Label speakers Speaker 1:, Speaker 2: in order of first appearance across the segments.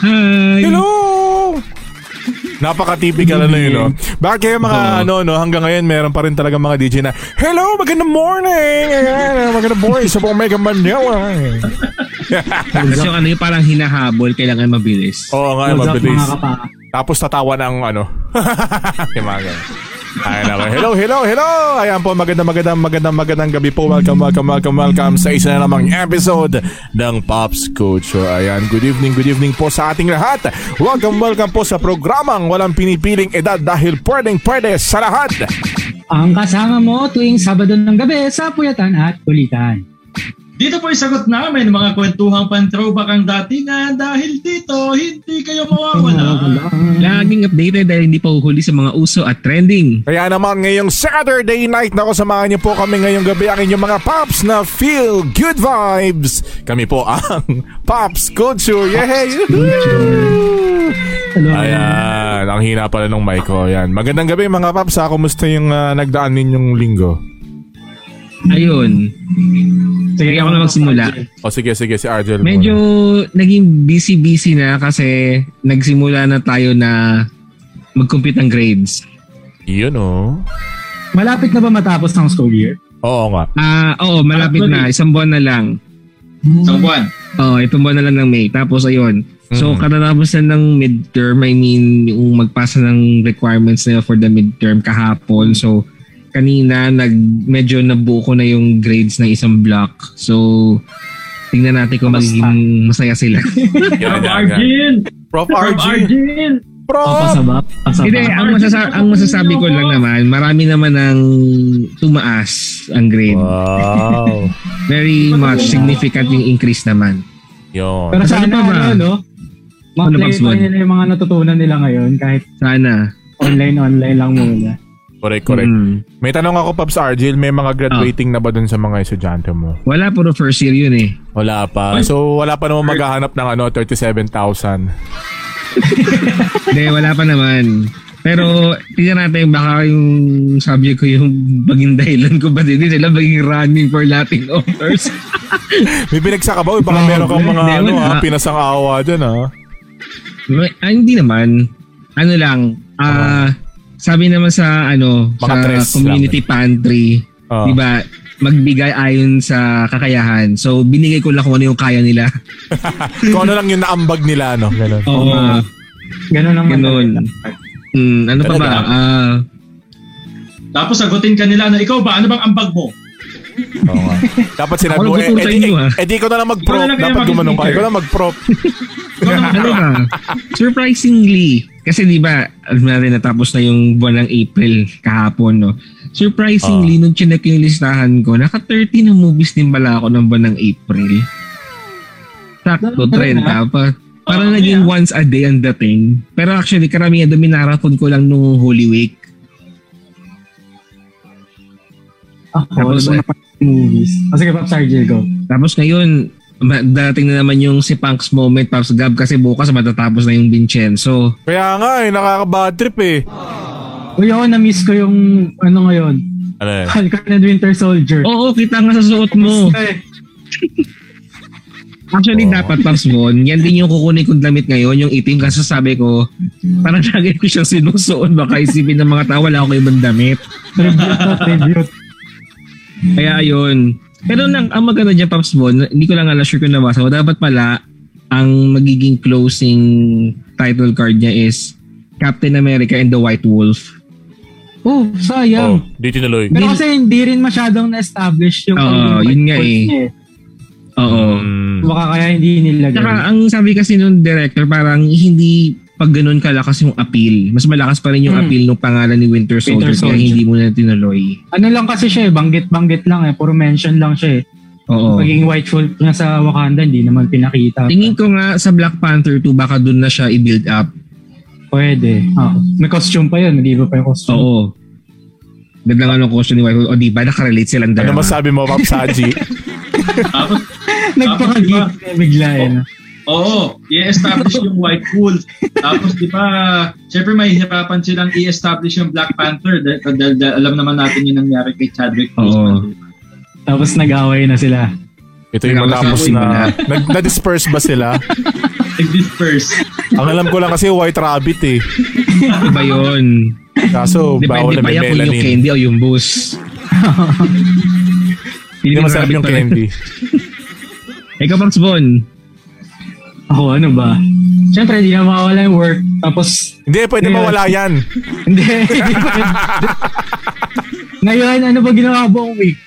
Speaker 1: Hi.
Speaker 2: Hello! Napaka-typical ano yun, no? Bakit kaya mga ano, no, hanggang ngayon meron pa rin talaga mga DJ na, Hello, magandang morning! Ayan, Magandang morning sa po Mega Manila.
Speaker 1: Tapos yung ano yung parang hinahabol, kailangan mabilis.
Speaker 2: Oo nga,
Speaker 3: What's up,
Speaker 2: mabilis.
Speaker 3: mga kapa?
Speaker 2: Tapos tatawa ng ano. Yung mga ganun. Ayan ako. Hello, hello, hello! Ayan po, magandang, magandang, magandang, magandang gabi po. Welcome, welcome, welcome, welcome sa isa na namang episode ng Pops Culture. Ayan, good evening, good evening po sa ating lahat. Welcome, welcome po sa programang walang pinipiling edad dahil pwedeng pwede sa lahat.
Speaker 3: Ang kasama mo tuwing Sabado ng gabi sa Puyatan at Kulitan.
Speaker 4: Dito po yung sagot namin, mga kwentuhang pan-throwback ang datingan dahil dito hindi kayo mawawala.
Speaker 1: Laging updated dahil hindi pa uhuli sa mga uso at trending.
Speaker 2: Kaya naman ngayong Saturday night, nako samahan niyo po kami ngayong gabi ang inyong mga Pops na feel good vibes. Kami po ang Pops Culture. Yay!
Speaker 3: Hello.
Speaker 2: Ayan, ang hina pala nung mic ko. Ayan. Magandang gabi mga paps. Ah, kumusta yung ah, nagdaan ninyong linggo?
Speaker 1: Ayun. Sige, ako na magsimula.
Speaker 2: O sige, sige, si Argel.
Speaker 1: Medyo
Speaker 2: muna.
Speaker 1: naging busy-busy na kasi nagsimula na tayo na mag-compute ng grades.
Speaker 2: Yun oh.
Speaker 3: Malapit na ba matapos ng school year?
Speaker 2: Oo nga.
Speaker 1: Ah, oo, malapit na. Isang buwan na lang.
Speaker 4: Isang buwan. Mm-hmm.
Speaker 1: Oo, itong buwan na lang ng May. Tapos ayun. So,
Speaker 2: Mhm.
Speaker 1: katatapos na ng midterm, I mean, yung magpasa ng requirements nila for the midterm kahapon. So, kanina, nag, medyo nabuo ko na yung grades ng isang block. So, tingnan natin kung
Speaker 3: Kamusta?
Speaker 1: magiging masaya sila.
Speaker 2: Yan, yan, yan.
Speaker 4: Arjun!
Speaker 2: Prof
Speaker 4: From
Speaker 2: Argel.
Speaker 4: Arjun!
Speaker 3: Oh,
Speaker 2: Prof!
Speaker 3: pasabap. Pasabap.
Speaker 1: Hindi, ang, masasa- ang masasabi ko lang naman, marami naman ang tumaas ang grade.
Speaker 2: Wow.
Speaker 1: Very much significant yung increase naman.
Speaker 2: Yun.
Speaker 3: Pero
Speaker 1: Ano
Speaker 3: sana
Speaker 1: pa ba?
Speaker 3: ano, no?
Speaker 1: Ano
Speaker 3: Ma-play
Speaker 1: bang
Speaker 3: pa
Speaker 1: small?
Speaker 3: nila yung mga natutunan nila ngayon kahit
Speaker 1: Sana.
Speaker 3: online-online lang muna.
Speaker 2: Correct, correct.
Speaker 1: Mm.
Speaker 2: May tanong ako, Pops Argel. May mga graduating na ba dun sa mga estudyante mo?
Speaker 1: Wala, puro first year yun eh.
Speaker 2: Wala pa. So, wala pa naman maghahanap ng ano, 37,000.
Speaker 1: Hindi, wala pa naman. Pero tingnan natin baka yung subject ko yung maging dahilan ko ba hindi sila maging running for Latin authors.
Speaker 2: May binagsak ka ba? Uy, Baka meron kang mga
Speaker 1: Hindi,
Speaker 2: ano,
Speaker 1: wala.
Speaker 2: ah, pinasang awa dyan, ah.
Speaker 1: May- ah, hindi naman. Ano lang, ah sabi naman sa ano
Speaker 2: Mga tres
Speaker 1: sa community pantry,
Speaker 2: Ah.
Speaker 1: 'di ba? Magbigay ayon sa kakayahan. So binigay ko lang kung ano yung kaya nila.
Speaker 2: Kung ano lang yung naambag nila, no? Ganun.
Speaker 1: Oo.
Speaker 3: Ganun ang
Speaker 1: Ganun. Mm, ano pa ba?
Speaker 4: Talaga?
Speaker 1: Ah,
Speaker 4: Tapos sagutin ka nila na ikaw ba? Ano bang ambag mo?
Speaker 2: Oo nga. Dapat sinabi
Speaker 1: Ako
Speaker 2: mo,
Speaker 1: lang
Speaker 2: eh, eh,
Speaker 1: tuturuan
Speaker 2: di-
Speaker 1: nyo,
Speaker 2: eh,
Speaker 1: ah.
Speaker 2: eh, di ko na lang
Speaker 4: Ikaw
Speaker 2: mag-prop.
Speaker 4: na lang kaya
Speaker 2: Dapat gumanong ka.
Speaker 4: mag-speaker.
Speaker 2: Ikaw na mag-prop.
Speaker 4: Ikaw naman,
Speaker 1: ano ka? Surprisingly, kasi di ba, alam natin natapos na yung buwan ng April kahapon, no? Surprisingly, nung chinek yung listahan ko, naka 30 na movies din pala ako ng buwan ng April. Sakto,
Speaker 3: Dalawa pa rin,
Speaker 1: 30 pa. Parang
Speaker 4: Oo,
Speaker 1: naging
Speaker 4: kaya.
Speaker 1: once a day ang dating. Pero actually, karamihan doon minarathon ko lang nung Holy Week.
Speaker 3: Ako, ano
Speaker 1: Tapos, eh.
Speaker 3: wala na movies. O sige, Pops Argel, go.
Speaker 1: Tapos ngayon, ma- darating na naman yung si Punk's moment, Pops Gab, kasi bukas matatapos na yung Vincenzo.
Speaker 2: Kaya nga, eh, nakaka-bad trip eh.
Speaker 3: Uy, ako na-miss ko yung ano ngayon.
Speaker 2: Ano eh?
Speaker 3: Falcon and Winter Soldier.
Speaker 1: Oo, kita nga sa suot Oh, mo.
Speaker 3: Ay,
Speaker 1: Actually,
Speaker 2: Oo.
Speaker 1: dapat Pops Von, yan din yung kukunin kong damit ngayon, yung itim. Kasi sabi ko, parang lagi ko siyang sinusuon. Baka isipin ng mga tao, wala ako ibang damit.
Speaker 3: Tribute na tribute.
Speaker 1: Kaya ayun. Pero nang, ang maganda dyan, Pops Von, hindi ko lang alam sure kung nabasa ko. Dapat pala, ang magiging closing title card niya is Captain America and the White Wolf.
Speaker 3: Oh,
Speaker 2: Oh,
Speaker 3: sayang.
Speaker 2: di tinuloy.
Speaker 3: Pero kasi hindi rin masyadong na-establish yung
Speaker 1: Oo,
Speaker 3: yung
Speaker 1: yun nga
Speaker 3: points
Speaker 1: eh.
Speaker 3: niya
Speaker 1: Oo.
Speaker 2: Mm.
Speaker 3: Baka kaya hindi nilagay.
Speaker 1: Saka ang sabi kasi nung director, parang hindi pag ganun kalakas yung appeal. Mas malakas pa rin yung
Speaker 3: Hmm.
Speaker 1: appeal ng pangalan ni Winter Soldier,
Speaker 3: Winter
Speaker 1: kaya
Speaker 3: Soldier.
Speaker 1: hindi mo na tinuloy.
Speaker 3: Ano lang kasi siya eh, banggit-banggit lang eh. Puro mention lang siya eh.
Speaker 1: Oo.
Speaker 3: Pagiging white folk niya sa Wakanda, hindi naman pinakita.
Speaker 1: Tingin ko nga sa Black Panther 2 baka doon na siya i-build up.
Speaker 3: Pwede. Oo. May costume pa yun. Hindi ba pa yung costume?
Speaker 1: Oo. Ganda nga ng question ni White Wolf. O di ba nakarelate silang
Speaker 2: Ano
Speaker 1: dalawa?
Speaker 2: masabi mo, Pops Haji?
Speaker 4: Tapos,
Speaker 3: Nagpaka-geek
Speaker 4: Tapos
Speaker 3: eh, bigla eh. no?
Speaker 4: oo, i-establish yung White Wolf. Tapos, di ba, syempre may hirapan silang i-establish yung Black Panther dahil, dahil- dahil alam naman natin yung nangyari kay Chadwick
Speaker 1: Oo.
Speaker 4: Boseman.
Speaker 3: Tapos nag-away na sila.
Speaker 2: Ito yung matapos
Speaker 1: Nakasaboy
Speaker 2: na... Nag, na-disperse ba sila?
Speaker 4: Nag-disperse.
Speaker 2: Ang alam ko lang kasi White Rabbit eh.
Speaker 1: Iba Ano yun.
Speaker 2: Kaso bawal
Speaker 1: Depende
Speaker 2: na
Speaker 1: pa
Speaker 2: may
Speaker 1: yan kung yung
Speaker 2: melanin.
Speaker 1: candy o yung booze.
Speaker 2: Hindi naman sarap yung candy.
Speaker 1: Ikaw, Pax Bon.
Speaker 3: Ako, ano ba? Siyempre, hindi na mawawala yung work. Tapos,
Speaker 2: Hindi, pwede
Speaker 3: Ngayon.
Speaker 2: mawala yan.
Speaker 3: hindi. hindi pwede. Ngayon, ano ba ginawa ko buong week?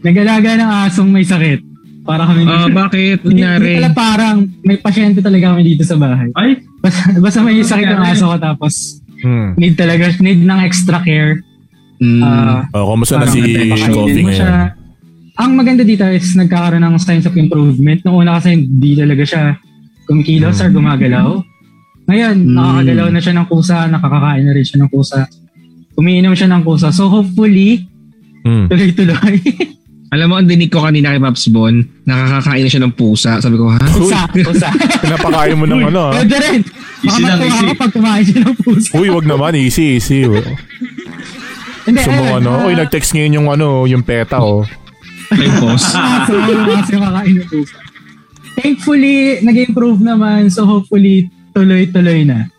Speaker 3: Nag-alaga ng asong may sakit. Para kami...
Speaker 1: Ah, bakit?
Speaker 3: Hindi- hindi
Speaker 1: Kunyari.
Speaker 3: pala parang may pasyente talaga kami dito sa bahay.
Speaker 4: Ay,
Speaker 3: Basta, basta may sakit ang aso ko tapos
Speaker 2: Hmm.
Speaker 3: need talaga, need ng extra care.
Speaker 1: Mm.
Speaker 3: Ah,
Speaker 2: Oh, kamusta na
Speaker 3: Parang
Speaker 2: si
Speaker 3: matatakay din
Speaker 2: Coffee
Speaker 3: mo siya.
Speaker 2: ngayon?
Speaker 3: Ang maganda dito is nagkakaroon ng signs of improvement. Noong una kasi hindi talaga siya kumikilos
Speaker 2: Hmm.
Speaker 3: or gumagalaw. Ngayon,
Speaker 1: Mm.
Speaker 3: nakakagalaw na siya ng kusa, nakakakain na rin siya ng kusa. Umiinom siya ng kusa. So hopefully,
Speaker 2: Hmm.
Speaker 3: tuloy-tuloy.
Speaker 1: Alam mo, ang dinig ko kanina kay Paps Bon, nakakakain na siya ng pusa. Sabi ko, ha?
Speaker 3: kusa, kusa.
Speaker 2: Pinapakain mo ng ano. ah.
Speaker 3: Pwede rin. Baka
Speaker 4: Easy lang,
Speaker 3: matuwa
Speaker 4: easy.
Speaker 3: ka pag kumain siya ng pusa.
Speaker 2: Uy, wag naman. Easy, easy.
Speaker 3: Hindi,
Speaker 2: Sumo
Speaker 3: ayun,
Speaker 2: ano.
Speaker 3: ah,
Speaker 2: Uy, nag-text ngayon yung ano, yung peta oh.
Speaker 1: Ay, boss.
Speaker 3: Ah, so, ano kasi makain ng pusa. Thankfully, nag-improve naman. So, hopefully, tuloy-tuloy na.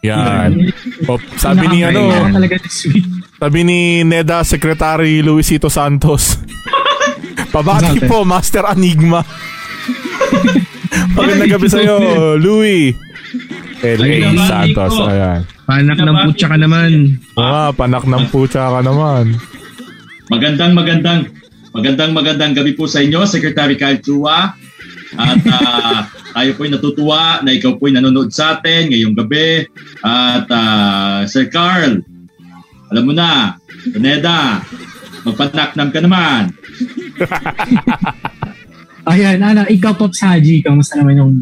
Speaker 2: Yan. Oh, sabi ni ano,
Speaker 3: Nakakailangan talaga this week.
Speaker 2: sabi ni Neda Secretary Luisito Santos. Pabati
Speaker 3: Santos.
Speaker 2: po, Master Enigma. Magandang gabi sa'yo, Louie. LA
Speaker 4: Pinabati
Speaker 2: Santos.
Speaker 4: ko.
Speaker 2: Ayan.
Speaker 1: Panak ng putya ka naman.
Speaker 2: Ah, panak ng pucha ka naman.
Speaker 4: Magandang magandang magandang magandang gabi po sa inyo, Secretary Kyle Chua. At ah, tayo po'y natutuwa na ikaw po'y nanonood sa atin ngayong gabi. At ah, Sir Carl, alam mo na, Pineda, magpataknam ka naman.
Speaker 3: Ayan, ano, ikaw, Pops Haji, kamusta naman yung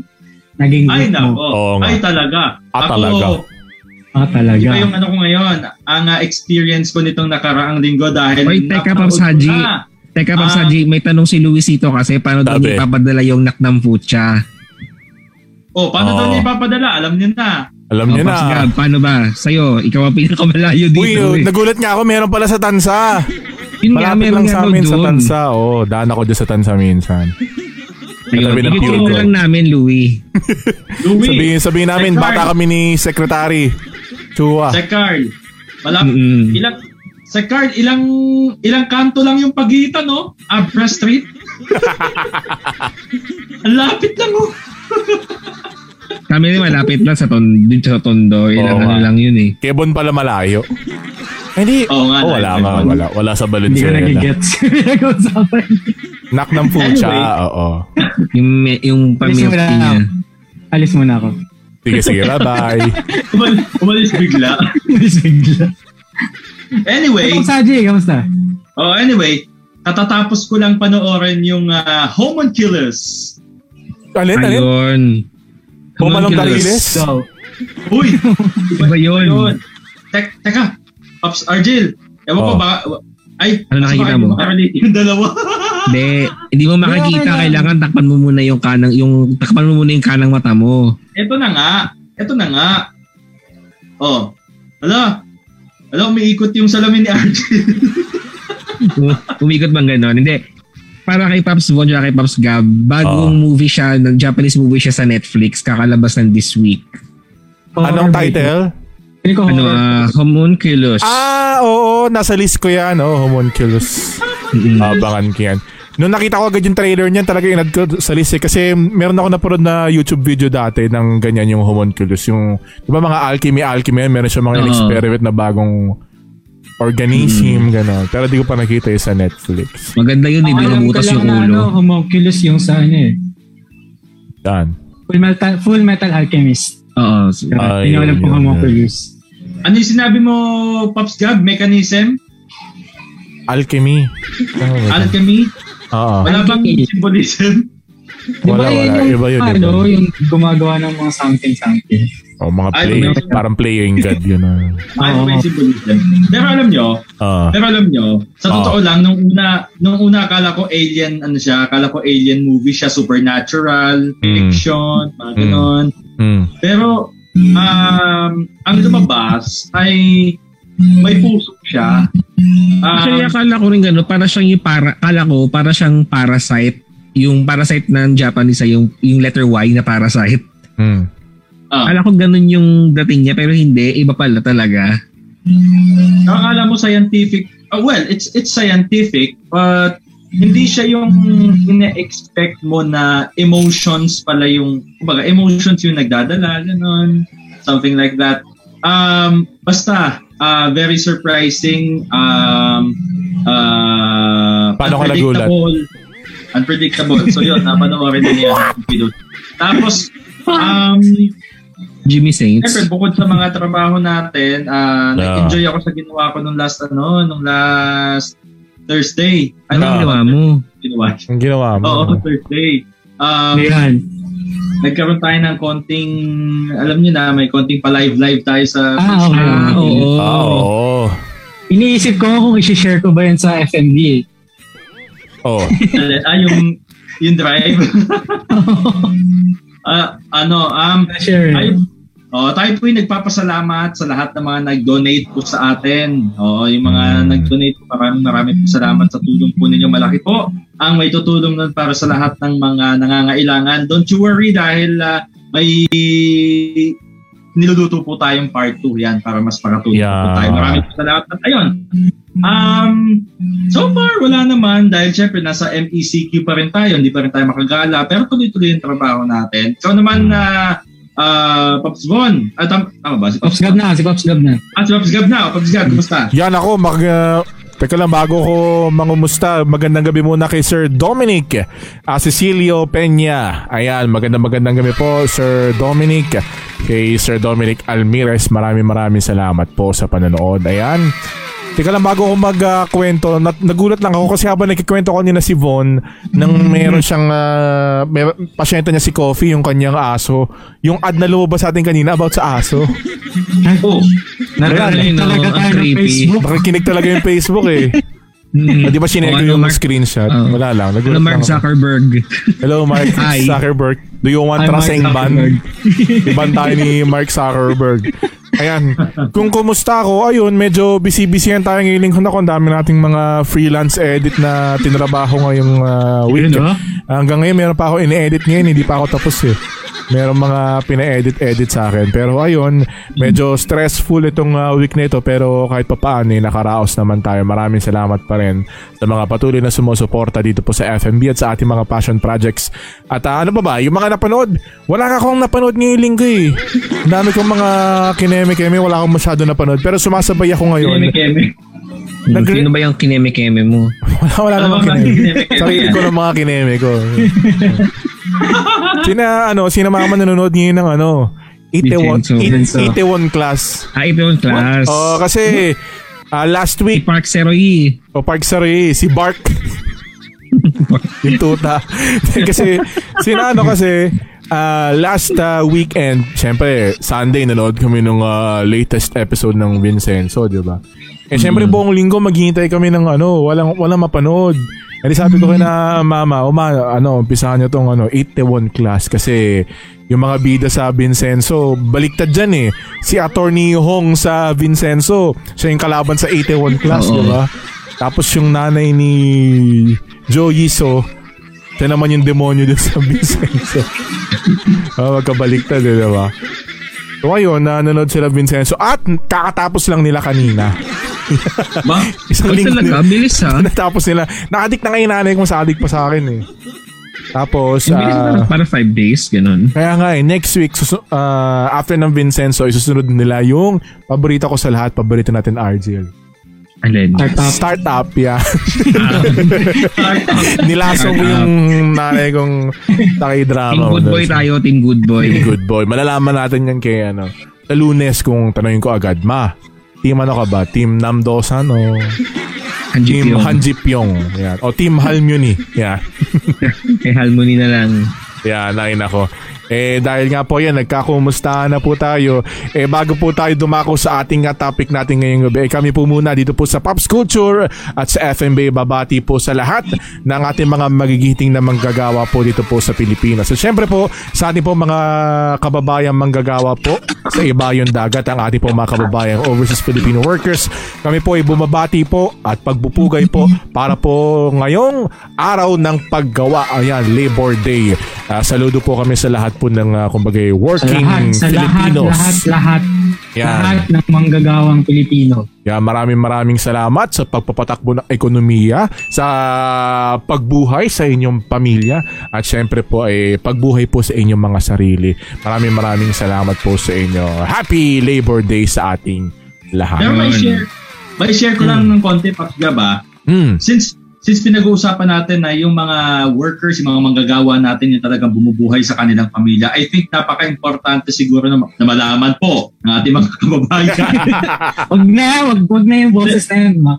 Speaker 3: naging
Speaker 4: Ay
Speaker 3: week
Speaker 4: nako,
Speaker 3: mo?
Speaker 2: Oo nga.
Speaker 4: ay talaga.
Speaker 2: Ah, talaga.
Speaker 3: Ah, talaga.
Speaker 4: Iba yung ano ko ngayon, ang ah, experience ko nitong nakaraang linggo dahil...
Speaker 1: Wait, teka, Pops
Speaker 4: napanood ko
Speaker 1: Haji.
Speaker 4: na.
Speaker 1: Teka, Paps
Speaker 4: Ah.
Speaker 1: Haji, may tanong si Luisito kasi paano daw
Speaker 2: Sabi.
Speaker 1: niya ipapadala yung nak ng putya?
Speaker 4: Oh, paano daw
Speaker 2: Oo.
Speaker 4: niya ipapadala? Alam niyo na.
Speaker 2: Alam
Speaker 1: Oh,
Speaker 2: niyo
Speaker 1: Paps
Speaker 2: na.
Speaker 1: Gab, paano ba? Sa'yo, ikaw ang pinakamalayo dito.
Speaker 2: Uy,
Speaker 1: eh.
Speaker 2: nagulat nga ako. Meron pala sa tansa.
Speaker 1: Yun nga,
Speaker 2: Malapit
Speaker 1: meron
Speaker 2: lang
Speaker 1: nga
Speaker 2: sa
Speaker 1: daw
Speaker 2: amin sa
Speaker 1: doon.
Speaker 2: tansa. Oo, oh, daan ako dyan sa tansa minsan.
Speaker 1: Ayun,
Speaker 2: Katabi ng
Speaker 1: i-check
Speaker 2: pure
Speaker 1: na lang namin, Louie.
Speaker 4: Louie,
Speaker 2: Sabihin, sabihin namin,
Speaker 4: Sir
Speaker 2: bata
Speaker 4: Carl.
Speaker 2: kami ni Secretary. Chua.
Speaker 4: Sir Carl, malap,
Speaker 1: Mm-mm.
Speaker 4: ilang, Sir Carl, ilang, ilang kanto lang yung pagitan, oh. Ah, no? Abra Street? Ang lapit lang, oh.
Speaker 1: Kami rin malapit lang sa tondo, dito sa tondo. Ilang
Speaker 2: Oo
Speaker 1: ano
Speaker 2: nga.
Speaker 1: lang yun eh.
Speaker 2: Kebon pala malayo. Hindi.
Speaker 4: Oo nga,
Speaker 2: oh, wala
Speaker 4: dahil
Speaker 2: nga.
Speaker 4: Quezon.
Speaker 2: Wala, wala sa
Speaker 3: Hindi ko
Speaker 2: Valenzuela.
Speaker 3: nagigets. Pinag-usapan.
Speaker 2: Nak ng pucha.
Speaker 4: Anyway.
Speaker 2: Oo.
Speaker 1: Yung, me- yung pamilya
Speaker 3: Alisin mo na
Speaker 1: niya.
Speaker 3: ako. Alis muna ako.
Speaker 2: Sige, sige. Bye-bye.
Speaker 4: Umal- umalis bigla.
Speaker 3: Alis bigla. Hey,
Speaker 4: Anyway,
Speaker 3: Pops Haji, kamusta?
Speaker 4: oh, anyway, katatapos ko lang panoorin yung ah, Home on Killers.
Speaker 2: Alin, alin?
Speaker 1: Ayun.
Speaker 2: Pumalong
Speaker 1: Homunculus.
Speaker 2: dariles.
Speaker 3: So,
Speaker 4: Uy,
Speaker 1: Iba yun.
Speaker 4: Tek, teka, Pops Argil, ewan ko
Speaker 2: Oh.
Speaker 4: ba, ay,
Speaker 1: Ano nakikita
Speaker 4: baka hindi
Speaker 1: mo?
Speaker 4: makarelate Yung dalawa.
Speaker 1: Hindi, hindi mo makikita.
Speaker 3: okay lang.
Speaker 1: Kailangan takpan mo muna yung kanang, yung takpan mo muna yung kanang mata mo.
Speaker 4: Eto na nga. Eto na nga. Oh. Ala. Ala, umiikot yung salamin ni RJ.
Speaker 1: Um- Umikot bang ganon? Hindi. Para kay Pops Von, para kay Pops Gab, bagong movie siya, ng Japanese movie siya sa Netflix, kakalabas ng this week.
Speaker 2: Anong
Speaker 3: horror ba ito?
Speaker 2: title?
Speaker 3: Feeling ko
Speaker 1: Ano,
Speaker 3: horror.
Speaker 1: ah, Homunculus.
Speaker 2: Ah, oo. Nasa list ko yan. Oh, homunculus.
Speaker 1: Mm-mm.
Speaker 2: Abangan ko yan. Nung nakita ko agad yung trailer niyan, talaga inad ko sa list eh. Kasi meron ako napanood na YouTube video dati ng ganyan yung homunculus. Yung, di ba mga alchemy, alchemy, meron siya mga
Speaker 1: Oo.
Speaker 2: experiment na bagong organism, gano'n. Pero di ko pa nakita yun sa Netflix.
Speaker 1: Maganda yun, hindi
Speaker 3: Ang alam ko
Speaker 1: nabutas
Speaker 3: lang
Speaker 1: yung
Speaker 3: na,
Speaker 1: ulo.
Speaker 3: Ano, homunculus yung sa ano eh.
Speaker 2: Yan.
Speaker 3: Full metal, full metal alchemist. Diba?
Speaker 1: Oo.
Speaker 2: Ah,
Speaker 3: Hindi ko alam
Speaker 2: yun,
Speaker 3: kung
Speaker 2: yun,
Speaker 3: homunculus.
Speaker 4: ano yung sinabi mo, Pops Gab? Mechanism?
Speaker 2: Alchemy. Tama ba yun?
Speaker 4: Alchemy?
Speaker 2: Oo.
Speaker 4: Wala bang
Speaker 3: Alchemy.
Speaker 4: symbolism?
Speaker 3: Di
Speaker 2: Wala,
Speaker 3: ba yun
Speaker 2: wala.
Speaker 3: yung,
Speaker 2: Iba yun,
Speaker 3: ano,
Speaker 2: iba.
Speaker 3: yung gumagawa ng mga something-something.
Speaker 2: Oh, mga
Speaker 4: Ay,
Speaker 2: play,
Speaker 4: medyo-
Speaker 2: parang playing god yun. ah.
Speaker 4: Ano
Speaker 3: Oo.
Speaker 4: ba yung symbolism? Pero alam nyo,
Speaker 2: Ah.
Speaker 4: pero alam nyo, sa
Speaker 2: Oo.
Speaker 4: totoo lang, nung una, nung una akala ko alien, ano siya, akala ko alien movie siya, supernatural,
Speaker 2: Mm.
Speaker 4: fiction, mga
Speaker 2: Mm.
Speaker 4: ganon.
Speaker 2: Mm.
Speaker 4: Pero, um, ang lumabas ay may puso siya. Um,
Speaker 1: Actually, akala ko rin gano'n, para siyang yung para, akala ko, para siyang parasite yung parasite ng Japanese ay yung, yung letter Y na parasite.
Speaker 2: Hmm.
Speaker 4: Ah.
Speaker 1: Alam ko ganun yung dating niya pero hindi, iba pala talaga.
Speaker 2: Mm.
Speaker 4: Akala mo scientific. ah, well, it's it's scientific, but
Speaker 2: Mm.
Speaker 4: hindi siya yung ine-expect mo na emotions pala yung, kumbaga, emotions yung nagdadala, ganun, something like that. Um, basta, ah, very surprising, um, uh,
Speaker 2: Paano ka nagulat?
Speaker 4: unpredictable, unpredictable. So yun, napanoorin na niya. yung video. Tapos, um,
Speaker 1: Jimmy Saints.
Speaker 4: Siyempre, bukod sa mga trabaho natin, ah, nag-enjoy ako sa ginawa ko nung last, ano, nung last Thursday.
Speaker 1: Ano
Speaker 2: Ah.
Speaker 1: ginawa mo?
Speaker 4: Ginawa siya.
Speaker 2: Ang ginawa mo. ano?
Speaker 4: Oo, Thursday. Um,
Speaker 3: Ayan.
Speaker 4: nagkaroon tayo ng konting, alam niyo na, may konting pa-live-live tayo sa
Speaker 3: Ah, okay.
Speaker 1: Ah, oo.
Speaker 2: Ah, oo.
Speaker 3: Iniisip ko kung isi-share ko ba yan sa FMB eh.
Speaker 2: Oo.
Speaker 4: ah, yung, yung drive. Ah, ano, um,
Speaker 3: Share. eh.
Speaker 4: Ay, oh, tayo po yung nagpapasalamat sa lahat ng mga nag-donate po sa atin. Oo, yung
Speaker 2: Mm.
Speaker 4: mga nag-donate po, maraming maraming po salamat sa tulong po ninyo. Malaki po ang may tutulong nun para sa lahat ng mga nangangailangan. Don't you worry dahil ah, may niluluto po tayong part 2 yan para mas makatulong po
Speaker 2: Yeah.
Speaker 4: tayo. Maraming po salamat. At ayun, Um, so far, wala naman dahil syempre nasa MECQ pa rin tayo, hindi pa rin tayo makagala, pero tuloy-tuloy yung trabaho natin. So naman na ah Pops Von, at tam- tama ba si Pops
Speaker 3: Pops Gab na, si Pops Gab na.
Speaker 4: Ah, si Pops Gab na, Pops Gab, kumusta?
Speaker 2: Yan ako, mag... Uh, teka lang, bago ko mangumusta, magandang gabi muna kay Sir Dominic uh, Cecilio Peña. Ayan, magandang magandang gabi po, Sir Dominic. Kay Sir Dominic Almirez, maraming maraming salamat po sa panonood. Ayan. Teka lang, bago ako magkwento, nat- nagulat lang ako kasi habang nakikwento ko nila si Von, nang meron siyang, ah, may, pasyente niya si Coffee, yung kanyang aso, yung ad na lumabas sa atin kanina about sa aso.
Speaker 4: Oh,
Speaker 1: Naalala yun, no?
Speaker 3: Talaga
Speaker 1: Ang
Speaker 3: tayo ng
Speaker 1: creepy.
Speaker 3: Facebook.
Speaker 2: Nakikinig talaga yung Facebook eh.
Speaker 1: Hmm.
Speaker 2: Ah, Di ba
Speaker 1: O,
Speaker 2: sinare ko
Speaker 1: ano,
Speaker 2: yung
Speaker 1: Mark-
Speaker 2: screenshot?
Speaker 1: Oo.
Speaker 2: Wala lang.
Speaker 1: Ano
Speaker 2: Nagulat lang
Speaker 1: Mark
Speaker 2: ako.
Speaker 1: Zuckerberg?
Speaker 2: Hello, Mark
Speaker 1: Hi.
Speaker 2: Zuckerberg. Do you want
Speaker 1: Hi, Mark
Speaker 2: traseng
Speaker 1: Zuckerberg.
Speaker 2: ban? Iban tayo ni Mark Zuckerberg. Ayan. Kung kumusta ako, ayun, medyo busy-busy yan tayo ngayong lingkod ako. Ang dami nating mga freelance edit na tinrabaho ngayong ah, week.
Speaker 3: Yun, no?
Speaker 2: Hanggang ngayon, meron pa ako in-edit ngayon. Hindi pa ako tapos eh. Meron mga pina-edit-edit sa akin. Pero ayun, medyo stressful itong ah, week na ito. Pero kahit pa paano, eh, nakaraos naman tayo. Maraming salamat pa rin sa mga patuloy na sumusuporta dito po sa FMB at sa ating mga passion projects. At ah, ano ba ba, yung mga napanood, wala ka akong napanood ngayong linggo eh. Ang dami kong mga kineme-keme, wala akong masyado napanood. Pero sumasabay ako ngayon.
Speaker 4: keme-keme.
Speaker 2: Nagre-
Speaker 1: Sino ba yung kineme-keme mo?
Speaker 2: Wala, wala
Speaker 4: Ano
Speaker 2: namang
Speaker 4: ba mga
Speaker 2: kineme.
Speaker 4: kineme-keme
Speaker 2: Sarili ko
Speaker 4: yan?
Speaker 2: ng mga kineme ko. sina, ano, sina mama nanonood ngayon ng ano, Itewon,
Speaker 1: Vincenzo.
Speaker 2: It- Itewon class.
Speaker 1: Ah, ito yung class.
Speaker 2: Oh, kasi ah, last
Speaker 1: Si
Speaker 2: week,
Speaker 1: Park Seroy.
Speaker 2: o Park Saroy, si Bark. yung tuta. kasi, sina ano kasi, ah, last ah, weekend, syempre, Sunday, nanood kami ng latest episode ng Vincenzo, di ba? Eh, syempre, buong linggo, maghihintay kami ng ano, walang, walang mapanood. Eh, di sabi ko kay na mama, o ma, ano, umpisahan nyo tong ano, 81 class kasi yung mga bida sa Vincenzo, baliktad dyan eh. Si Attorney Hong sa Vincenzo, siya yung kalaban sa 81 class,
Speaker 1: Oo.
Speaker 2: di ba? Tapos yung nanay ni Joe Yiso, siya naman yung demonyo dun sa Vincenzo. Ah, magkabaliktad eh, di ba? So ngayon, nanonood sila Vincenzo at kakatapos lang nila kanina.
Speaker 4: Ba?
Speaker 2: Isang
Speaker 1: Ay,
Speaker 2: link
Speaker 1: talaga,
Speaker 2: nila.
Speaker 1: bilis ah. ha.
Speaker 2: Natapos nila. Nakadik na kayo nanay ko, mas adik pa sa akin eh. Tapos,
Speaker 1: Yung bilis
Speaker 2: ah,
Speaker 1: na, para five days, ganun.
Speaker 2: kaya nga eh, next week, susu- ah, after ng Vincenzo, isusunod nila yung paborito ko sa lahat, paborito natin RGL.
Speaker 1: Alin.
Speaker 2: E.
Speaker 3: Startup.
Speaker 2: Startup, yeah.
Speaker 4: Startup.
Speaker 2: Nilaso ko yung nanay kong
Speaker 1: Team
Speaker 2: takidrama.
Speaker 1: good
Speaker 2: ko
Speaker 1: boy
Speaker 2: doon.
Speaker 1: tayo, team good boy.
Speaker 2: Team Good Boy. Malalaman natin yan kay ano. Sa lunes kung tanongin ko agad, ma, team ano ka ba? Team Namdosan o
Speaker 1: Ang
Speaker 2: team
Speaker 1: GPO.
Speaker 2: Han Ji Pyong? Yan. O team Halmuni. Yan.
Speaker 1: Kay Halmoni na lang.
Speaker 2: Yan, nain ako. Eh dahil nga po yan, nagkakumustahan na po tayo. Eh bago po tayo dumako sa ating nga topic natin ngayong gabi, eh, kami po muna dito po sa Pops Culture at sa FMB babati po sa lahat ng ating mga magigiting na manggagawa po dito po sa Pilipinas. So syempre po, sa ating po mga kababayang manggagawa po sa ibayong dagat, ang ating po mga kababayang overseas Filipino workers, kami po ay bumabati po at pagbupugay po para po ngayong araw ng paggawa. Ayan, Labor Day. Ah, saludo po kami sa lahat po ng ah, kumbaga
Speaker 3: Sa
Speaker 2: working
Speaker 3: lahat, sa lahat,
Speaker 2: Filipinos.
Speaker 3: lahat, lahat,
Speaker 2: Yan.
Speaker 3: lahat ng manggagawang Pilipino.
Speaker 2: Yeah, maraming maraming salamat sa pagpapatakbo ng ekonomiya, sa pagbuhay sa inyong pamilya, at syempre po ay pagbuhay po sa inyong mga sarili. Maraming maraming salamat po sa inyo. Happy Labor Day sa ating
Speaker 4: Pero
Speaker 2: lahat. Hmm.
Speaker 4: may
Speaker 1: Ayun.
Speaker 4: share, may share ko lang ng konti, Paps Gab, ah.
Speaker 2: Mm.
Speaker 4: Since since pinag-uusapan natin na yung mga workers, yung mga manggagawa natin yung talagang bumubuhay sa kanilang pamilya, I think napaka-importante siguro na, na malaman po ng ating mga kababayan.
Speaker 2: Ah.
Speaker 3: Huwag na, wag, wag na yung boses na yun. Ma.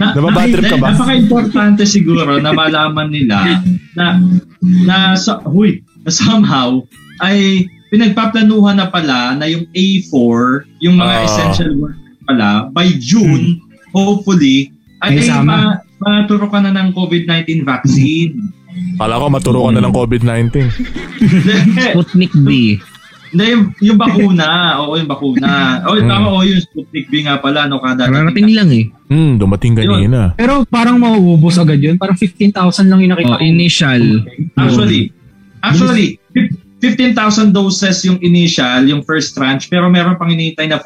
Speaker 4: Na-
Speaker 2: Nababatrip ka ba?
Speaker 4: Napaka-importante siguro na malaman nila na na sa huy, na somehow ay pinagpaplanuhan na pala na yung A4, yung mga
Speaker 2: Ah.
Speaker 4: essential work pala by June,
Speaker 2: Hmm.
Speaker 4: hopefully ay,
Speaker 3: May
Speaker 4: ay
Speaker 3: sama.
Speaker 4: ma- maturo ka na ng COVID-19 vaccine.
Speaker 2: Kala ko maturo ka na ng COVID-19.
Speaker 4: Hindi,
Speaker 1: Sputnik B.
Speaker 4: Hindi, yung, yung bakuna. Oo, yung bakuna. Oo,
Speaker 2: Hmm.
Speaker 4: tama. Oo, yung Sputnik B nga pala. No, kada
Speaker 1: Kararating lang eh.
Speaker 2: Mm, dumating kanina.
Speaker 3: Pero parang mauubos agad yun. Parang 15,000 lang yung
Speaker 1: Oh,
Speaker 3: nakita ko.
Speaker 1: initial.
Speaker 4: Actually, actually, fif- 15,000 doses yung initial, yung first tranche, pero meron pang hinihintay na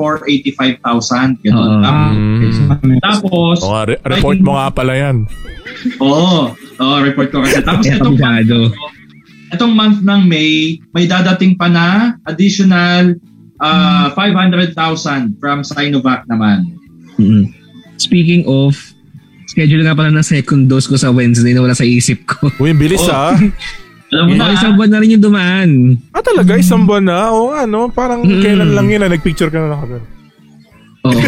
Speaker 4: 485,000. Ganun.
Speaker 1: Oo.
Speaker 4: Tap-
Speaker 3: Ah, okay. So, marami.
Speaker 4: Tapos,
Speaker 2: O nga, Hmm. re- report mo nga pala yan.
Speaker 4: oo, oo, report ko kasi. Tapos
Speaker 1: Kaya
Speaker 4: itong month,
Speaker 1: kabisado.
Speaker 4: itong month ng May, may dadating pa na additional ah, 500,000 from Sinovac naman.
Speaker 1: Mm-mm. Speaking of, schedule nga pala ng second dose ko sa Wednesday na wala sa isip ko.
Speaker 2: Uy, ang bilis
Speaker 4: Oh.
Speaker 2: ah.
Speaker 4: Alam mo
Speaker 1: Oh,
Speaker 4: na,
Speaker 1: isang buwan na rin yung dumaan.
Speaker 2: Ah talaga, isang buwan na. Oo nga no, parang
Speaker 4: Hmm.
Speaker 1: Mm.
Speaker 2: kailan lang yun na nagpicture ka na nakagano.
Speaker 1: Oo.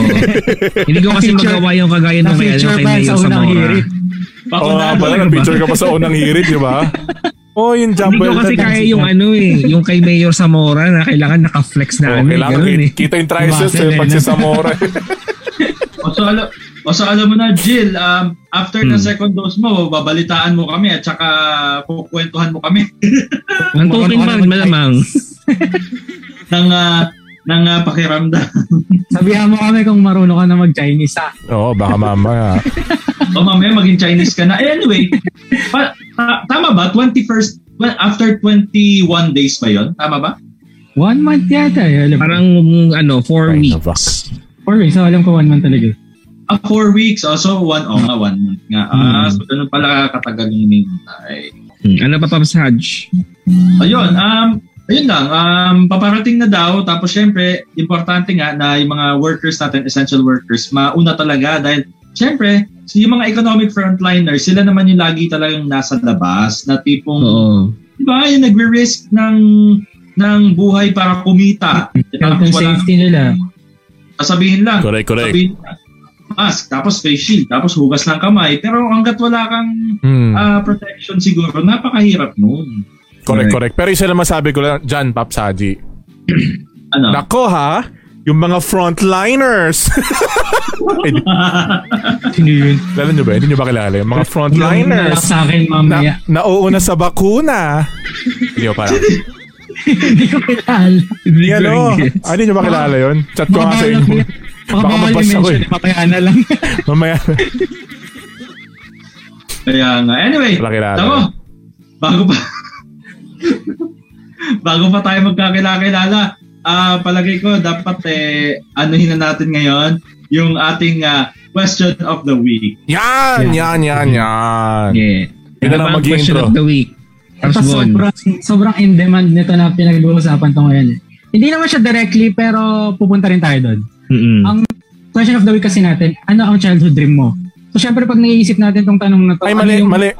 Speaker 1: Hindi ko kasi
Speaker 3: Na-feature-
Speaker 1: magawa yung kagaya ng may ano
Speaker 3: Na-feature
Speaker 1: kay
Speaker 3: ba
Speaker 1: Mayo
Speaker 3: sa
Speaker 1: sa
Speaker 3: unang
Speaker 1: Mora.
Speaker 3: hirit?
Speaker 2: Oo nga
Speaker 4: bakuna.
Speaker 2: pala, nagpicture ka pa sa unang hirit, di ba? ano Oh, yung jump
Speaker 1: Hindi ko kasi
Speaker 2: belt.
Speaker 1: kaya yung ano eh, yung kay Mayor Zamora na kailangan naka-flex na
Speaker 2: Oo,
Speaker 1: ano,
Speaker 2: kailangan
Speaker 1: ganun eh.
Speaker 2: kita, kita yung triceps
Speaker 1: Tumasin
Speaker 2: eh,
Speaker 1: eh,
Speaker 2: pag
Speaker 1: no?
Speaker 2: si Samora.
Speaker 4: ah, O so, alam, o so alam mo na, Jill, um, after ng second dose mo, babalitaan mo kami at saka kukwentuhan mo kami
Speaker 1: Ang
Speaker 2: Ano,
Speaker 1: token
Speaker 3: Mukha
Speaker 1: man,
Speaker 3: naman-
Speaker 1: malamang.
Speaker 4: ng, ah, ng ah, pakiramdam.
Speaker 3: Sabihan mo kami kung marunong ka na mag-Chinese ha.
Speaker 2: Oo, baka mamaya.
Speaker 4: o Oh, mamaya maging Chinese ka na. Eh, anyway, pa, ta- tama ba? 21st, well, after 21 days ba yon Tama ba?
Speaker 3: One month yata. eh. Alam ko.
Speaker 1: Parang ano, four
Speaker 2: Sinovac.
Speaker 1: weeks.
Speaker 3: Four weeks. So, alam ko one month talaga.
Speaker 4: Ah, four weeks. Oh, so, one, oh, nga, one month nga. Ah, so, ganun pala katagal yung hinihintay.
Speaker 1: Hmm, Ano pa Pops Hodge?
Speaker 4: Ayun, um, ayun lang, um, paparating na daw. Tapos syempre, importante nga na yung mga workers natin, essential workers, mauna talaga dahil syempre, so yung mga economic frontliners, sila naman yung lagi talagang nasa labas na tipong,
Speaker 1: Oo.
Speaker 4: di ba, Diba? yung nagre-risk ng ng buhay para kumita. Di ba?
Speaker 3: Health and
Speaker 4: Wala,
Speaker 3: safety nila.
Speaker 4: sasabihin lang,
Speaker 2: Correct, correct.
Speaker 4: sabihin lang, mask, tapos face shield, tapos hugas ng kamay. Pero hanggat wala kang
Speaker 2: Hmm,
Speaker 4: ah, protection siguro, napakahirap nun.
Speaker 2: correct, correct. Pero isa lang masabi ko lang, Jan Papsaji.
Speaker 1: Ah.
Speaker 4: Ano?
Speaker 2: Nako ha, yung mga frontliners.
Speaker 3: Sino yun?
Speaker 2: Lalo nyo ba? Hindi nyo ba kilala? Yung mga
Speaker 3: Yung nalak
Speaker 2: frontliners
Speaker 3: sa akin
Speaker 2: na
Speaker 3: mamaya.
Speaker 2: nauuna sa bakuna. Hindi ko parang.
Speaker 3: Hindi ko kilala.
Speaker 1: Hindi
Speaker 2: Yan o.
Speaker 1: ko-
Speaker 2: Ah, hindi nyo ba kilala yun? Chat ko
Speaker 3: Baka
Speaker 2: nga sa
Speaker 3: bawal
Speaker 2: inyo.
Speaker 3: na- Baka
Speaker 2: Baka
Speaker 3: bawal
Speaker 2: mabasa ko
Speaker 3: i-mention.
Speaker 2: eh.
Speaker 3: Papaya na lang.
Speaker 2: Mamaya.
Speaker 4: Kaya nga. Anyway,
Speaker 2: Wala kilala.
Speaker 4: tamo, bago pa bago pa tayo magkakilala-kilala, ah palagay ko dapat eh, anuhin na natin ngayon yung ating ah, question of the week.
Speaker 2: Yan, yan, yan, yan.
Speaker 1: Yeah.
Speaker 2: Yun na
Speaker 1: Ano
Speaker 2: lang
Speaker 1: ba ang
Speaker 2: maging
Speaker 1: question
Speaker 2: intro.
Speaker 1: of the week? Pops
Speaker 3: Tapos
Speaker 1: Von.
Speaker 3: sobrang, sobrang in demand nito na pinag-uusapan to ngayon. eh. Hindi naman siya directly pero pupunta rin tayo doon.
Speaker 1: Mm-mm.
Speaker 3: Ang question of the week kasi natin, ano ang childhood dream mo? So syempre pag naiisip natin tong tanong na to,
Speaker 2: Ay,
Speaker 3: ano
Speaker 2: mali,
Speaker 3: yung-
Speaker 2: mali.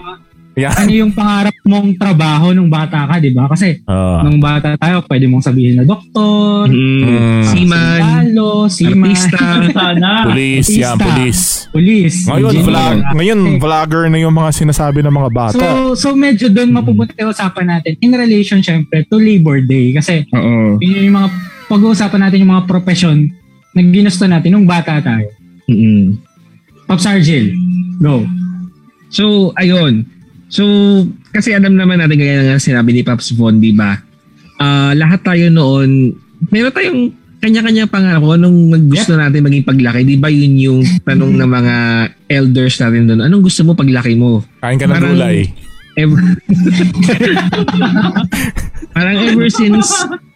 Speaker 2: Yan.
Speaker 3: ano yung pangarap mong trabaho nung bata ka, di ba? Kasi
Speaker 2: Oo.
Speaker 3: nung bata tayo, pwede mong sabihin na doktor,
Speaker 2: Mm-hmm. Ah.
Speaker 3: ah,
Speaker 1: Mm. Seaman,
Speaker 3: sundalo, seaman,
Speaker 1: artista.
Speaker 4: Sana.
Speaker 2: Police, yan,
Speaker 3: Artista.
Speaker 2: police.
Speaker 3: police,
Speaker 2: Ngayon,
Speaker 3: engineer.
Speaker 2: vlog, ngayon,
Speaker 3: Okay.
Speaker 2: vlogger na yung mga sinasabi ng mga bata.
Speaker 3: So, so medyo doon mapupunta yung usapan natin in relation syempre to Labor Day kasi
Speaker 1: Oo.
Speaker 3: yun yung mga pag-uusapan natin yung mga profession na ginusto natin nung bata tayo.
Speaker 1: Mm.
Speaker 3: Pops Argel, go.
Speaker 1: So, ayun. So, kasi alam naman natin gaya nga sinabi ni Paps Von, di ba? Ah, lahat tayo noon, meron tayong kanya-kanya pangarap kung anong gusto natin maging paglaki. Di ba yun yung tanong ng mga elders natin doon? Anong gusto mo paglaki mo?
Speaker 2: Kain ka ng
Speaker 1: Parang-
Speaker 2: gulay.
Speaker 1: Ever... parang ever since,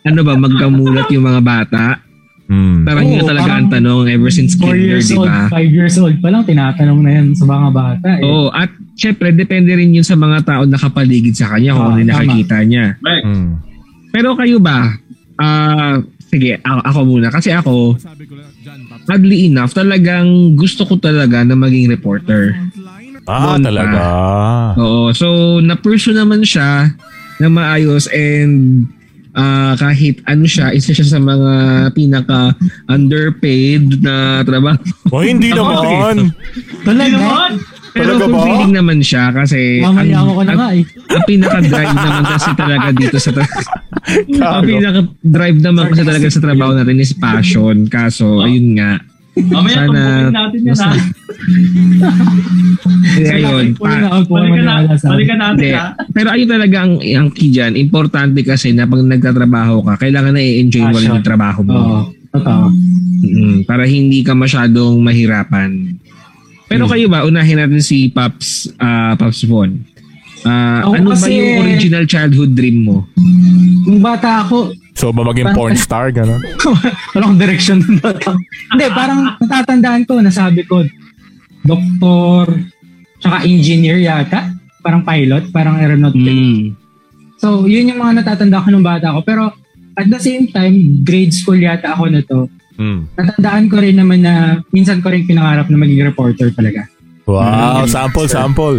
Speaker 1: ano ba, magkamulat yung mga bata.
Speaker 2: Mm.
Speaker 1: Parang yun na
Speaker 3: Oo,
Speaker 1: talaga
Speaker 3: parang
Speaker 1: ang tanong ever since
Speaker 3: 4
Speaker 1: kinder,
Speaker 3: years
Speaker 1: di
Speaker 3: old,
Speaker 1: ba?
Speaker 3: 5 years old pa lang, tinatanong na yan sa mga bata. Eh.
Speaker 1: Oo, at syempre, depende rin yun sa mga tao na kapaligid sa kanya kung
Speaker 3: Ah,
Speaker 1: ano yung
Speaker 3: tama.
Speaker 1: nakikita niya.
Speaker 4: Correct.
Speaker 2: Mm.
Speaker 1: Pero kayo ba? Ah, sige, ako, ako muna kasi ako oddly enough, talagang gusto ko talaga na maging reporter.
Speaker 2: Ah,
Speaker 1: Doon pa.
Speaker 2: talaga. Ah.
Speaker 1: Oo, so na-pursue naman siya na maayos and ah, kahit ano siya, isa siya sa mga pinaka underpaid na trabaho.
Speaker 2: Oh, hindi naman.
Speaker 4: Hindi
Speaker 3: Talaga? Eh,
Speaker 4: naman.
Speaker 1: Pero
Speaker 2: Talaga ba?
Speaker 1: fulfilling naman siya kasi
Speaker 3: Mamaya
Speaker 1: ang-
Speaker 3: ako ko na nga eh.
Speaker 1: ang pinaka-drive naman kasi talaga dito sa tra- ang
Speaker 2: Gago.
Speaker 1: pinaka-drive naman kasi talaga sa trabaho natin is passion. Kaso, ayun nga.
Speaker 4: Mamaya
Speaker 1: Sana-
Speaker 4: tumpukin natin yan ha.
Speaker 1: Kaya yun.
Speaker 3: Wala
Speaker 1: Pa-
Speaker 3: ako po
Speaker 4: Balikan, na,
Speaker 3: maniwala sa akin.
Speaker 4: balikan natin
Speaker 1: hindi.
Speaker 4: ha.
Speaker 1: Pero ayun talaga ang, ang key dyan. Importante kasi na pag nagtatrabaho ka, kailangan na i-enjoy mo rin
Speaker 3: Passion.
Speaker 1: yung trabaho mo.
Speaker 3: Oo, totoo.
Speaker 1: Mm, para hindi ka masyadong mahirapan. Pero
Speaker 3: Mm.
Speaker 1: kayo ba, unahin natin si Pops, ah, Pops Von. Ah,
Speaker 3: Ako
Speaker 1: ano ba
Speaker 3: kasi-
Speaker 1: yung original childhood dream mo?
Speaker 3: Nung bata ako,
Speaker 2: So, ba maging porn star, gano'n?
Speaker 3: wala akong direction ng bata. Hindi, parang natatandaan ko, nasabi ko, doktor, tsaka engineer yata, parang pilot, parang aeronautic.
Speaker 1: Mm.
Speaker 3: So, yun yung mga natatanda ko nung bata ako. Pero, at the same time, grade school yata ako na to.
Speaker 2: Mm.
Speaker 3: Natandaan ko rin naman na minsan ko rin pinangarap na maging reporter talaga.
Speaker 2: Wow,
Speaker 3: Hmm.
Speaker 2: sample, sample.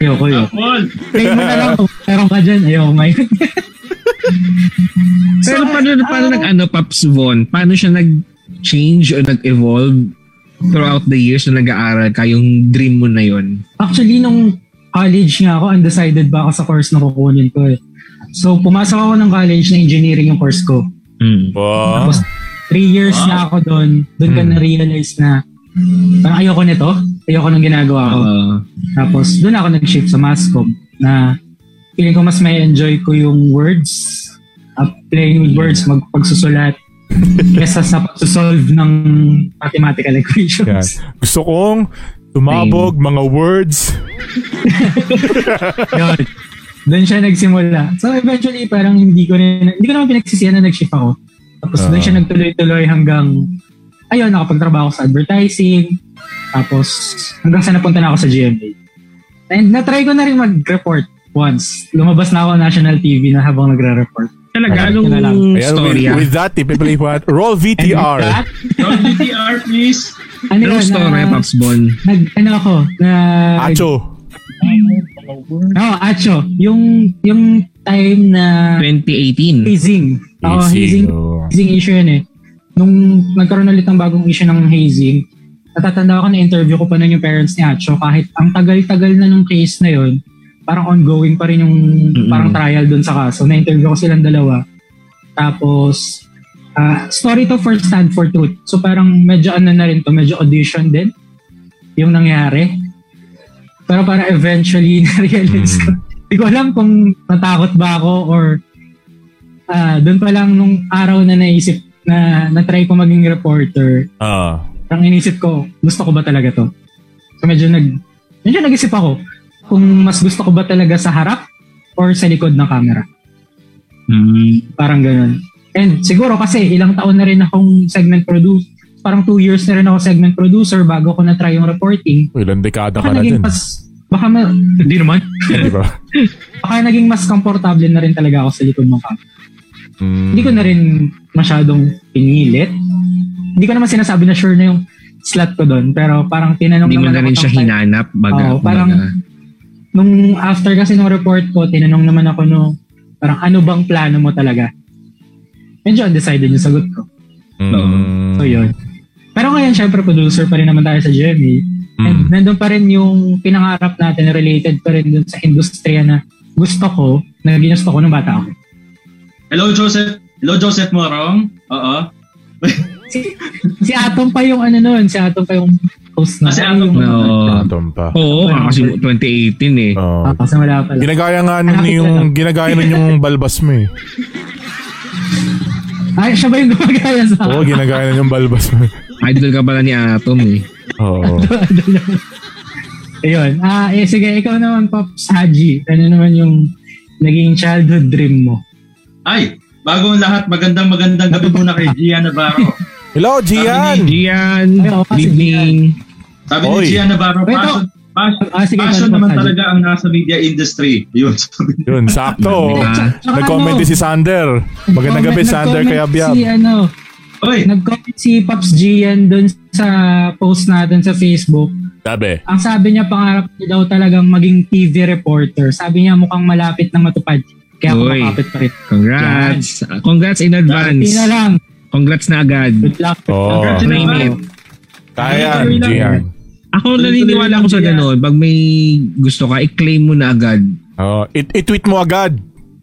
Speaker 3: Ayoko yun.
Speaker 4: Paul.
Speaker 3: Tingin mo na lang kung meron ka dyan. Ayoko may.
Speaker 1: Pero paano, paano
Speaker 3: ah,
Speaker 1: nag-ano, Pops Von? Paano siya nag-change o nag-evolve throughout the years na nag-aaral ka? Yung dream mo na yun?
Speaker 3: Actually, nung college nga ako, undecided ba ako sa course na kukunin ko eh. So, pumasok ako ng college na engineering yung course ko.
Speaker 2: Hmm.
Speaker 1: Mm.
Speaker 2: Wow.
Speaker 3: Three years na ako doon. Doon ka na-realize na parang ayoko nito. Ayoko nang ginagawa ko.
Speaker 1: Ah,
Speaker 3: Tapos, doon ako nag-shift sa mascom na feeling ko mas may enjoy ko yung words. Uh, playing with words, magpagsusulat. kesa sa pagsusolve ng mathematical equations.
Speaker 2: Yan. Gusto kong tumabog mga words.
Speaker 3: Yun. Doon siya nagsimula. So eventually, parang hindi ko rin, hindi ko naman pinagsisihan na nag-shift ako. Tapos doon siya
Speaker 2: Ah.
Speaker 3: nagtuloy-tuloy hanggang, ayun, nakapagtrabaho ako sa advertising. Tapos, hanggang sa napunta na ako sa GMA. And natry ko na rin mag-report once. Lumabas na ako national TV na habang nagre-report.
Speaker 1: Talaga,
Speaker 3: Alam ko na lang.
Speaker 1: anong
Speaker 2: Ayan, with,
Speaker 1: story? ah?
Speaker 2: with that, typically what? Roll
Speaker 3: And with
Speaker 2: VTR.
Speaker 3: that,
Speaker 4: Roll DTR please.
Speaker 3: Ano
Speaker 1: Anong
Speaker 3: yun?
Speaker 1: story,
Speaker 3: na-
Speaker 1: Pops Von?
Speaker 3: Nag, ano ako? Na,
Speaker 2: Acho.
Speaker 3: Oo, acho. Yung, yung time na
Speaker 1: 2018.
Speaker 3: hazing. Oo, hazing.
Speaker 2: oh.
Speaker 3: hazing issue yun eh. Nung nagkaroon ulit ng bagong issue ng hazing, natatanda ko na interview ko pa nun yung parents ni Acho kahit ang tagal-tagal na nung case na yun, parang ongoing pa rin yung
Speaker 1: Mm-mm.
Speaker 3: parang trial dun sa kaso. Na-interview ko silang dalawa. Tapos, ah, story to for stand for truth. So parang medyo ano na rin to, medyo audition din yung nangyari. Pero para eventually na-realize ko. Hindi ko alam kung natakot ba ako or ah doon pa lang nung araw na naisip na na-try ko maging reporter,
Speaker 2: Ah.
Speaker 3: parang inisip ko, gusto ko ba talaga to? So medyo nag medyo nag-isip ako kung mas gusto ko ba talaga sa harap or sa likod ng camera.
Speaker 1: Mm.
Speaker 3: Parang ganun. And siguro kasi ilang taon na rin akong segment producer. Parang two years na rin ako segment producer bago ko na-try yung reporting.
Speaker 2: Ilang dekada ka
Speaker 3: Baka
Speaker 2: na
Speaker 3: naging
Speaker 2: din.
Speaker 3: mas... Baka ma... Hindi naman.
Speaker 2: Di ba?
Speaker 3: Baka naging mas komportable na rin talaga ako sa likod ng camera.
Speaker 2: Mm.
Speaker 3: Hindi ko na rin masyadong pinilit. Hindi ko naman sinasabi na sure na yung slot ko doon. Pero parang tinanong
Speaker 1: Hindi mo
Speaker 3: naman
Speaker 1: na rin
Speaker 3: ako
Speaker 1: siya
Speaker 3: ng-
Speaker 1: hinanap. Baga,
Speaker 3: Oo, parang-
Speaker 1: baga.
Speaker 3: nung after kasi nung report ko, tinanong naman ako no, parang ano bang plano mo talaga? Medyo undecided yung sagot ko.
Speaker 2: Mm.
Speaker 3: So yun. Pero ngayon, syempre, producer pa rin naman tayo sa GMA. And
Speaker 2: Mm.
Speaker 3: nandun pa rin yung pinangarap natin, related pa rin dun sa industriya na gusto ko, na ginusto ko nung bata ako.
Speaker 4: Hello, Joseph. Hello, Joseph Morong. Oo.
Speaker 3: Si, si Atom pa yung ano nun, si Atom pa yung host na.
Speaker 4: Ah, si Atom.
Speaker 1: No.
Speaker 2: Atom pa.
Speaker 1: Oo, kasi 2018 eh.
Speaker 2: Oh.
Speaker 3: Ah, kasi wala pala.
Speaker 2: Ginagaya nga nun yung ginagaya nun yung balbas mo eh.
Speaker 3: Ay, siya ba yung gumagaya sa
Speaker 2: Oo, ginagaya nun yung balbas mo.
Speaker 1: Idol ka pala ni Atom eh.
Speaker 2: Oo.
Speaker 3: Ayun. Ah, eh, sige, ikaw naman, Pops Haji. Ano naman yung naging childhood dream mo?
Speaker 4: Ay, bago ang lahat, magandang magandang gabi muna kay Gia Navarro.
Speaker 2: Hello, Gian!
Speaker 1: Gian,
Speaker 3: Ay, oo, kasi
Speaker 1: evening.
Speaker 4: Sabi
Speaker 2: Oy.
Speaker 4: ni Gia Navarro,
Speaker 3: Wait,
Speaker 4: passion, passion,
Speaker 3: Ah, sige,
Speaker 4: passion
Speaker 3: Passion,
Speaker 4: naman
Speaker 3: Passion.
Speaker 4: talaga ang nasa media industry. Yun, sabi niya.
Speaker 2: Yun, sakto.
Speaker 1: Ah.
Speaker 3: Tsaka- tsaka
Speaker 2: Nag-comment
Speaker 3: ano,
Speaker 2: din si Sander. Magandang gabi,
Speaker 3: nag-comment-
Speaker 2: Sander
Speaker 3: nag-comment
Speaker 2: kaya biyab.
Speaker 3: Si, ano,
Speaker 4: Oy,
Speaker 3: nag-comment si Pops Gian doon sa post natin sa Facebook.
Speaker 2: Sabi.
Speaker 3: Ang sabi niya, pangarap niya daw talagang maging TV reporter. Sabi niya, mukhang malapit na matupad. Kaya ako
Speaker 1: Uy.
Speaker 3: makapit pa rin.
Speaker 1: Congrats. Congrats in advance.
Speaker 3: Hindi na lang.
Speaker 1: Congrats na agad.
Speaker 3: Good luck.
Speaker 2: Oo.
Speaker 1: Claim it.
Speaker 2: Kaya,
Speaker 4: Tuloy-tuloy lang.
Speaker 2: Gian.
Speaker 1: Ako naniniwala ako sa gano'n. Pag may gusto ka, i-claim mo na agad.
Speaker 2: Oh, it tweet mo agad.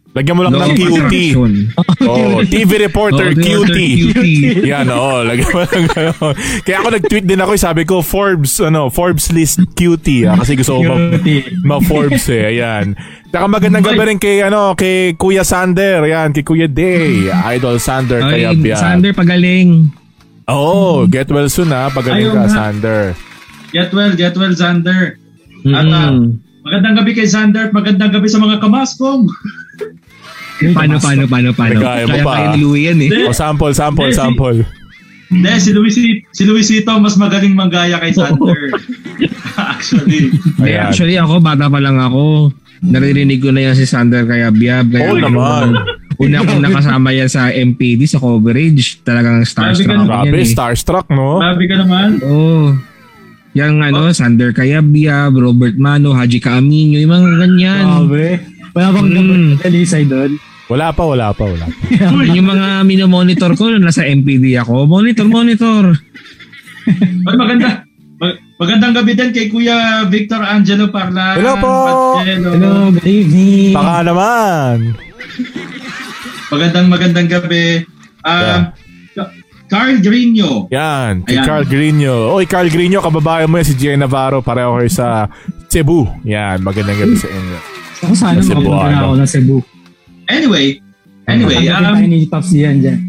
Speaker 2: Lagyan mo lang
Speaker 1: No
Speaker 2: ng QT.
Speaker 1: obstruction.
Speaker 2: Oh, TV reporter
Speaker 1: No,
Speaker 2: QT.
Speaker 1: QT.
Speaker 2: Yan, oo. Lagyan mo lang ganun. Kaya ako nag-tweet din ako, eh, sabi ko, Forbes, ano, Forbes list QT. Ah, kasi gusto ko ma- ma-Forbes eh. Ayan. Saka magandang gabi rin kay, ano, kay Kuya Sander. Ayan, kay Kuya Day. Idol Sander
Speaker 1: Ay,
Speaker 2: kaya Bian.
Speaker 1: Sander, pagaling.
Speaker 2: Oh, get well soon ha. Pagaling
Speaker 4: Ayun
Speaker 2: ka,
Speaker 4: nga.
Speaker 2: Sander.
Speaker 4: get well, get well, Xander. At, ah,
Speaker 1: Mm.
Speaker 4: magandang gabi kay Xander, magandang gabi sa mga kamaskong.
Speaker 1: Paano, paano, paano, paano?
Speaker 2: Nagaya mo
Speaker 1: Kaya
Speaker 2: pa,
Speaker 1: kaya
Speaker 2: ah.
Speaker 1: ni Louie yan eh.
Speaker 2: Oh, sample, sample,
Speaker 4: Hindi, si-
Speaker 2: sample.
Speaker 4: Hindi, si, Luisi, si Luisito mas magaling manggaya kay Xander. Actually.
Speaker 1: Hindi,
Speaker 2: Ayan.
Speaker 1: actually ako, bata pa lang ako. Naririnig ko na yan si Sander kaya Biab. Kaya
Speaker 2: Oo
Speaker 1: ano,
Speaker 2: naman.
Speaker 1: Una kong nakasama yan sa MPD, sa coverage. Talagang starstruck ako
Speaker 4: Grabe ka
Speaker 2: Grabe,
Speaker 1: niyan eh.
Speaker 2: starstruck, no?
Speaker 4: Sabi ka naman.
Speaker 1: Oo. Yung ano, Sander Kayabia, Robert Mano, Haji Camino, yung mga ganyan.
Speaker 3: Grabe. Wala bang
Speaker 1: Mm.
Speaker 3: dalisay doon?
Speaker 2: Wala pa, wala pa, wala pa.
Speaker 1: Yung mga minomonitor ko nung nasa MPD ako, monitor, monitor.
Speaker 4: Ay, maganda. Mag- magandang gabi din kay Kuya Victor Angelo Parla.
Speaker 2: Hello po.
Speaker 4: Hello.
Speaker 3: Hello, good evening.
Speaker 2: Baka naman.
Speaker 4: Magandang magandang gabi. Um, Ka- Carl Grino.
Speaker 2: Yan, si
Speaker 4: Ayan.
Speaker 2: Carl Grino. Oy, Carl Grino, kababayan mo yan si Gia Navarro. Pareho kayo sa Cebu. Yan, magandang gabi sa inyo.
Speaker 3: Ako sana
Speaker 2: Sa Cebu,
Speaker 3: makapunta na
Speaker 2: ano?
Speaker 3: ako na Cebu.
Speaker 4: Anyway, anyway,
Speaker 3: Tatanggapin
Speaker 4: um,
Speaker 3: tayo ni Pops Gian dyan.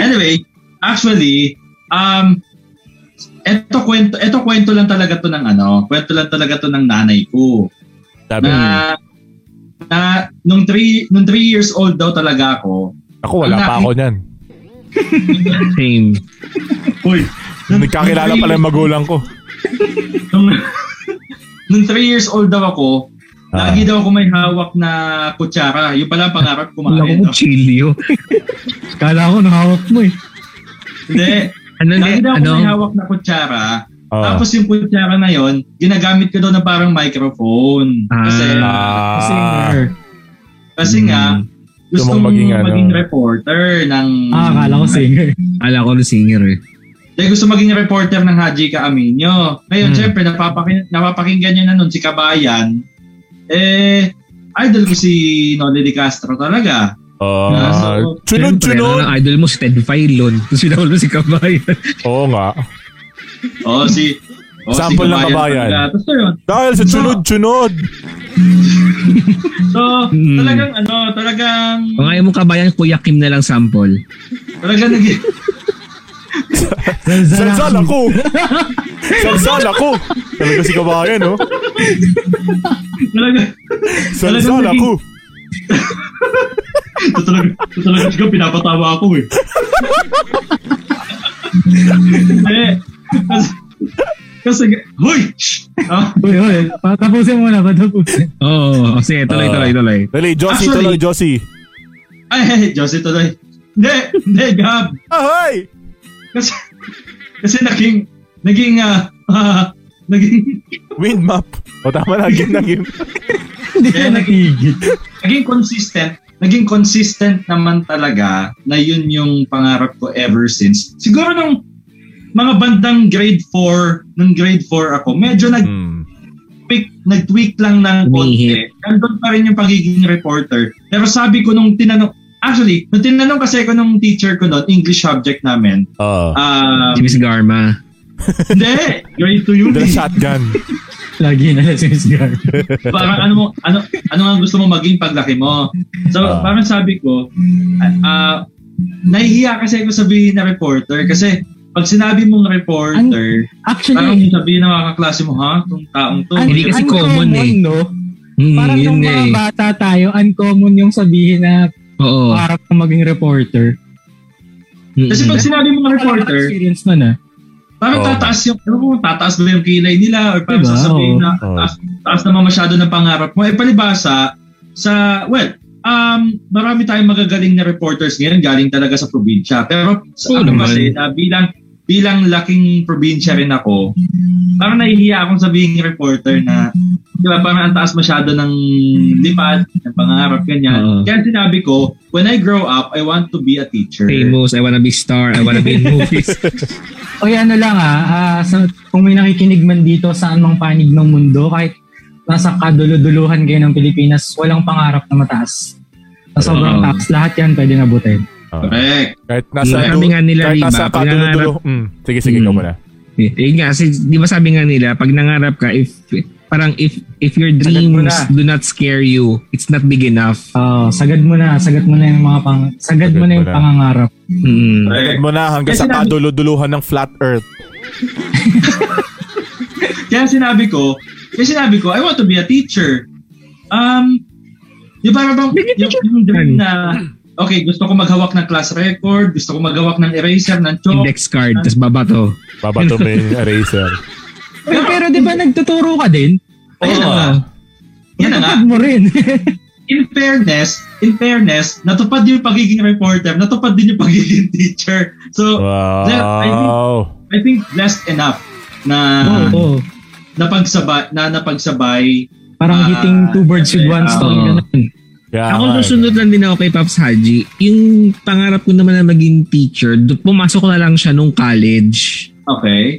Speaker 4: anyway, actually, um, eto kwento, eto kwento lang talaga to ng ano, kwento lang talaga to ng nanay ko.
Speaker 2: Sabi,
Speaker 4: Na, na nung 3 nung 3 years old daw talaga ako.
Speaker 2: ako, wala pa ako niyan.
Speaker 1: Same.
Speaker 4: Uy,
Speaker 2: Nagkakilala pala yung magulang ko.
Speaker 4: nung, nung 3 years old daw ako,
Speaker 2: Ah.
Speaker 4: lagi daw ako may hawak na kutsara. Yung pala ang
Speaker 1: Wala
Speaker 4: pangarap
Speaker 1: ko
Speaker 4: kumain.
Speaker 1: kung chilyo.
Speaker 3: Kala ko nahawak mo eh.
Speaker 4: Hindi.
Speaker 1: Ano,
Speaker 4: Lagi daw ako
Speaker 1: ano?
Speaker 4: may hawak na kutsara.
Speaker 2: Oh.
Speaker 4: Tapos yung kutsara na yon, ginagamit ko daw na parang microphone. Kasi,
Speaker 2: Ah. Hmm.
Speaker 3: Singer.
Speaker 4: kasi nga, gusto
Speaker 2: Gusto mong
Speaker 4: kong
Speaker 2: maging
Speaker 4: maging,
Speaker 2: ano?
Speaker 4: reporter ng...
Speaker 3: Ah, kala ko singer.
Speaker 1: Ala ko na singer eh.
Speaker 4: Dahil gusto maging reporter ng Haji Kaaminyo. Ngayon,
Speaker 1: Hmm.
Speaker 4: syempre, napapakin- napapakinggan niya na nun si Kabayan. Eh, idol ko si Nolly Di Castro talaga.
Speaker 2: Ah,
Speaker 1: Siyempre,
Speaker 2: Sunod-sunod.
Speaker 1: Ang idol mo si Ted Filon. Tapos pinawal mo si Kabayan.
Speaker 2: Oo nga.
Speaker 4: O, Oh, si... o,
Speaker 2: Sample ng Kabayan.
Speaker 4: talaga. Tapos yun,
Speaker 2: Dahil sa sunod-sunod.
Speaker 4: So,
Speaker 1: Hmm.
Speaker 4: talagang ano, talagang
Speaker 1: Kung ayaw mo Kabayan, Kuya Kim na lang sample.
Speaker 4: talagang nag
Speaker 2: Salsal ako. Salsal ako. Talaga si oh. kabayan, no?
Speaker 4: talagang
Speaker 2: Salsal
Speaker 4: naging-
Speaker 2: ako.
Speaker 4: Ito talaga, ito talaga siguro pinapatawa ako eh. Hindi. Eh, Kasi, kasi, huy! Shh! Ah,
Speaker 3: Uy, uy. Patapusin mo na, patapusin.
Speaker 1: Oo. Oh, sige, tuloy,
Speaker 2: Ah.
Speaker 1: tuloy, tuloy.
Speaker 2: Dali, Josie,
Speaker 4: Actually-
Speaker 2: tuloy, Josie.
Speaker 4: ay, Josie tuloy. Hindi, hindi, Gab.
Speaker 2: Ahoy!
Speaker 4: Kasi, kasi naging, naging, ah, ah, Naging,
Speaker 2: Wind map. O tama na, game na game.
Speaker 3: Hindi
Speaker 4: Kaya
Speaker 3: na natigil.
Speaker 4: naging consistent. Naging consistent naman talaga na yun yung pangarap ko ever since. Siguro nung mga bandang grade 4, nung grade 4 ako, medyo nag
Speaker 2: Hmm.
Speaker 4: pick, nag-tweak lang ng konti. Nandun pa rin yung pagiging reporter. Pero sabi ko nung tinanong, actually, nung tinanong kasi ko nung teacher ko noon, English subject namin,
Speaker 2: Oo.
Speaker 4: ah,
Speaker 1: Si Miss Garma.
Speaker 4: hindi, grade 2 yun.
Speaker 2: The
Speaker 4: eh.
Speaker 2: shotgun.
Speaker 3: Lagi na lang si Miss Gar.
Speaker 4: parang ano mo, ano, ano ang gusto mo maging paglaki mo. So,
Speaker 2: Ah.
Speaker 4: parang sabi ko, ah, nahihiya kasi ako sabihin na reporter kasi pag sinabi mong reporter, parang
Speaker 3: Actually,
Speaker 4: sabihin ng mga kaklase mo, ha? Itong taong to.
Speaker 3: un-
Speaker 1: Hindi kasi
Speaker 3: uncommon,
Speaker 1: common eh.
Speaker 3: No?
Speaker 1: Hmm,
Speaker 3: Parang
Speaker 1: yun
Speaker 3: nung
Speaker 1: nga
Speaker 3: mga
Speaker 1: eh.
Speaker 3: bata tayo, uncommon yung sabihin na
Speaker 1: Oo. Hmm,
Speaker 3: parang kung maging reporter.
Speaker 1: Mm-mm.
Speaker 4: Kasi pag sinabi mong
Speaker 3: Wala
Speaker 4: reporter,
Speaker 3: Experience nun ah.
Speaker 4: parang
Speaker 1: Oh.
Speaker 2: Oo.
Speaker 4: tataas yung, ano kung tataas ba yung kilay nila or parang
Speaker 3: Diba?
Speaker 4: sasabihin na,
Speaker 1: Oh.
Speaker 2: Oo.
Speaker 4: taas, taas naman masyado ng pangarap mo. Eh, palibasa, sa, well, um, marami tayong magagaling na reporters ngayon galing talaga sa probinsya. Pero
Speaker 1: Oo
Speaker 4: sa ano
Speaker 1: naman.
Speaker 4: kasi, na bilang, bilang laking probinsya rin ako, parang nahihiya akong sabihin ng reporter na, di ba, parang ang taas masyado ng lipat, ng pangarap, ganyan.
Speaker 1: Oo.
Speaker 4: Kaya sinabi ko, when I grow up, I want to be a teacher.
Speaker 1: famous, I wanna be star, I wanna be in movies.
Speaker 3: O yan, ano lang ah, ah, sa, kung may nakikinig man dito sa anong panig ng mundo, kahit nasa kaduluduluhan kayo ng Pilipinas, walang pangarap na mataas. Sa sobrang
Speaker 1: Oo.
Speaker 3: taas, lahat yan pwede nabutin.
Speaker 2: Oo.
Speaker 4: Correct.
Speaker 2: Kahit nasa
Speaker 1: Sabi nga nila,
Speaker 2: kahit
Speaker 1: Riba,
Speaker 2: nasa
Speaker 1: pag
Speaker 2: kadulo-dulo. Mm. Sige, sige, ikaw
Speaker 1: Mm.
Speaker 2: muna.
Speaker 1: Eh, Yun nga, kasi di ba sabi nga nila, pag nangarap ka, if parang if if your
Speaker 3: Sagad mo
Speaker 1: dreams
Speaker 3: na.
Speaker 1: do not scare you, it's not big enough.
Speaker 3: Ah, sagad mo na, sagad mo na yung mga pang, sagad,
Speaker 2: Sagad
Speaker 3: mo na yung
Speaker 2: mo na.
Speaker 3: pangangarap.
Speaker 1: Mm.
Speaker 2: Tagad
Speaker 4: Correct.
Speaker 2: mo na hanggang sa
Speaker 4: Kasi nabi-
Speaker 2: kadulo-duluhan ng flat earth.
Speaker 4: Kaya sinabi ko, kaya sinabi ko, I want to be a teacher. Um, yung para bang, yung, yung dream na, okay, gusto ko maghawak ng class record, gusto ko maghawak ng eraser, ng chalk.
Speaker 1: Index card, tas babato.
Speaker 2: Babato mo yung eraser.
Speaker 3: Pero, pero di ba nagtuturo ka din?
Speaker 4: Ayun Oh, na nga. Yan na nga.
Speaker 3: Natupad mo rin.
Speaker 4: In fairness, in fairness, natupad yung pagiging reporter, natupad din yung pagiging teacher. So, I think,
Speaker 2: Wow.
Speaker 4: I think blessed enough na
Speaker 3: Oo. oo.
Speaker 4: napagsabay na napagsabay
Speaker 3: Parang
Speaker 4: Ah,
Speaker 3: hitting two birds with one stone.
Speaker 1: oo.
Speaker 3: ganun.
Speaker 2: Kaya
Speaker 1: Ako
Speaker 2: nga,
Speaker 1: susunod lang din ako kay Pops Haji. Yung pangarap ko naman na maging teacher, do- pumasok ko na lang siya nung college.
Speaker 4: okay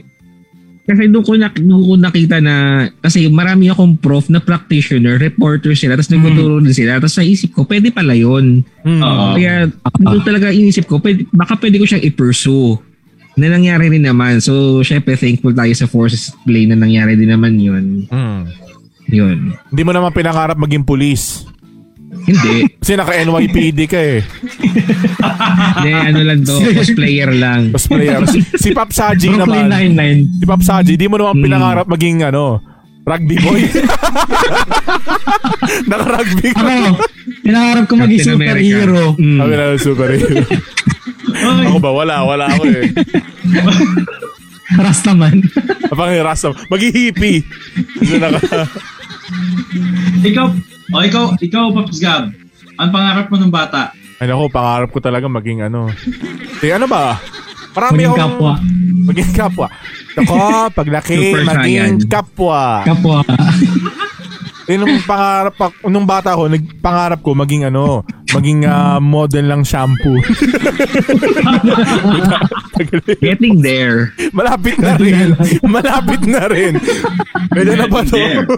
Speaker 1: Kasi doon ko, nak- doon ko nakita na, kasi marami akong prof na practitioner, reporter sila, tapos nagtuturo
Speaker 2: Hmm.
Speaker 1: din sila. Tapos naisip ko, pwede pala yun.
Speaker 2: Mm.
Speaker 4: Oo.
Speaker 1: Kaya doon talaga inisip ko, pwede, baka pwede ko siyang i-pursue. Na nangyari rin naman. So, syempre, thankful tayo sa forces play na nangyari din naman yun.
Speaker 2: Mm.
Speaker 1: Yun.
Speaker 2: Hindi mo naman pinangarap maging pulis.
Speaker 1: Hindi.
Speaker 2: Kasi naka-NYPD ka eh.
Speaker 1: Hindi, ano lang to, cosplayer lang.
Speaker 2: Cosplayer. si Pap Saji naman.
Speaker 3: Brooklyn Nine-Nine.
Speaker 2: Si Pap Saji, di mo naman
Speaker 1: Mm.
Speaker 2: pinangarap maging ano, rugby boy. Naka-rugby ka.
Speaker 3: Ako, pinangarap ko maging
Speaker 1: Captain America.
Speaker 3: superhero.
Speaker 1: Mm.
Speaker 2: Sabi na superhero.
Speaker 4: Ay,
Speaker 2: ako ba? Wala, wala ako eh.
Speaker 3: Ras naman.
Speaker 2: Parang rasta. Mag-hippie. Kasi naka-
Speaker 4: ikaw oh, ikaw ikaw Pops Gab ang pangarap mo nung bata
Speaker 2: Ay nako, pangarap ko talaga maging ano. Eh ano ba? Marami
Speaker 3: Maging
Speaker 2: akong...
Speaker 3: kapwa.
Speaker 2: Maging kapwa. Ako, paglaki,
Speaker 1: Super
Speaker 2: maging
Speaker 1: Saiyan.
Speaker 2: kapwa.
Speaker 3: Kapwa.
Speaker 2: Eh, nung pangarap ako, nung bata ako, nagpangarap ko maging ano, maging ah, model ng shampoo.
Speaker 1: Getting there.
Speaker 2: Malapit na rin. Malapit na rin. Pwede na ba to?
Speaker 4: There.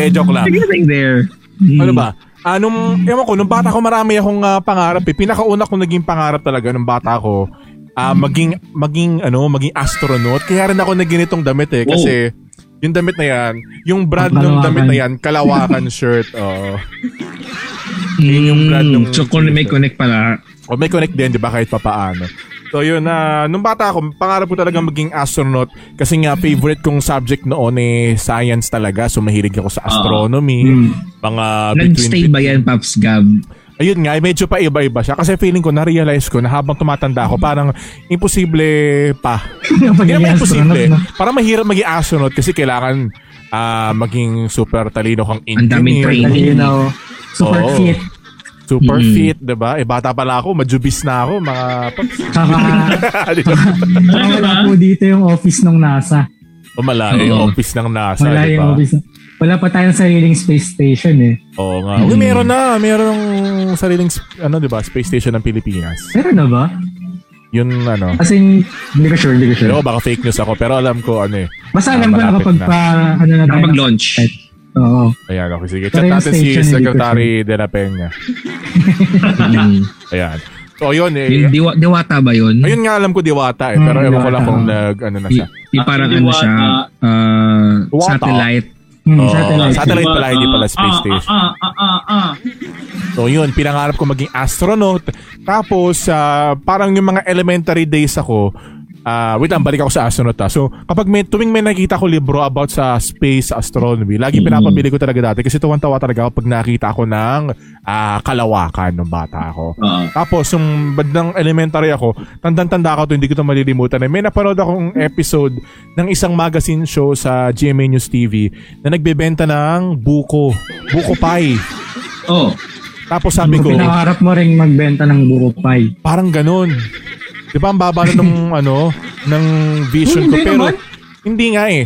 Speaker 2: Eh, joke lang.
Speaker 1: Getting there.
Speaker 2: Ano
Speaker 1: Hmm.
Speaker 2: ba? Anong, ewan ko, nung bata ko marami akong ah, pangarap eh. Pinakauna kong naging pangarap talaga nung bata ko, ah, maging, maging, ano, maging astronaut. Kaya rin ako na ganitong damit eh. Kasi, yung damit na yan, yung brand ng
Speaker 3: Kalawakan.
Speaker 2: damit na yan, kalawakan shirt. Oo.
Speaker 1: Yun
Speaker 2: yung brand ng-
Speaker 1: Mm. So, kung may connect pala.
Speaker 2: O may connect din, di ba, kahit papaano. So yun, na nung bata ako, pangarap ko talaga maging astronaut kasi nga favorite kong subject noon eh science talaga. So mahilig ako sa astronomy, mga between
Speaker 1: Nag-stay ba yan, Pops Gab?
Speaker 2: Ayun nga, eh, medyo pa iba-iba siya. Kasi feeling ko, na-realize ko na habang tumatanda ako, parang imposible pa. Hindi
Speaker 3: Pagiging
Speaker 2: naman imposible.
Speaker 3: astronaut, no?
Speaker 2: Parang mahirap maging astronaut kasi kailangan ah, maging super talino kang
Speaker 1: Ang daming
Speaker 2: engineer.
Speaker 1: training.
Speaker 3: Talino. Super
Speaker 2: Oo.
Speaker 3: fit.
Speaker 2: Super
Speaker 1: Mm.
Speaker 2: fit, 'di ba? Eh bata pala ako, majubis na ako, mga paps.
Speaker 3: Saka, saka
Speaker 4: Talaga
Speaker 3: wala
Speaker 4: ba?
Speaker 3: po dito yung office ng NASA.
Speaker 2: O malayo yung
Speaker 1: Oo.
Speaker 2: office ng NASA,
Speaker 3: Wala
Speaker 2: 'di
Speaker 3: yung
Speaker 2: ba?
Speaker 3: office. Wala pa tayong sariling space station eh.
Speaker 2: Oo nga. Uy, meron na, meron ng sariling sp- ano 'di ba, space station ng Pilipinas.
Speaker 3: Pero na ba?
Speaker 2: Yun ano.
Speaker 3: As in, hindi ko sure, hindi ko sure.
Speaker 2: Pero baka fake news ako, pero alam ko ano eh.
Speaker 3: Basta
Speaker 2: Ah,
Speaker 3: alam ko
Speaker 2: malapit
Speaker 3: nakapag
Speaker 2: na.
Speaker 3: pa, ano na tayo.
Speaker 1: Nakapag-launch.
Speaker 3: Oo.
Speaker 2: Ayan, okay, sige.
Speaker 3: Pero
Speaker 2: Chat
Speaker 3: Ano yung
Speaker 2: natin si
Speaker 3: station, hindi ko
Speaker 2: Secretary De La Peña.
Speaker 1: Mm.
Speaker 2: Ayan. So, yun
Speaker 1: Yung
Speaker 2: eh.
Speaker 1: diwa, diwata ba yun?
Speaker 2: Ayun nga alam ko diwata eh,
Speaker 3: Hmm,
Speaker 2: pero ewan ko lang
Speaker 3: diwata.
Speaker 2: kung nag, ano na
Speaker 1: Y-
Speaker 2: siya.
Speaker 1: yung parang
Speaker 4: Actually,
Speaker 1: ano
Speaker 4: what,
Speaker 1: siya,
Speaker 4: uh,
Speaker 1: uh,
Speaker 2: What,
Speaker 1: satellite.
Speaker 3: Hmm,
Speaker 2: Oo.
Speaker 3: satellite.
Speaker 2: Sa- Satellite pala, hindi pala
Speaker 4: Ah,
Speaker 2: space
Speaker 4: ah,
Speaker 2: station.
Speaker 4: Ah, ah, ah, ah.
Speaker 2: So yun, pinangarap ko maging astronaut. Tapos, ah, parang yung mga elementary days ako, ah, wait lang, balik ako sa astronaut ah. So, kapag may, tuwing may nakikita ko libro about sa space astronomy, lagi
Speaker 3: Hmm.
Speaker 2: pinapabili ko talaga dati kasi tuwan-tawa talaga ako pag nakita ko ng ah, kalawakan nung bata ako.
Speaker 4: Ah.
Speaker 2: Tapos, yung bandang elementary ako, tandang-tanda ako to, hindi ko to malilimutan. Eh. May napanood akong episode ng isang magazine show sa GMA News TV na nagbebenta ng buko. Buko pie.
Speaker 4: Oh.
Speaker 2: Tapos sabi ko,
Speaker 3: Pinaharap mo rin magbenta ng buro pie.
Speaker 2: parang ganun. Di ba ang baba na nung, ano, ng vision
Speaker 3: Uy,
Speaker 2: ko.
Speaker 3: hindi
Speaker 2: Pero,
Speaker 3: naman.
Speaker 2: hindi nga eh.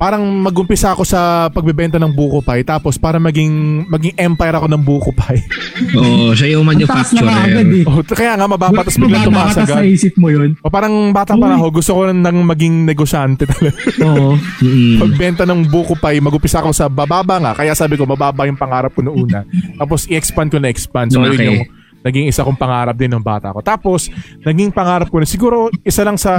Speaker 2: Parang magumpisa ako sa pagbebenta ng buko pie tapos para maging maging empire ako ng buko pie.
Speaker 1: Oo, siya Ano yung
Speaker 3: Ang taas na kaagad
Speaker 1: manufacturer.
Speaker 3: eh.
Speaker 2: Oh, kaya nga mababa tapos
Speaker 3: Bata
Speaker 2: biglang
Speaker 3: ka,
Speaker 2: tumaas
Speaker 3: tapos
Speaker 2: agad.
Speaker 3: naisip mo yun.
Speaker 2: O parang bata pa ako, gusto ko nang maging negosyante talaga.
Speaker 3: Oo.
Speaker 1: Mm.
Speaker 2: Pagbenta ng buko pie, magumpisa ako sa bababa nga. Kaya sabi ko, bababa yung pangarap ko noong una. Tapos i-expand ko na expand. So yun
Speaker 1: Lumaki.
Speaker 2: yung naging isa kong pangarap din ng bata ko. Tapos, naging pangarap ko na, siguro isa lang sa,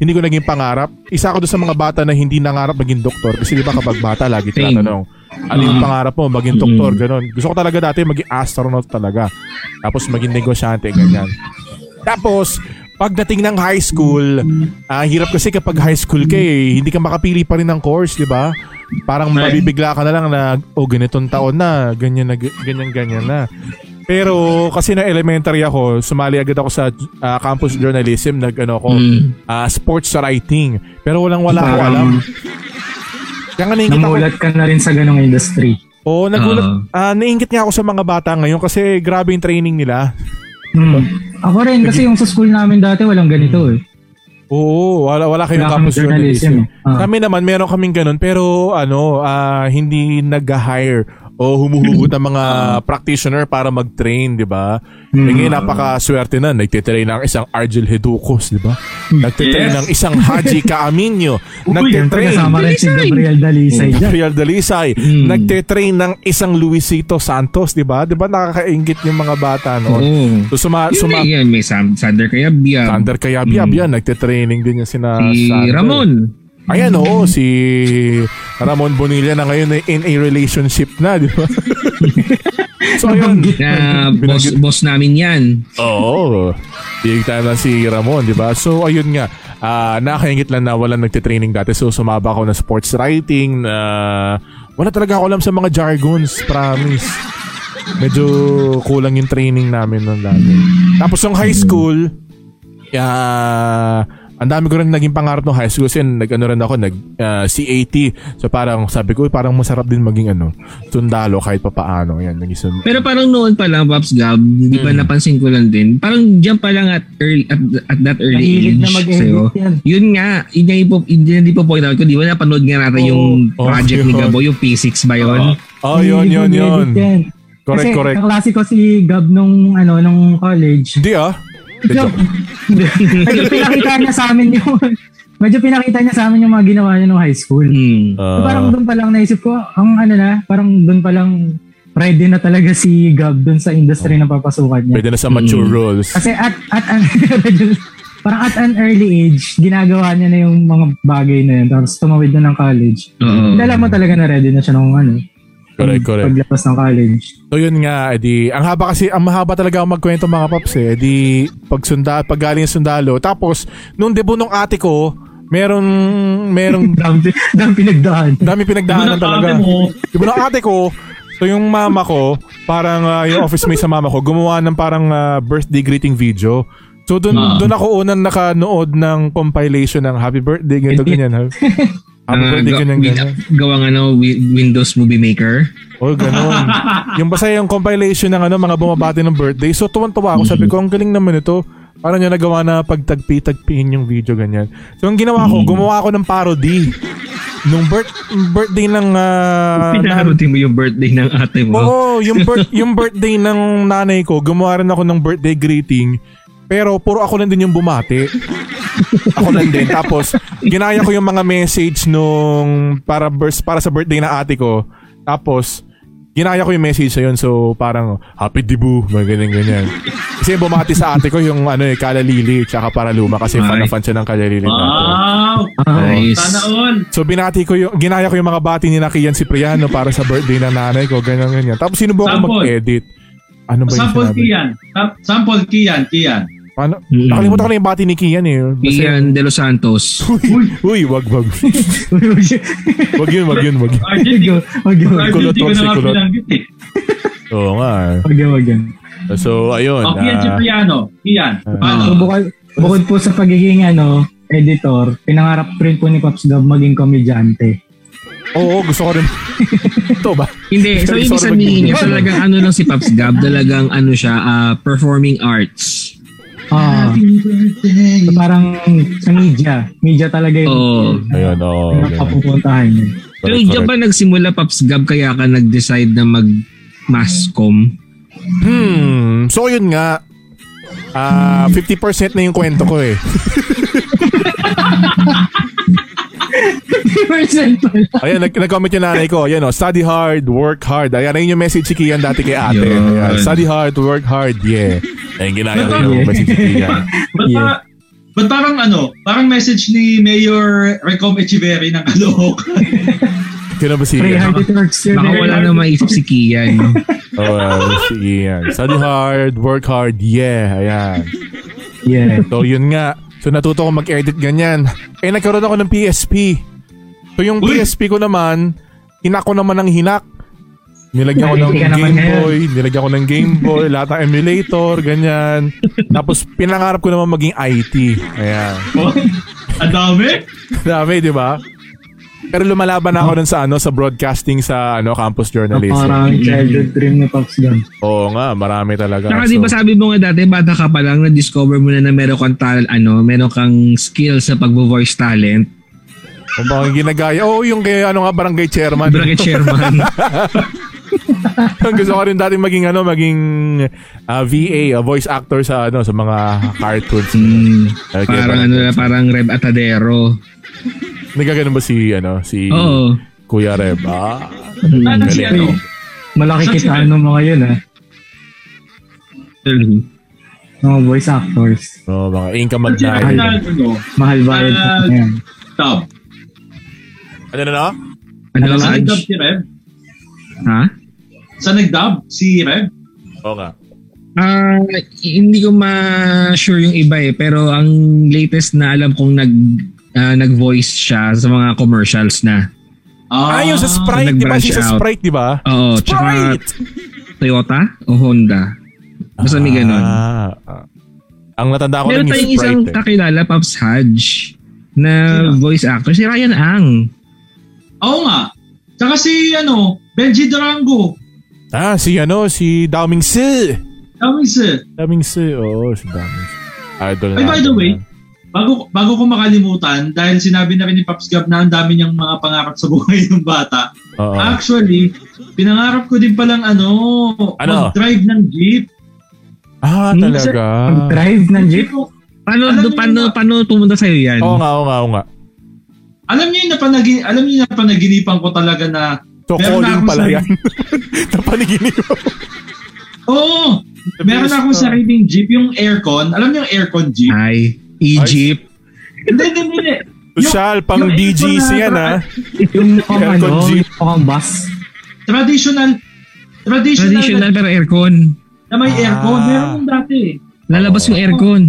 Speaker 2: hindi ko naging pangarap, isa ako doon sa mga bata na hindi nangarap maging doktor. Kasi di ba kapag bata, lagi
Speaker 1: Same.
Speaker 2: tinatanong, ano yung
Speaker 4: Ah.
Speaker 2: pangarap mo, maging doktor, ganun. Gusto ko talaga dati maging astronaut talaga. Tapos maging negosyante, ganyan. Tapos, pagdating ng high school, ah, hirap kasi kapag high school ka eh, hindi ka makapili pa rin ng course, di ba? Parang
Speaker 4: Right.
Speaker 2: mabibigla ka na lang na, oh, ganitong taon na, ganyan na, ganyan, ganyan na. Pero kasi na elementary ako, sumali agad ako sa ah, campus journalism, nag ano ako,
Speaker 1: Mm.
Speaker 2: ah, sports writing. Pero walang wala ako
Speaker 3: Parang
Speaker 2: alam. Kaya nga nakikita ko,
Speaker 3: Namulat ka na rin sa ganong industry.
Speaker 2: oh, nagulat,
Speaker 1: Ah.
Speaker 2: ah, naiingit nga ako sa mga bata ngayon kasi grabe yung training nila.
Speaker 3: Hmm. Ako rin, kasi yung sa school namin dati walang ganito eh.
Speaker 2: Oo, wala, wala kayong
Speaker 3: Wala
Speaker 2: campus
Speaker 3: kaming journalism.
Speaker 2: journalism.
Speaker 3: Ah.
Speaker 2: Kami naman, meron kaming ganun, pero ano, ah, hindi nag-hire o humuhugot ng mga
Speaker 3: Ah.
Speaker 2: practitioner para mag-train, di ba?
Speaker 3: Hmm.
Speaker 2: Eh, Ngayon, napakaswerte na. Nagtitrain ng isang Argel Heducos, di ba?
Speaker 3: Hmm.
Speaker 2: Nagtitrain
Speaker 4: Yes.
Speaker 2: ng isang Haji Kaaminyo.
Speaker 3: Siyempre,
Speaker 2: Nagtitrain
Speaker 3: kasama Hmm. rin si Gabriel Dalisay dyan.
Speaker 2: Real Dalisay. Nagtitrain ng isang Luisito Santos, di ba? Di ba nakakaingit yung mga bata noon?
Speaker 1: Oo.
Speaker 2: So,
Speaker 1: Oh.
Speaker 2: suma,
Speaker 1: Yun eh.
Speaker 2: suma,
Speaker 1: na yan, may Sam- Sander kaya
Speaker 2: Thunder Kayabia, mm. yan, nagtitraining din yung sina
Speaker 1: si
Speaker 2: Sander.
Speaker 1: Ramon. Hmm.
Speaker 2: Ayan oo, si Ramon Bonilla na ngayon ay in a relationship na, di ba? so ayun.
Speaker 1: Na boss,
Speaker 2: Binanggit-
Speaker 1: boss namin yan.
Speaker 2: Oo. Big time na si Ramon, di ba? So ayun nga, Ah, nakakaingit lang na walang nagtitraining dati. So sumaba ako ng sports writing na wala talaga ako alam sa mga jargons, promise. Medyo kulang yung training namin noon dati. Tapos yung high school, Ah, ang dami ko rin naging pangarap ng high school kasi nag-ano rin ako, nag ah, CAT. So parang sabi ko, "Uy, parang masarap din maging ano, sundalo kahit papaano. Yan, naging sun-
Speaker 1: Pero parang noon pa lang, Pops Gab, di
Speaker 3: Hmm.
Speaker 1: ba napansin ko lang din, parang dyan pa lang at, early, at, at that early
Speaker 3: Mahilig na
Speaker 1: age
Speaker 3: mag-edit eh. yan.
Speaker 1: Yun nga, yun nga ipo, yun, di po point out ko, di ba napanood nga natin
Speaker 3: Oo.
Speaker 1: yung
Speaker 2: Oo,
Speaker 1: project ni
Speaker 2: yun.
Speaker 1: Gabo, yung P6 ba yun?
Speaker 2: Oh, yun, yun, yun.
Speaker 3: Edit yan.
Speaker 2: Correct,
Speaker 3: Kasi
Speaker 2: correct.
Speaker 3: kaklase ko si Gab nung, ano, nung college.
Speaker 2: Hindi ah.
Speaker 3: Medyo, medyo pinakita niya sa amin yung, medyo pinakita niya sa amin yung mga ginawa niya nung high school.
Speaker 1: Hmm.
Speaker 3: So, parang doon pa lang naisip ko, ang ano na, parang doon pa lang ready na talaga si Gab doon sa industry na papasukan niya.
Speaker 2: pwede na sa mature
Speaker 4: Hmm.
Speaker 1: Mm.
Speaker 2: roles.
Speaker 3: Kasi at at an parang at an early age, ginagawa niya na yung mga bagay na yun. Tapos tumawid na ng college.
Speaker 1: Oo.
Speaker 3: Kilala mo talaga na ready na siya nung ano.
Speaker 2: Correct,
Speaker 3: nung
Speaker 2: correct.
Speaker 3: Paglabas ng college.
Speaker 2: So yun nga, edi, ang haba kasi, ang mahaba talaga ang magkwento mga paps eh. Edi, pag, sunda, pag galing sundalo. Tapos, nung debut nung ate ko, meron, merong
Speaker 3: Dami, dami pinagdaan.
Speaker 2: dami pinagdaanan
Speaker 4: Iba ng ate
Speaker 2: talaga.
Speaker 4: mo.
Speaker 2: Iba ng ate ko, so yung mama ko, parang ah, yung office mate sa mama ko, gumawa ng parang ah, birthday greeting video. So doon
Speaker 4: Ah.
Speaker 2: doon ako unang nakanood ng compilation ng happy birthday ganito ganyan. Happy
Speaker 1: Ah,
Speaker 2: birthday,
Speaker 1: ga-
Speaker 2: ganyan,
Speaker 1: win-
Speaker 2: ganyan.
Speaker 1: Gawa nga ano, wi- Windows Movie Maker.
Speaker 2: Oh, ganun. yung basta yung compilation ng ano, mga bumabati ng birthday. So, tuwan-tuwa ako. Sabi ko, ang galing naman ito. Parang niya nagawa na pagtagpi-tagpiin yung video, ganyan. So, ang ginawa ko, gumawa ako ng parody. Nung birth, birthday ng... ah, nan-
Speaker 1: Pinarutin mo yung birthday ng ate mo.
Speaker 2: Oo, yung, birth, yung birthday ng nanay ko, gumawa rin ako ng birthday greeting. Pero puro ako lang din yung bumati. ako lang din. Tapos, ginaya ko yung mga message nung para, birth, para sa birthday na ate ko. Tapos, ginaya ko yung message na yun. So, parang, happy debut, mga ganyan-ganyan. Kasi bumati sa ate ko yung ano eh, kalalili, tsaka para luma kasi fan na fan siya ng kalalili.
Speaker 4: Ah.
Speaker 2: natin.
Speaker 4: Wow!
Speaker 1: Nice.
Speaker 4: Sana all!
Speaker 2: So binati ko yung ginaya ko yung mga bati ni Nakian Cipriano para sa birthday ng nanay ko, ganyan ganyan. Tapos sinubukan
Speaker 4: Sample.
Speaker 2: ko mag-edit. Ano ba yung
Speaker 4: Sample
Speaker 2: sinabi?
Speaker 4: Kian. Sam- Sample Kian, Kian.
Speaker 2: Paano?
Speaker 1: Mm.
Speaker 2: Nakalimutan ko na yung bati ni Kian eh. Basta-
Speaker 1: Ian De Los Santos.
Speaker 2: Uy, uy, wag wag. wag yun, wag yun, wag yun.
Speaker 4: Arjun, di-
Speaker 3: Wag yun, wag yun.
Speaker 4: Arjun, di ko
Speaker 2: Kulot,
Speaker 4: na nga
Speaker 2: kulot.
Speaker 4: pinanggit eh.
Speaker 2: Oo nga.
Speaker 3: Wag yun, wag yun.
Speaker 2: eh. So ayun.
Speaker 4: O, Kian
Speaker 2: ah,
Speaker 4: Oh, Cipriano. Kian.
Speaker 3: So,
Speaker 4: Paano?
Speaker 3: bukod, bukod po sa pagiging ano, editor, pinangarap rin po ni Pops Gab maging komedyante.
Speaker 2: oo, gusto ko rin. Ito ba?
Speaker 1: Hindi, so ibig
Speaker 2: Sorry, sorry,
Speaker 1: sabihin niya,
Speaker 2: mag-iingat.
Speaker 1: talagang ano lang si Pops Gab, talagang ano siya, ah, performing arts.
Speaker 3: Ah, so parang sa media. Media talaga yung
Speaker 1: Oo.
Speaker 2: Ayun, oo.
Speaker 3: yung
Speaker 2: ganun.
Speaker 3: napapupuntahan niya.
Speaker 1: Pero
Speaker 2: Correct,
Speaker 1: diyan
Speaker 2: correct.
Speaker 1: ba nagsimula Pops Gab kaya ka nag-decide na mag mascom?
Speaker 2: Hmm, so yun nga. Ah, 50% na yung kwento ko eh.
Speaker 3: 50% pala.
Speaker 2: Ayan, Oh, nag- nag-comment yung nanay ko. Ayan o, study hard, work hard. Ayan, ayun yung message si Kian dati kay ate.
Speaker 1: Yun.
Speaker 2: Ayan, study hard, work hard, yeah. Ayun, ginaya ko yung message si Kian.
Speaker 4: Ba't pa- ba't parang ano, parang message ni Mayor Recom Echeverry ng Kalooc.
Speaker 2: Sino ba si
Speaker 3: Pray
Speaker 2: Kian?
Speaker 3: hard it works. yun. eh.
Speaker 1: Baka wala na maisip si Kian.
Speaker 2: Oh, well, si Kian. Study hard, work hard, yeah. Ayan.
Speaker 3: Yeah.
Speaker 2: So, yun nga. So, natuto ko mag-edit ganyan. Eh, nagkaroon ako ng PSP. So, yung
Speaker 4: Uy!
Speaker 2: PSP ko naman, hinak ko naman ng hinak. Nilagyan ko ng
Speaker 3: Nahili ka naman
Speaker 2: Game
Speaker 3: ngayon.
Speaker 2: Boy, nilagyan ko ng Game Boy, lahat ng emulator, ganyan. Tapos, pinangarap ko naman maging IT. Ayan.
Speaker 4: Oh, Ang dami.
Speaker 2: Dami, di ba? Pero lumalaban na ako nun sa ano sa broadcasting sa ano campus journalism.
Speaker 3: Parang childhood dream ni Pops Gab.
Speaker 2: Oo nga, marami talaga.
Speaker 1: Saka di ba
Speaker 2: So,
Speaker 1: sabi mo nga dati, bata ka pa lang, na-discover mo na na meron kang, tal- ano, meron kang skill sa pag-voice talent.
Speaker 2: Kung bakit ginagaya. Oo, yung kay ano nga barangay chairman.
Speaker 1: Bracket chairman.
Speaker 2: Gusto ko rin dati maging ano, maging ah, VA, a voice actor sa ano sa mga cartoons.
Speaker 1: Mm,
Speaker 2: Okay,
Speaker 1: parang
Speaker 2: parang-
Speaker 1: ano na, parang Reb Atadero.
Speaker 2: Nagkaganon ba si ano si
Speaker 1: Oo. Hmm.
Speaker 2: Kuya Reb? Ah,
Speaker 4: Paano si
Speaker 2: galing,
Speaker 4: ano?
Speaker 2: no?
Speaker 3: Malaki kitaan ng ano, mga yun, ah. ha?
Speaker 1: Ano
Speaker 3: Mga ah, voice actors.
Speaker 2: Oo, Oh, mga income at
Speaker 4: Ang sinabi na,
Speaker 2: night.
Speaker 4: ano,
Speaker 3: Mahal bayad po
Speaker 4: Ah,
Speaker 3: yan.
Speaker 4: Tab.
Speaker 2: Ano na na?
Speaker 1: Ano
Speaker 3: Ano
Speaker 4: Saan
Speaker 1: lang?
Speaker 4: nag-dub si Rev?
Speaker 1: Ha?
Speaker 4: Saan nag-dub si Rev?
Speaker 2: Oo nga.
Speaker 1: Ah, hindi ko ma-sure yung iba eh, pero ang latest na alam kong nag ah, nag-voice siya sa mga commercials na.
Speaker 2: Ah, yung sa Sprite, di ba?
Speaker 1: nag-branch
Speaker 2: Si sa
Speaker 1: out.
Speaker 2: Sprite, di ba?
Speaker 1: Oo, tsaka Toyota o Honda. Basta may ganun.
Speaker 2: Ah, ah. ang natanda ko
Speaker 1: Meron
Speaker 2: lang yung
Speaker 1: tayong
Speaker 2: Sprite.
Speaker 1: isang
Speaker 2: eh.
Speaker 1: kakilala, Pops Hodge, na
Speaker 4: Sino?
Speaker 1: voice actor, si Ryan Ang.
Speaker 4: Oo nga. Tsaka si, ano, Benji Durango.
Speaker 2: Ah, si ano, si Daming Si.
Speaker 4: Dami si.
Speaker 2: Daming Si, oo, si Daming Si. Idol
Speaker 4: Ay, by
Speaker 2: natin
Speaker 4: the way,
Speaker 2: yan.
Speaker 4: bago, bago ko makalimutan, dahil sinabi na rin ni Pops Gab na ang dami niyang mga pangarap sa buhay ng bata,
Speaker 2: Oo.
Speaker 1: ah,
Speaker 4: actually, pinangarap ko din palang ano,
Speaker 2: Ano?
Speaker 4: mag-drive ng jeep.
Speaker 2: ah,
Speaker 1: Hmm,
Speaker 2: talaga.
Speaker 3: Pag-drive ng
Speaker 4: Hindi
Speaker 3: jeep,
Speaker 4: ko-
Speaker 1: Paano,
Speaker 4: Alam
Speaker 1: do,
Speaker 4: niyo
Speaker 1: paano,
Speaker 4: yung-
Speaker 1: paano pumunta sa'yo yan?
Speaker 2: Oo nga, oo nga, oo nga.
Speaker 4: alam niyo yung napanagi, alam niyo yung napanaginipan ko talaga na,
Speaker 2: So,
Speaker 4: Meron na
Speaker 2: calling
Speaker 4: akong
Speaker 2: pala
Speaker 4: sarili-
Speaker 2: yan. Napanigin ko.
Speaker 4: oo, meron akong sariling jeep, yung aircon. Alam niyo yung aircon jeep?
Speaker 2: Ah.
Speaker 1: Ay, Egypt.
Speaker 4: Hindi, hindi, hindi. Yung-
Speaker 2: Social, pang
Speaker 4: yung
Speaker 2: BGC
Speaker 4: aircon na-
Speaker 2: yan ha.
Speaker 3: yung mukhang
Speaker 2: Aircon
Speaker 3: ano,
Speaker 2: jeep.
Speaker 3: yung mukhang bus.
Speaker 4: Traditional, traditional,
Speaker 1: Traditional pero aircon.
Speaker 4: na may aircon.
Speaker 2: Ah.
Speaker 4: Meron nung dati eh.
Speaker 1: Lalabas yung aircon.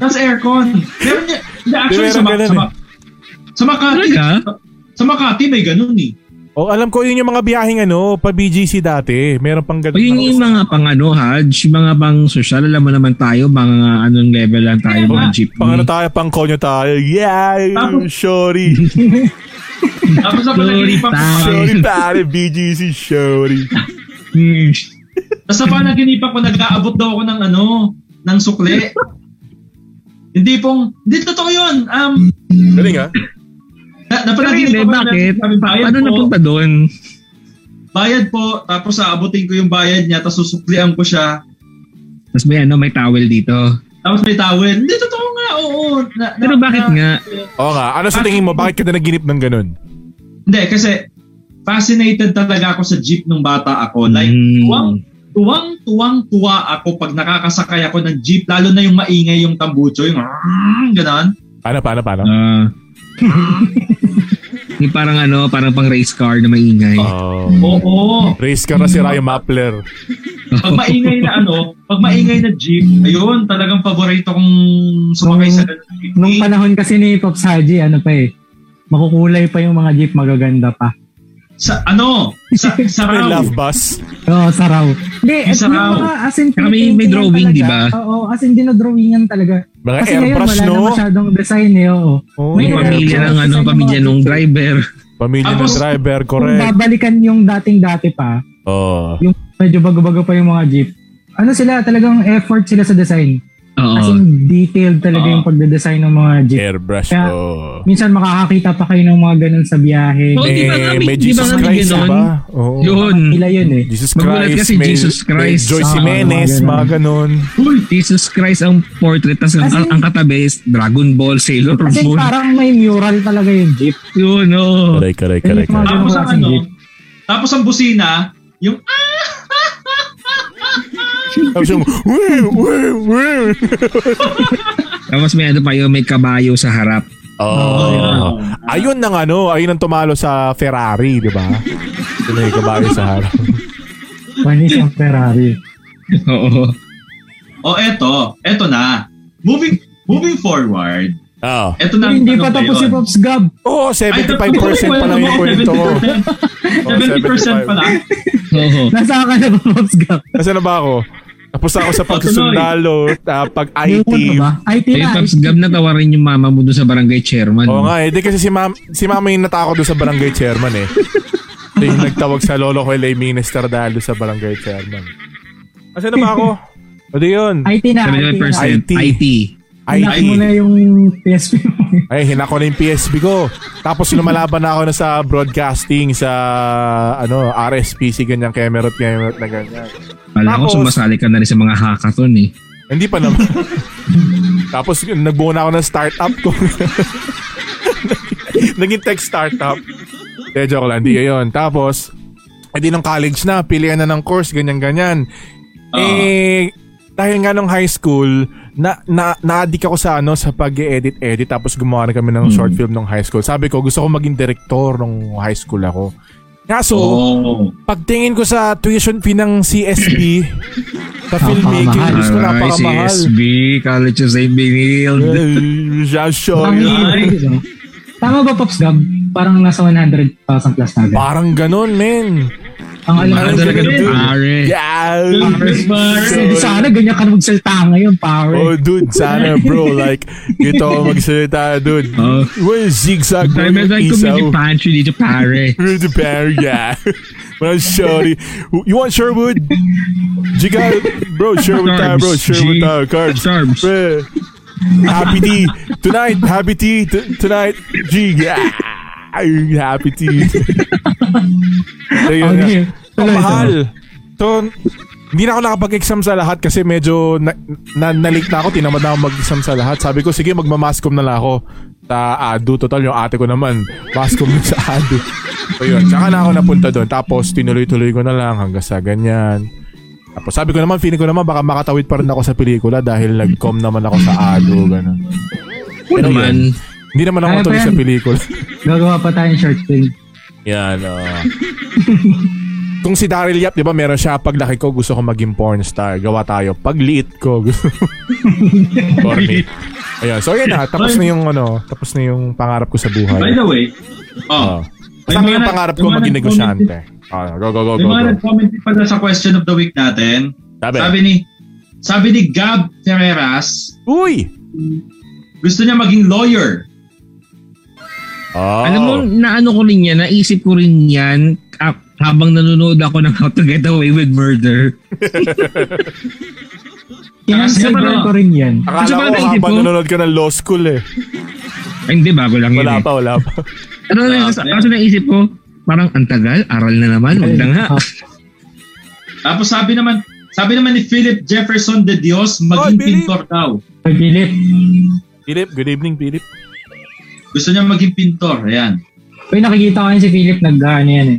Speaker 4: Tapos aircon. Meron niya, hindi, actually,
Speaker 2: Meron
Speaker 4: sa, Ma-
Speaker 2: ganun
Speaker 4: sa, Ma- sa Makati,
Speaker 1: Talaga?
Speaker 4: sa Makati may ganun eh.
Speaker 2: Oh, alam ko yun yung mga biyaheng ano, pa BGC dati. Meron pang ganun.
Speaker 1: O Oh, yun yung mga pang ano, Hajj, mga pang social, alam mo naman tayo, mga anong level lang tayo, mga jeepney.
Speaker 2: Pang ano tayo, pang konyo tayo. Yeah,
Speaker 4: Tapos-
Speaker 2: sorry.
Speaker 4: Tapos ako naginipan ko pa.
Speaker 1: Sorry.
Speaker 2: sorry pare, BGC, sorry.
Speaker 1: Hmm.
Speaker 4: Tapos sa panaginipan ko, nag-aabot daw ako ng ano, ng sukle. hindi pong, hindi totoo yun. Um,
Speaker 2: Galing ha?
Speaker 4: na,
Speaker 1: Sarili, eh,
Speaker 4: napanaginipan ko.
Speaker 1: bakit? Ano
Speaker 4: Sabi, bayad
Speaker 1: Paano
Speaker 4: po,
Speaker 1: napunta doon?
Speaker 4: Bayad po, tapos aabutin ko yung bayad niya, tapos susuklian ko siya.
Speaker 1: Tapos may ano, may towel dito.
Speaker 4: Tapos may tawin. Hindi, totoo nga, oo. Na, na-
Speaker 1: Pero bakit
Speaker 4: na-
Speaker 1: nga?
Speaker 2: Oo nga, ano sa tingin mo? Bakit ka na naginip ng ganun?
Speaker 4: Hindi, kasi fascinated talaga ako sa jeep nung bata ako. Like,
Speaker 1: Hmm.
Speaker 4: tuwang, tuwang, tuwang, tuwa ako pag nakakasakay ako ng jeep, lalo na yung maingay yung tambucho, yung ganon.
Speaker 2: Paano, Ano, paano, paano?
Speaker 1: Ah. yung parang ano, parang pang race car na maingay.
Speaker 2: Oh.
Speaker 4: Oo.
Speaker 2: Race ka na si Ryan Mapler.
Speaker 4: Pag maingay na ano, pag maingay na jeep, ayun, talagang paborito kong sumakay sa ganun. na jeep.
Speaker 3: Nung panahon kasi ni Pops Haji, ano pa eh, makukulay pa yung mga jeep, magaganda pa.
Speaker 4: sa ano, sa, sa
Speaker 2: May
Speaker 4: raw.
Speaker 2: love bus.
Speaker 3: Oo, saraw. Hindi, at
Speaker 4: Saraw.
Speaker 3: yung mga as in,
Speaker 1: Saka may- may
Speaker 3: pinipaintingan
Speaker 1: drawing,
Speaker 3: talaga.
Speaker 1: di ba?
Speaker 3: Oo, as in, dinodrawingan talaga.
Speaker 2: Mga
Speaker 3: Kasi ngayon,
Speaker 2: airbrush,
Speaker 3: wala
Speaker 2: no?
Speaker 3: na masyadong design eh, oo.
Speaker 2: Oo,
Speaker 1: May
Speaker 2: yung
Speaker 1: pamilya ng ano, pamilya nung driver.
Speaker 2: Pamilya ng
Speaker 4: Tapos-
Speaker 2: driver,
Speaker 3: Kung
Speaker 2: correct.
Speaker 3: babalikan yung dating-dati pa,
Speaker 2: Oh.
Speaker 3: yung medyo bago-bago pa yung mga jeep, ano sila, talagang effort sila sa design.
Speaker 1: Oo.
Speaker 3: As in, detailed talaga
Speaker 4: Oo.
Speaker 3: yung pagde-design ng mga jeep.
Speaker 2: Airbrush,
Speaker 3: Kaya-
Speaker 2: oh.
Speaker 3: Minsan makakakita pa kayo ng mga ganun sa biyahe.
Speaker 1: Oo, Oh, di ba nga
Speaker 2: May,
Speaker 1: may-
Speaker 2: may
Speaker 1: di ba
Speaker 2: Jesus
Speaker 1: nga may
Speaker 2: Christ,
Speaker 1: ganon?
Speaker 2: ba? Oo.
Speaker 1: Yun.
Speaker 3: Ila yun eh.
Speaker 2: Jesus
Speaker 1: Magulat
Speaker 2: Christ,
Speaker 1: kasi
Speaker 2: may,
Speaker 1: Jesus Christ.
Speaker 2: may Joyce
Speaker 3: Ah,
Speaker 2: Jimenez,
Speaker 3: mga ganun.
Speaker 2: mga ganun.
Speaker 1: Jesus Christ ang portrait. Tapos ang,
Speaker 3: As in-
Speaker 1: ang katabi is Dragon Ball, Sailor
Speaker 3: Kasi
Speaker 1: Moon.
Speaker 3: parang may mural talaga yung jeep.
Speaker 1: Yun, oo.
Speaker 2: Karay, karay,
Speaker 3: Yun
Speaker 2: karay,
Speaker 3: yung mga
Speaker 2: karay.
Speaker 3: ganun
Speaker 4: Tapos ang
Speaker 3: klaseng
Speaker 4: ano,
Speaker 3: jeep.
Speaker 4: tapos ang busina, yung
Speaker 2: Tapos yung, "Wee, wee, wee."
Speaker 1: Tapos may ano pa yun, may kabayo sa harap.
Speaker 2: Oh. Ayun ng ano, ayun ang tumalo sa Ferrari, di ba? Yun yung kabayo sa harap.
Speaker 3: Panis ang Ferrari.
Speaker 1: Oo.
Speaker 4: O eto, eto na. Moving moving forward.
Speaker 2: Oh.
Speaker 4: Eto na. ang
Speaker 3: Hindi
Speaker 4: tanong
Speaker 3: pa tapos
Speaker 4: ngayon.
Speaker 3: si Pops Gab.
Speaker 2: Oo, 75% pa lang yung kwento ko. Oh,
Speaker 4: 70% pa lang.
Speaker 1: Oo.
Speaker 3: Nasaan ka na ba, Pops Gab?
Speaker 2: Nasaan na ba ako? Tapos ako sa pagsusundalo, ah, pag-IT.
Speaker 3: Ayun ano ba? IT
Speaker 1: Eh,
Speaker 3: na.
Speaker 1: Pops Gab, natawarin yung mama mo doon sa barangay chairman.
Speaker 2: Oo nga, eh, di kasi si, ma'am, si mama yung natakot doon sa barangay chairman eh. Siya yung nagtawag sa lolo ko, lay minister dahil doon sa barangay chairman. Asan na ba ako? O di yun?
Speaker 3: IT na. IT
Speaker 1: 75%
Speaker 3: na.
Speaker 2: IT.
Speaker 1: IT.
Speaker 2: IT.
Speaker 3: Hinak mo na yung PSP mo.
Speaker 2: Ay, hinako na yung PSB ko. Tapos lumalaban na ako na sa broadcasting sa ano RSPC ganyan kemerot kemerot na ganyan.
Speaker 1: Kala ko
Speaker 2: Tapos-
Speaker 1: sumasali ka na rin sa mga hackathon eh.
Speaker 2: Hindi pa naman. Tapos nagbuo na ako ng startup ko. Naging tech startup. Eh, joke lang. Hindi yun. Tapos, edi nung college na, pilihan na ng course, ganyan-ganyan. Eh, dahil nga nung high school, na, na, na-addict ako sa ano sa pag edit edit tapos gumawa na kami ng short film nung high school. Sabi ko, gusto ko maging director nung high school ako. Kaso,
Speaker 4: Oh.
Speaker 2: pagtingin ko sa tuition fee ng CSB, sa filmmaking,
Speaker 3: Napakamahal.
Speaker 2: gusto ko
Speaker 1: Aray,
Speaker 2: napakamahal.
Speaker 1: CSB, College of St. Benilde.
Speaker 2: Siya
Speaker 3: Ang
Speaker 2: sure.
Speaker 3: hirap, di ba? Tama ba, Pops Gab? Parang nasa 100,000 plus na agad.
Speaker 2: Parang ganun, men.
Speaker 3: Ang alam
Speaker 1: Ano
Speaker 3: ko
Speaker 1: talaga
Speaker 3: ganun.
Speaker 1: ng pare?
Speaker 2: Yeah.
Speaker 3: Kasi sana ganyan ka na magsalita ngayon,
Speaker 2: Oh,
Speaker 3: power.
Speaker 2: dude, sana bro, like, dito ako magsalita, dude.
Speaker 1: Oh.
Speaker 2: Well, zigzag
Speaker 1: Tayo
Speaker 2: mo yung
Speaker 1: meron tayong
Speaker 2: isaw.
Speaker 1: community pantry dito pare.
Speaker 2: Rudy Bear, yeah. Well, sorry. You want Sherwood? You got it? Bro, Sherwood tayo, bro.
Speaker 1: Carbs,
Speaker 2: Sherwood
Speaker 1: G.
Speaker 2: tayo. Carbs.
Speaker 1: Carbs.
Speaker 2: Pre. Happy tea. Tonight, happy tea. T- tonight, G. Yeah. Ay, Happy tea.
Speaker 1: Oh,
Speaker 2: so, yun.
Speaker 3: Okay.
Speaker 2: Okay.
Speaker 3: Tuloy,
Speaker 2: mahal. So, hindi na ako nakapag-exam sa lahat kasi medyo na, na, na-late na ako. Tinamad na ako mag-exam sa lahat. Sabi ko, sige, magmamascom na lang ako sa ADU. Total, yung ate ko naman, mascom na sa ADU. So, yun. Saka na ako napunta doon. Tapos, tinuloy-tuloy ko na lang hanggang sa ganyan. Tapos sabi ko naman, feeling ko naman baka makatawid pa rin ako sa pelikula dahil nag-com naman ako sa ado, gano'n.
Speaker 1: Ano naman?
Speaker 2: Hindi naman ako
Speaker 3: Kaya pa
Speaker 2: matuloy
Speaker 3: yan.
Speaker 2: sa pelikula.
Speaker 3: Gagawa pa tayong short film.
Speaker 2: Yan, oo. Kung si Daryl Yap, di ba, meron siya, paglaki ko, gusto ko maging porn star. Gawa tayo. Pagliit ko, gusto Porny. Ayan, so yun na. Tapos na yung, ano, tapos na yung pangarap ko sa
Speaker 4: By
Speaker 2: buhay.
Speaker 4: the way,
Speaker 2: Oo.
Speaker 4: oh,
Speaker 2: Sa amin yung pangarap ko maging negosyante. Ah, go, go, go,
Speaker 4: May
Speaker 2: go.
Speaker 4: mga
Speaker 2: go.
Speaker 4: nag-comment din pala sa question of the week natin.
Speaker 2: Sabi.
Speaker 4: Sabi ni sabi ni Gab Ferreras,
Speaker 2: Uy!
Speaker 4: gusto niya maging lawyer.
Speaker 2: Oh.
Speaker 1: Alam mo, naano ko rin yan, naisip ko rin yan ah, habang nanonood ako ng How to Get Away with Murder.
Speaker 3: Kinansel
Speaker 4: Kasi
Speaker 3: ko
Speaker 4: ano?
Speaker 3: rin yan.
Speaker 1: Kasi
Speaker 2: Akala
Speaker 1: parang
Speaker 2: ko
Speaker 1: naisip
Speaker 2: habang
Speaker 1: ko-
Speaker 2: nanonood ka ng law school eh.
Speaker 1: Ay, hindi, bago lang
Speaker 2: Wala
Speaker 1: yun eh.
Speaker 2: pa, wala pa.
Speaker 1: Pero na,
Speaker 4: Grabe.
Speaker 1: kaso naisip ko, parang ang tagal, aral na naman, wag na nga.
Speaker 3: Ah,
Speaker 4: Tapos sabi naman, sabi naman ni Philip Jefferson de Dios,
Speaker 2: Oh,
Speaker 4: maging
Speaker 2: Philip!
Speaker 4: pintor daw.
Speaker 3: Pagbilip.
Speaker 2: Philip, good evening, Philip.
Speaker 4: Gusto niya maging pintor. Ayan.
Speaker 3: Uy, nakikita ko yun si Philip nag ano yan eh.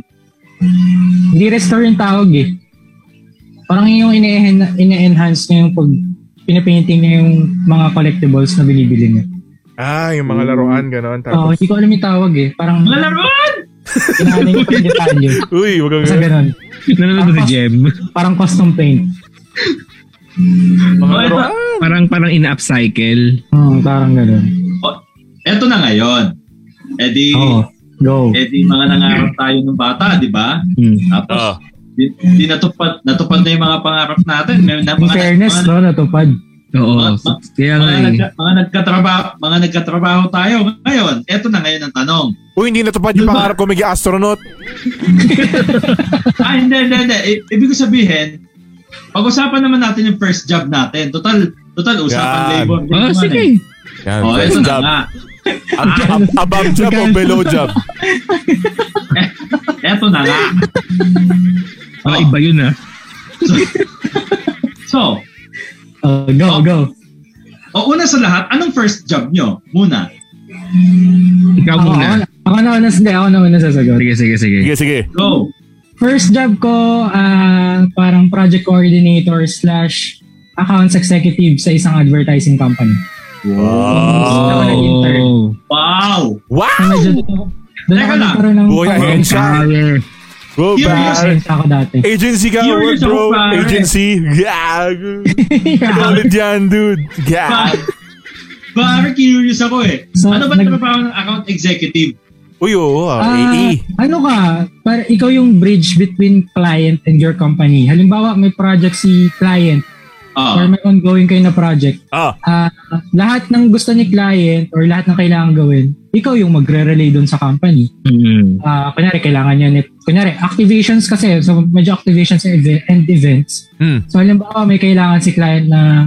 Speaker 3: Hindi restore yung tawag eh. Parang yung ine-en- ine-enhance niya yung pag pinapainting niya yung mga collectibles na binibili niya.
Speaker 2: Ah, yung mga laruan, gano'n.
Speaker 3: Oo, hindi ko alam yung tawag eh. Parang
Speaker 4: Lalaroan!
Speaker 3: inaanay niya pa yung detalye.
Speaker 1: Oh.
Speaker 2: Uy, wag kang
Speaker 3: Basta ganun.
Speaker 1: Nanonood ko si Jem.
Speaker 3: Parang custom paint.
Speaker 2: Mga
Speaker 4: Oh, ito,
Speaker 2: laruan.
Speaker 1: Parang parang ina-upcycle.
Speaker 3: Hmm, parang ganun.
Speaker 4: oh, ito na ngayon. Eh di,
Speaker 3: Oo, go.
Speaker 4: eh di mga nangarap tayo ng bata, di ba?
Speaker 1: Hmm.
Speaker 4: Tapos,
Speaker 2: Ah.
Speaker 4: di, di natupad, natupad na yung mga pangarap natin. May, na,
Speaker 3: In fairness, no, natupad.
Speaker 1: Oo.
Speaker 4: Mga- mga-
Speaker 1: Kaya
Speaker 4: mga,
Speaker 1: nga eh.
Speaker 4: nagka- mga nagkatrabaho, mga nagkatrabaho tayo ngayon. Ito na ngayon ang tanong.
Speaker 2: Uy, hindi natupad
Speaker 3: Diba?
Speaker 2: yung pangarap ko maging astronaut.
Speaker 4: ah, hindi, hindi, hindi. I- ibig ko sabihin, pag-usapan naman natin yung first job natin. Total, total, usapan
Speaker 2: Yan.
Speaker 4: labor.
Speaker 3: Ah,
Speaker 4: din
Speaker 1: Oh,
Speaker 4: naman eh.
Speaker 1: sige.
Speaker 2: Yan,
Speaker 4: Oh,
Speaker 2: first
Speaker 4: ito na
Speaker 2: job.
Speaker 4: nga.
Speaker 2: Ab- ab- above job o below job?
Speaker 4: Eto na nga.
Speaker 1: Para
Speaker 4: Oh,
Speaker 1: iba yun ah.
Speaker 4: so, so,
Speaker 3: Oh, go, go.
Speaker 4: o una sa lahat, anong first job nyo? Muna.
Speaker 1: Ikaw
Speaker 2: Ah,
Speaker 3: Ako,
Speaker 1: muna.
Speaker 3: ako na una, hindi, ako na una sasagot.
Speaker 1: Sige, sige, sige.
Speaker 2: Sige, sige.
Speaker 4: Go.
Speaker 3: First job ko, ah, parang project coordinator slash accounts executive sa isang advertising company.
Speaker 2: Wow.
Speaker 3: Ako nag-intern.
Speaker 1: Oh.
Speaker 4: Wow.
Speaker 3: So,
Speaker 2: Wow!
Speaker 3: medyo doon ako
Speaker 4: Teka lang.
Speaker 3: nagkaroon ng
Speaker 2: Buhay
Speaker 3: pag-
Speaker 2: ahensya.
Speaker 1: Power.
Speaker 2: Go
Speaker 4: Curious
Speaker 2: back.
Speaker 3: ahensya Ah, ako dati.
Speaker 2: Agency ka,
Speaker 4: Curious ako,
Speaker 2: bro.
Speaker 4: pare.
Speaker 2: Agency. Gag.
Speaker 3: Ah,
Speaker 2: Ulit yan, dude. Gag.
Speaker 4: Ba- Parang curious ako eh.
Speaker 3: So,
Speaker 4: ano ba
Speaker 3: nag-
Speaker 4: trabaho ng account executive?
Speaker 2: Uy, oo. ah,
Speaker 3: Ah,
Speaker 2: AE.
Speaker 3: ano ka, para ikaw yung bridge between client and your company. Halimbawa, may project si client or
Speaker 4: Ah,
Speaker 3: may ongoing kayo na project.
Speaker 2: Ah,
Speaker 3: Ah, lahat ng gusto ni client or lahat ng kailangan gawin, ikaw yung magre-relay doon sa company.
Speaker 1: Mm.
Speaker 3: Ah, kunyari, kailangan niya net. Kunyari, activations kasi. So, medyo activations and eve- and events.
Speaker 2: Hmm.
Speaker 3: So, halimbawa, may kailangan si client na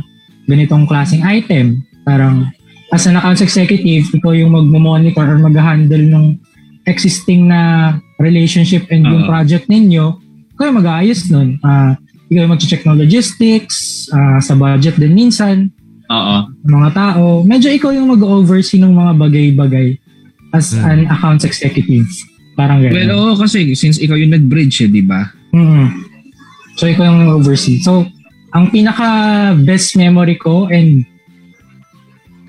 Speaker 3: ganitong klaseng item. Parang, as an accounts executive, ikaw yung mag-monitor or mag-handle ng existing na relationship and yung
Speaker 4: Ah.
Speaker 3: project ninyo, ikaw yung mag-aayos nun. Ah, ikaw yung mag-check ng logistics, ah, sa budget din minsan,
Speaker 4: oo.
Speaker 3: mga tao. Medyo ikaw yung mag-oversee ng mga bagay-bagay as an accounts executive. Parang ganun.
Speaker 1: Well, oo, kasi since ikaw yung nag-bridge eh, di ba?
Speaker 3: Mm. So, ikaw yung oversee. So, ang pinaka best memory ko and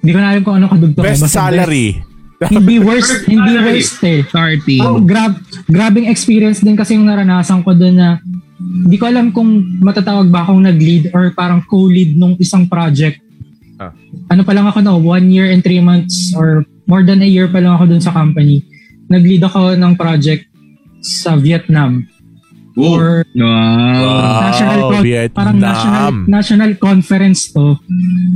Speaker 3: hindi ko na alam kung ano kadugtong.
Speaker 2: best
Speaker 3: Basta
Speaker 2: salary.
Speaker 3: best- Hindi worst, hindi
Speaker 4: salary.
Speaker 3: worst eh.
Speaker 1: Starting.
Speaker 3: Oh, grab, grabing experience din kasi yung naranasan ko doon na hindi ko alam kung matatawag ba akong nag-lead or parang co-lead nung isang project.
Speaker 2: Ah.
Speaker 3: Ano pa lang ako no, one year and three months or more than a year pa lang ako doon sa company. Nag-lead ako ng project sa Vietnam
Speaker 4: Wow.
Speaker 3: or
Speaker 1: Wow.
Speaker 3: national
Speaker 2: Wow,
Speaker 3: pro- parang national
Speaker 2: Ah, Vietnam.
Speaker 3: national conference to.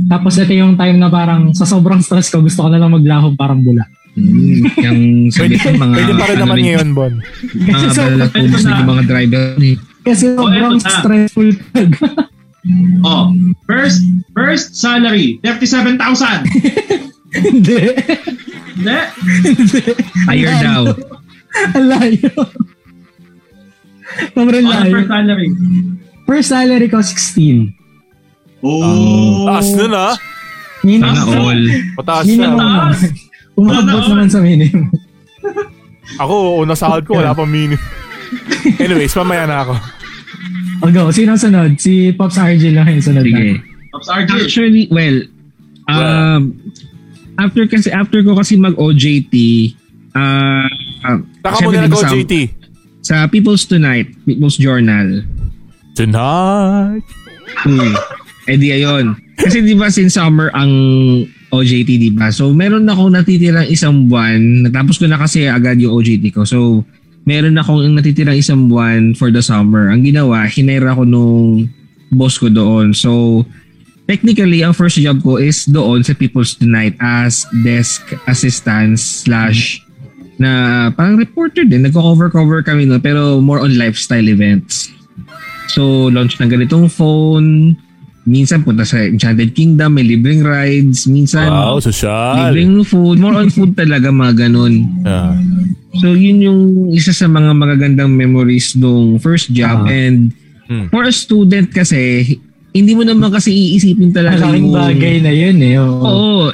Speaker 3: Tapos ito yung time na parang sa sobrang stress ko gusto ko na lang maglaho parang bula.
Speaker 1: Mm. Yung sabi ko mga...
Speaker 2: Pwede pa rin
Speaker 1: ano
Speaker 2: naman
Speaker 1: rin,
Speaker 2: ngayon, Bon.
Speaker 1: Mga
Speaker 3: Kasi
Speaker 1: balala
Speaker 3: sobrang-
Speaker 1: tubos na yung mga driver. eh.
Speaker 3: Kasi
Speaker 4: Oh,
Speaker 3: sobrang
Speaker 4: eto na.
Speaker 3: stressful talaga.
Speaker 4: Oh, first first salary, 37,000.
Speaker 3: Hindi.
Speaker 4: Hindi?
Speaker 1: Higher
Speaker 3: Ang
Speaker 1: daw.
Speaker 3: layo. Ang layo. Sobrang
Speaker 4: Ano
Speaker 3: layo.
Speaker 4: first salary?
Speaker 3: First salary ko 16.
Speaker 4: Oh.
Speaker 2: Taas nun, ah.
Speaker 3: Minimum.
Speaker 1: Sana all.
Speaker 2: Mataas
Speaker 3: minimum
Speaker 2: na.
Speaker 3: naman.
Speaker 4: Taas.
Speaker 3: Umabot
Speaker 4: Taas.
Speaker 3: naman sa minimum.
Speaker 2: Ako, una sahod ko, wala pang mini. Anyways, mamaya na ako.
Speaker 3: O go, sino ang sunod? Si Pops RJ lang yung sunod.
Speaker 1: Sige.
Speaker 3: na.
Speaker 4: Pops RJ.
Speaker 1: Actually, well, um, after kasi after ko kasi mag OJT, ah uh,
Speaker 2: Saka muna na ko, JT.
Speaker 1: Sa People's Tonight, People's Journal.
Speaker 2: Tonight.
Speaker 1: Hmm. Eh di ayun. Kasi di ba since summer ang OJT, di ba? So, meron akong natitirang isang buwan. Natapos ko na kasi agad yung OJT ko. So, meron akong natitirang isang buwan for the summer. Ang ginawa, hinira ko nung boss ko doon. So, technically, ang first job ko is doon sa People's Tonight as desk assistant slash na parang reporter din. Nagko-cover-cover kami no, pero more on lifestyle events. So, launch ng ganitong phone. Minsan punta sa Enchanted Kingdom, may libreng rides. Minsan,
Speaker 2: Wow, social.
Speaker 1: libreng food. More on food talaga, mga ganun.
Speaker 2: Ah.
Speaker 1: So yun yung isa sa mga magagandang memories nung first job
Speaker 3: Ah.
Speaker 1: and
Speaker 2: Hmm.
Speaker 1: for a student kasi hindi mo naman kasi iisipin talaga
Speaker 3: Malaking bagay na yun eh. Oo.
Speaker 1: Oo.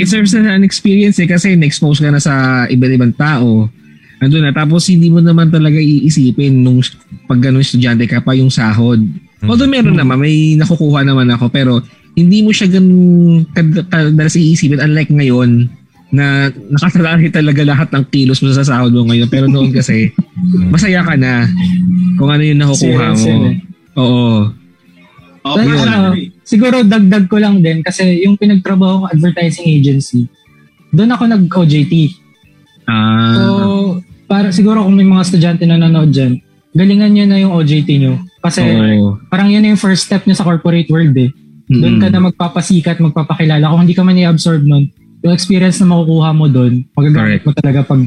Speaker 1: It serves as an experience eh kasi na-expose ka na sa iba't ibang tao. Ando na tapos hindi mo naman talaga iisipin nung s- pag ganun estudyante ka pa yung sahod. Although meron naman, may nakukuha naman ako pero hindi mo siya ganun kad- kadalas iisipin unlike ngayon na nakasalari talaga lahat ng kilos mo sa sahod mo ngayon. Pero noon kasi, masaya ka na kung ano yung nakukuha
Speaker 3: Serious
Speaker 1: mo.
Speaker 3: yun eh.
Speaker 1: Oo.
Speaker 4: Oh,
Speaker 3: Pero
Speaker 1: yun.
Speaker 3: ano, siguro dagdag ko lang din kasi yung pinagtrabaho ko advertising agency, doon ako nag-OJT.
Speaker 1: Ah,
Speaker 3: So, para siguro kung may mga estudyante na nanonood dyan, galingan nyo na yung OJT nyo. Kasi
Speaker 1: oo.
Speaker 3: parang yun na yung first step nyo sa corporate world eh. Doon ka
Speaker 1: Mm-mm.
Speaker 3: na magpapasikat, magpapakilala. Kung hindi ka man i-absorb nun, yung experience na makukuha mo doon,
Speaker 1: Correct.
Speaker 3: magagamit mo talaga pag,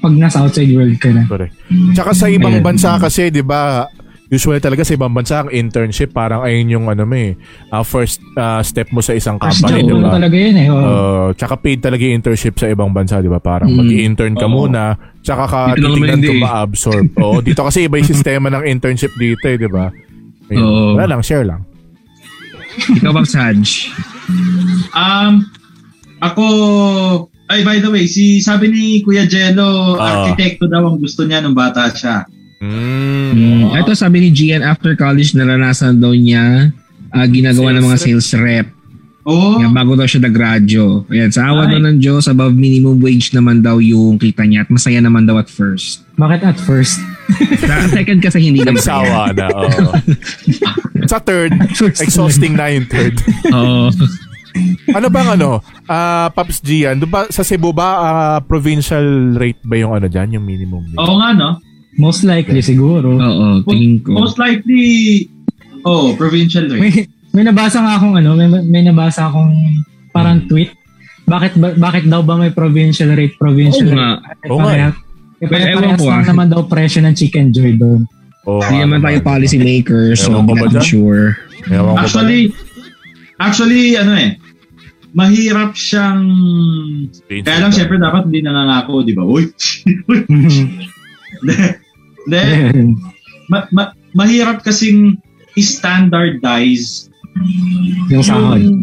Speaker 3: pag nasa outside world ka na.
Speaker 2: Correct. Tsaka sa ibang
Speaker 1: Ayan.
Speaker 2: bansa kasi, di ba, usually talaga sa ibang bansa, ang internship, parang ayun yung ano mo eh, ah, first ah, step mo sa isang
Speaker 3: First
Speaker 2: company,
Speaker 3: job
Speaker 1: diba?
Speaker 2: di
Speaker 3: mo
Speaker 2: ba?
Speaker 3: talaga yun eh. oo.
Speaker 1: Oh,
Speaker 2: Uh, tsaka paid talaga yung internship sa ibang bansa, di ba? Parang
Speaker 1: Mm.
Speaker 2: mag-intern ka
Speaker 4: Oo.
Speaker 2: muna, tsaka ka
Speaker 1: Dito naman
Speaker 2: titignan
Speaker 1: hindi
Speaker 2: kung
Speaker 1: eh.
Speaker 2: ma-absorb. Oo, dito kasi iba yung sistema ng internship dito, eh, di ba? Ayun.
Speaker 1: Oo.
Speaker 2: Wala lang, share lang.
Speaker 1: Ikaw ba, Saj?
Speaker 4: Um, ako, ay by the way, si sabi ni Kuya Jello,
Speaker 2: Ah.
Speaker 4: arkitekto daw ang gusto niya nung bata siya.
Speaker 2: Mm.
Speaker 1: Mm, ito sabi ni Gian, after college naranasan daw niya ah, ginagawa ng mga sales rep.
Speaker 4: Oo.
Speaker 1: Yan, bago daw siya nagradyo. Ayan, sa awa daw ng Diyos, above minimum wage naman daw yung kita niya at masaya naman daw at first.
Speaker 3: Bakit at first?
Speaker 1: Sa second kasi hindi na masaya.
Speaker 2: Sawa na, oo. sa third,
Speaker 3: First
Speaker 2: exhausting na yung third.
Speaker 1: Oo.
Speaker 2: ano bang ano? Ah, Paps Gian, doon ba sa Cebu ba ah, provincial rate ba yung ano diyan, yung minimum rate?
Speaker 4: Oo nga, no?
Speaker 3: Most likely siguro.
Speaker 1: Oo, tingin ko.
Speaker 4: Most likely, oh, provincial rate.
Speaker 3: May, may nabasa nga akong ano, may, may nabasa akong
Speaker 1: Mm.
Speaker 3: parang tweet. Bakit ba- bakit daw ba may provincial rate, provincial
Speaker 1: Oo
Speaker 3: rate?
Speaker 1: nga.
Speaker 3: Bakit
Speaker 2: Oo nga eh.
Speaker 3: parehas- eh,
Speaker 1: Well, ewan
Speaker 3: parehas
Speaker 1: ko
Speaker 3: lang
Speaker 1: ah.
Speaker 3: naman daw presyo ng chicken joy doon.
Speaker 2: Oo. ano
Speaker 1: Hindi naman tayo policy maker, so
Speaker 2: Ewan ko
Speaker 1: hindi
Speaker 2: ba
Speaker 1: natin
Speaker 2: dyan?
Speaker 1: sure.
Speaker 2: Ewan ko ba?
Speaker 4: Actually, actually, ano eh, mahirap siyang, kaya lang syempre dapat hindi nangangako, di ba? Uy, uy, hindi,
Speaker 1: Eh.
Speaker 4: ma- ma- mahirap kasing standardize
Speaker 3: yung
Speaker 1: Mm.
Speaker 3: sahod.
Speaker 4: yung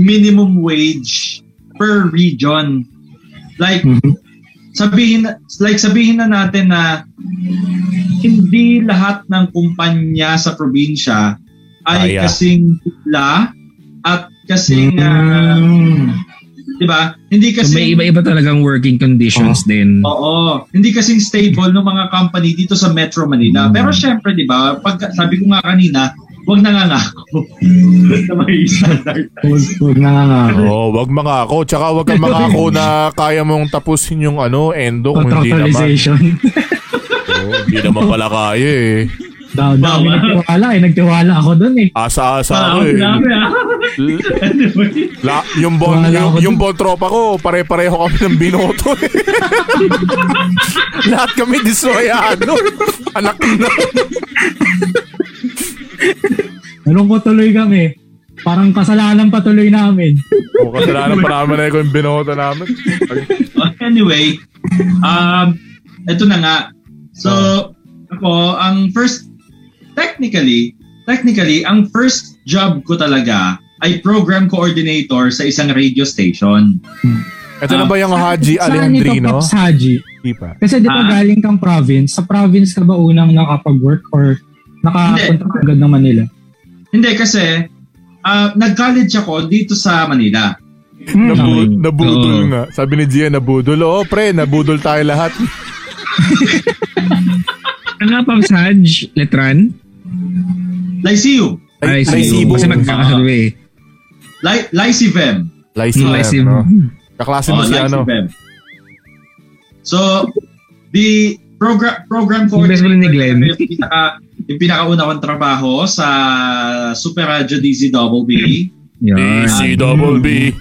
Speaker 4: minimum wage per region. Like,
Speaker 1: Mm-hmm.
Speaker 3: Mhm.
Speaker 4: sabihin like sabihin na natin na hindi lahat ng kumpanya sa probinsya ay
Speaker 2: Kaya.
Speaker 4: kasing la at kasing ah,
Speaker 3: Mm.
Speaker 4: 'di ba? Hindi
Speaker 1: Mm-hmm. So
Speaker 4: kasi
Speaker 1: may iba-iba talagang working conditions din.
Speaker 4: Oo, hindi kasing stable ng mga company dito sa Metro Manila. Pero syempre, 'di ba? Pag sabi ko nga kanina, huwag nangangako na may standard.
Speaker 3: Huwag huwag nangangako.
Speaker 2: Oh, wag mga ako. Tsaka wag kang mga ako na kaya mong tapusin yung ano, endo kung hindi naman.
Speaker 3: Contractualization.
Speaker 2: Oo, hindi naman pala kaya eh.
Speaker 3: Daw, daw,
Speaker 4: Bawa.
Speaker 3: nagtiwala eh. Nagtiwala ako doon eh.
Speaker 2: Asa-asa ako
Speaker 4: Ah,
Speaker 2: eh.
Speaker 4: grabe, ah. Anyway.
Speaker 2: La, yung bon,
Speaker 3: Wala
Speaker 2: yung,
Speaker 3: ako
Speaker 2: yung bon tropa ko, pare-pareho kami ng binoto eh. Lahat kami disloyado. Anak na.
Speaker 3: Anong ko tuloy kami? Parang kasalanan pa tuloy namin.
Speaker 2: O, kasalanan pa namin na yung binoto namin.
Speaker 4: anyway, um, eto na nga. So, ako, ang first, technically, technically, ang first job ko talaga ay program coordinator sa isang radio station.
Speaker 2: Ito na ba yung Haji
Speaker 3: Saan ito,
Speaker 2: Alejandrino?
Speaker 3: Pops Haji?
Speaker 2: Di pa.
Speaker 3: Kasi di ba
Speaker 4: Ah?
Speaker 3: galing kang province, sa province ka ba unang nakapag-work or nakapunta ka agad ng Manila?
Speaker 4: Hindi kasi, ah, nag-college ako dito sa Manila.
Speaker 3: Hmm.
Speaker 2: Nabu-
Speaker 1: Okay.
Speaker 2: nabudol
Speaker 1: Oo.
Speaker 2: nga. Sabi ni Gia, nabudol. Oo, pre, nabudol tayo lahat.
Speaker 1: Ang nga pa, Saj, Letran?
Speaker 4: Lyceum.
Speaker 1: Ay,
Speaker 2: Ay,
Speaker 1: Cebu.
Speaker 2: Cebu.
Speaker 1: Kasi magkakasabi eh.
Speaker 4: Ly- Lycivem.
Speaker 2: Lycee
Speaker 1: Lycee
Speaker 2: Lycee
Speaker 1: Web.
Speaker 2: no? Kaklase mo
Speaker 4: Oh,
Speaker 2: si
Speaker 4: Lycee
Speaker 2: ano.
Speaker 4: Web. So, the program program
Speaker 1: Yung best friend ni Glenn.
Speaker 4: yung pinaka yung pinakauna kong trabaho sa Super Radio DZWB.
Speaker 1: Yun.
Speaker 2: DC double B.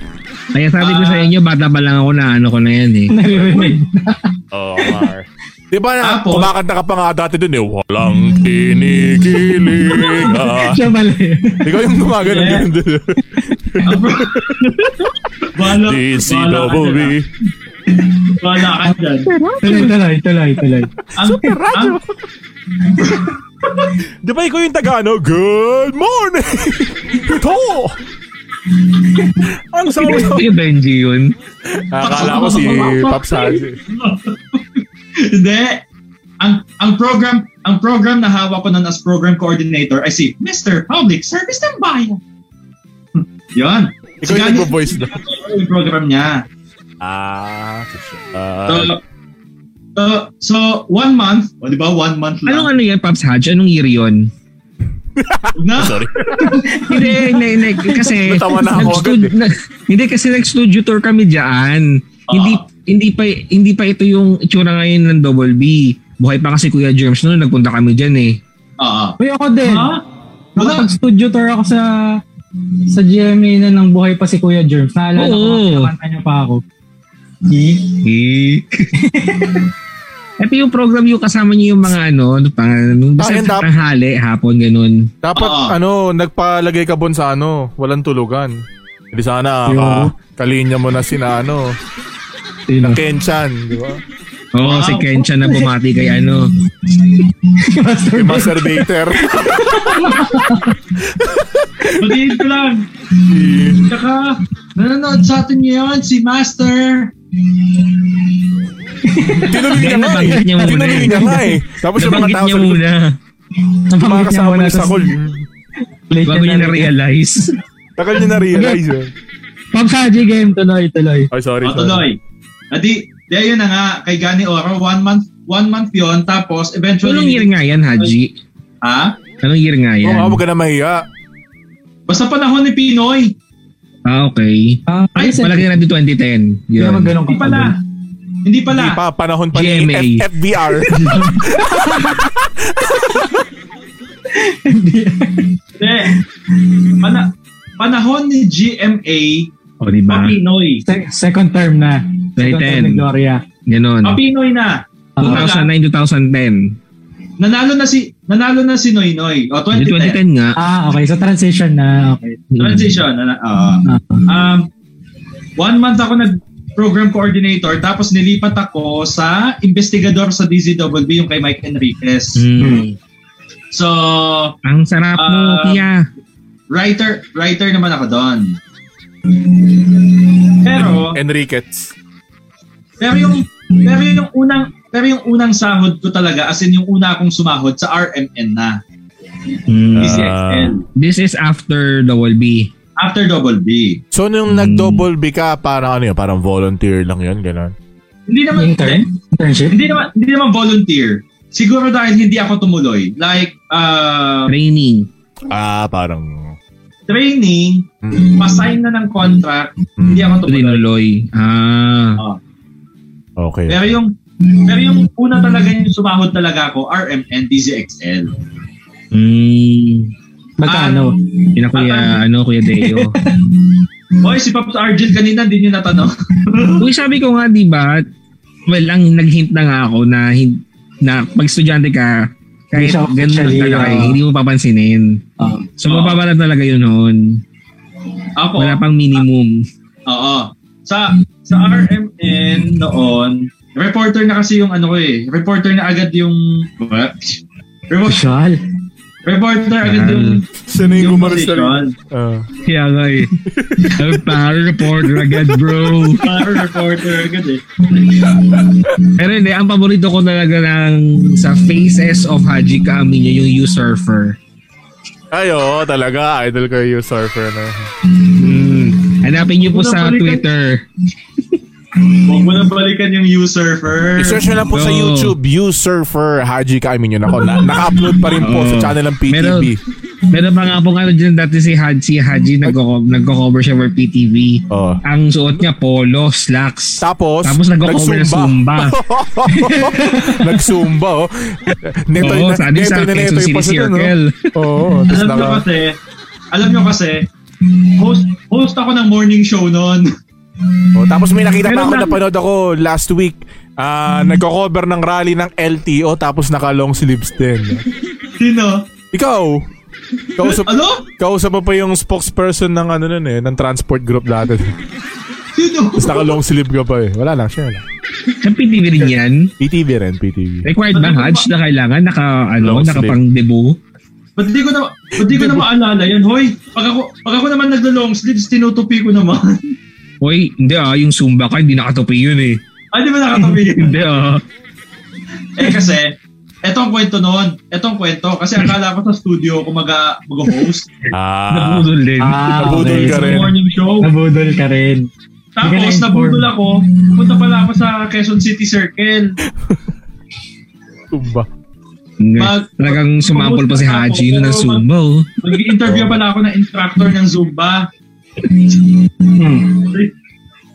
Speaker 1: Kaya sabi ko sa
Speaker 4: Ah.
Speaker 1: inyo, bata pa lang ako na ano ko na yan eh.
Speaker 3: Naririnig.
Speaker 2: Oh, Mar. Di ba na,
Speaker 4: Tapos-
Speaker 2: kumakanta ka pa nga dati dun eh, walang kinikilig ah.
Speaker 3: Siya pala yun.
Speaker 2: Ikaw yung gumagano
Speaker 4: Yeah.
Speaker 2: ganun dun.
Speaker 4: Ang pro- Bala, bala ka
Speaker 2: DCWB.
Speaker 4: dyan, ah. Bala ka dyan.
Speaker 3: Tuloy, tuloy, tuloy, tuloy.
Speaker 4: Ang, Super Radio.
Speaker 2: Di ba ikaw yung taga ano, good morning! Ito! Ang sawa sa...
Speaker 1: Yung Benji yun.
Speaker 2: Akala ko si Pops Haji.
Speaker 4: Hindi. Ang ang program ang program na hawak ko nun as program coordinator ay si Mr. Public Service ng Bayan. Yun.
Speaker 2: Ikaw yung
Speaker 4: Ganyan-
Speaker 2: nagbo-voice na.
Speaker 4: ganyan yung program niya.
Speaker 2: Ah, uh,
Speaker 4: So, so, Uh, so one month, o di ba, one month lang.
Speaker 1: Anong ano yan, Pops Hodge? Anong year yun?
Speaker 4: na,
Speaker 2: sorry.
Speaker 1: hindi, hindi, hindi. Kasi,
Speaker 2: Natawa na ako
Speaker 1: nag-stud-
Speaker 2: agad eh.
Speaker 1: na- hindi kasi nag-studio tour kami dyan. Hindi,
Speaker 2: Ah.
Speaker 1: hindi pa, hindi pa ito yung itsura ngayon ng Double B. Buhay pa kasi Kuya Germs noon, nagpunta kami dyan eh.
Speaker 4: oo.
Speaker 3: Uy, ako din.
Speaker 4: Ha? Wala.
Speaker 3: Nakapag-studio tour ako sa sa GMA na nang buhay pa si Kuya Germs. Naalala ko,
Speaker 1: Oo.
Speaker 3: kinakanta niyo pa ako.
Speaker 1: Eh. ito yung program yung kasama niyo yung mga ano, ano pang, ano, basta
Speaker 2: Ah, and
Speaker 1: sa
Speaker 2: up.
Speaker 1: tanghali, hapon, ganun.
Speaker 2: Dapat
Speaker 4: Oo.
Speaker 2: ano, nagpalagay ka bon sa ano, walang tulugan. Hindi sana
Speaker 3: Yo.
Speaker 2: ka, kalinya mo na sina ano,
Speaker 1: Sino?
Speaker 2: na Kenchan, di ba?
Speaker 1: Oo,
Speaker 4: Wow.
Speaker 1: si Kencha na bumati kay ano.
Speaker 3: Master
Speaker 2: Yung masturbator.
Speaker 4: Batiin ko lang. Tsaka, nanonood sa atin ngayon si Master.
Speaker 2: Tinuloy niya nga eh.
Speaker 1: Nabanggit niya muna
Speaker 2: Tinuloy
Speaker 1: eh.
Speaker 2: niya nga eh. Tapos yung mga
Speaker 1: Nabanggit niya
Speaker 2: tao sa likod,
Speaker 1: muna.
Speaker 2: yung mga
Speaker 3: Nabanggit niya
Speaker 2: kasama
Speaker 3: muna,
Speaker 2: niya sa
Speaker 3: tas-
Speaker 2: call.
Speaker 3: Plate
Speaker 1: Bago niya na-realize.
Speaker 2: Tagal niya na-realize eh.
Speaker 3: Pag sa Haji game, tuloy, tuloy.
Speaker 2: Ay, sorry.
Speaker 1: Ah,
Speaker 2: sorry.
Speaker 4: O, tuloy. Adi, Ah, di ayun na nga, kay Gani Oro, one month, one month yon tapos eventually,
Speaker 1: Anong year nga yan, Haji?
Speaker 4: ha?
Speaker 1: Anong year nga
Speaker 2: Oo
Speaker 1: yan?
Speaker 2: nga, huwag ka na mahiya.
Speaker 4: Basta panahon ni Pinoy.
Speaker 1: Ah, okay.
Speaker 3: Ah,
Speaker 4: Ay,
Speaker 3: kasi-
Speaker 1: Malaki natin 2010.
Speaker 3: Hindi naman
Speaker 1: Yun.
Speaker 3: ganun
Speaker 4: Hindi pala.
Speaker 3: katagal.
Speaker 4: Hindi
Speaker 2: Ano? Hindi
Speaker 4: pala.
Speaker 2: pa, panahon pa ni
Speaker 1: GMA.
Speaker 2: F- FBR.
Speaker 4: Hindi. Pana- panahon ni GMA,
Speaker 1: O, diba? di ba?
Speaker 4: Papinoy.
Speaker 3: Se- second term na. Second
Speaker 1: 2010.
Speaker 3: term ni Gloria.
Speaker 1: Ganun.
Speaker 2: Ano?
Speaker 4: Papinoy na.
Speaker 3: Ah,
Speaker 1: 2009-2010.
Speaker 4: Nanalo na si nanalo na si Noynoy. O 2010.
Speaker 1: 2010 nga.
Speaker 3: ah, okay. So transition na. Okay.
Speaker 4: Transition. Ano, ah.
Speaker 3: Ah.
Speaker 4: um, one month ako nag program coordinator tapos nilipat ako sa investigador sa DZWB yung kay Mike Enriquez.
Speaker 1: Mm.
Speaker 4: So,
Speaker 1: Ang sarap mo,
Speaker 4: Ah.
Speaker 1: Pia.
Speaker 4: writer writer naman ako doon. Pero
Speaker 2: Enriquez.
Speaker 4: pero yung pero yung unang pero yung unang sahod ko talaga as in yung una akong sumahod sa RMN na.
Speaker 1: Mm.
Speaker 4: DCXL.
Speaker 1: This is after Double B.
Speaker 4: After Double B.
Speaker 2: So,
Speaker 1: Hmm.
Speaker 2: nung nag-double B ka, parang ano yun, parang volunteer lang yun, gano'n.
Speaker 4: Hindi naman
Speaker 3: Intern? Internship?
Speaker 4: hindi naman hindi naman volunteer. Siguro dahil hindi ako tumuloy. Like uh,
Speaker 1: Training.
Speaker 2: Ah, parang...
Speaker 4: training,
Speaker 2: Mm,
Speaker 4: pa-sign na ng contract, hindi ako tumuloy.
Speaker 1: Tuloy. Ah.
Speaker 4: Oh.
Speaker 2: Okay.
Speaker 4: Pero yung pero yung una talaga yung sumahod talaga ako, RMN, DZXL.
Speaker 1: Mm.
Speaker 3: Magkano?
Speaker 1: Yun na
Speaker 3: Ah,
Speaker 1: kuya, ano, kuya Deo.
Speaker 4: Hoy, si Pops Argel kanina, hindi niyo natanong.
Speaker 1: Uy, sabi ko nga, di ba, well, ang nag-hint na nga ako na, hin- na pag estudyante ka, kahit
Speaker 3: Hindi siya
Speaker 1: ganun lang
Speaker 3: officially,
Speaker 1: talaga, eh,
Speaker 3: ah.
Speaker 1: hindi mo papansinin.
Speaker 3: Ah.
Speaker 1: So,
Speaker 4: Oo.
Speaker 1: mababa lang talaga yun noon.
Speaker 4: Ako,
Speaker 1: Wala pang minimum.
Speaker 4: oo. Sa, sa RMN noon, reporter na kasi yung ano ko eh. Reporter na agad yung... What? Repo-
Speaker 3: Official?
Speaker 4: Reporter agad yung...
Speaker 2: Sino
Speaker 4: Yung
Speaker 2: yung gumano sa...
Speaker 4: position.
Speaker 2: Ah.
Speaker 1: Kaya nga eh. Para reporter agad, bro.
Speaker 4: Parang Ah, reporter agad eh.
Speaker 1: Pero hindi, ang paborito ko talaga ng sa Faces of Haji Kaamino, yung U-Surfer.
Speaker 2: Ay, oo, talaga. Idol ko yung surfer na.
Speaker 1: Hmm. Hanapin niyo po sa
Speaker 4: Balikan.
Speaker 1: Twitter.
Speaker 4: Huwag mo na balikan yung usurfer.
Speaker 2: I-search nyo lang po sa
Speaker 1: No.
Speaker 2: YouTube, You Surfer Haji Kaamin yun ako. Na- naka-upload pa rin po
Speaker 1: Oo.
Speaker 2: sa channel ng PTV.
Speaker 1: Meron, Meron pa nga pong ano dyan dati si Haji, si Haji nagko- nagko-cover siya for PTV.
Speaker 2: Oh.
Speaker 1: Ang suot niya polo, slacks.
Speaker 2: Tapos,
Speaker 1: Tapos nagko-cover ng Zumba.
Speaker 2: Nagsumba, oh. Neto,
Speaker 1: Oo, sabi sa Quezon City Circle.
Speaker 2: Oo, oh, tapos
Speaker 4: Alam nyo
Speaker 2: naka...
Speaker 4: kasi, alam nyo kasi, host, host ako ng morning show noon.
Speaker 2: Oh, tapos may nakita
Speaker 1: Meron Mm-hmm.
Speaker 2: pa ako,
Speaker 1: lang-
Speaker 2: napanood ako last week. Ah, nagko-cover ng rally ng LTO tapos naka-long sleeves din.
Speaker 4: Sino?
Speaker 2: Ikaw, kausap,
Speaker 4: Ano?
Speaker 2: kausap mo pa yung spokesperson ng ano nun eh, ng transport group dati. Tapos
Speaker 4: Sino?
Speaker 2: naka-long sleeve ka pa eh. Wala lang, siya lang.
Speaker 1: Sa PTV rin yan.
Speaker 2: PTV rin, PTV.
Speaker 1: Required ba Haji na kailangan naka ano,
Speaker 2: Long
Speaker 1: naka pang debut?
Speaker 4: Ba't di ko na, ba't di ko na maalala yan? Hoy, pag ako, pag ako naman naglo-long sleeves, tinutupi ko naman.
Speaker 1: Hoy, hindi ah, yung Zumba ka, hindi nakatupi yun eh.
Speaker 4: Ay, Ah, di ba nakatabi yun?
Speaker 1: Hindi ah.
Speaker 4: eh kasi, etong kwento noon, etong kwento, kasi akala ko sa studio ako mag- mag-host
Speaker 2: Ah,
Speaker 1: Nabudol din.
Speaker 3: Ah,
Speaker 2: Nabudol
Speaker 3: okay.
Speaker 2: ka
Speaker 4: sa
Speaker 2: rin.
Speaker 4: morning show.
Speaker 3: Nabudol ka rin. Hindi
Speaker 4: Tapos,
Speaker 3: ka na-inform.
Speaker 4: nabudol ako, punta pala ako sa Quezon City Circle.
Speaker 2: tumba.
Speaker 1: Hindi.
Speaker 4: Mag-
Speaker 1: Talagang sumampol pa si Haji nun ng Zumba oh.
Speaker 4: Mag-interview pala ako ng instructor ng Zumba.
Speaker 3: Hmm.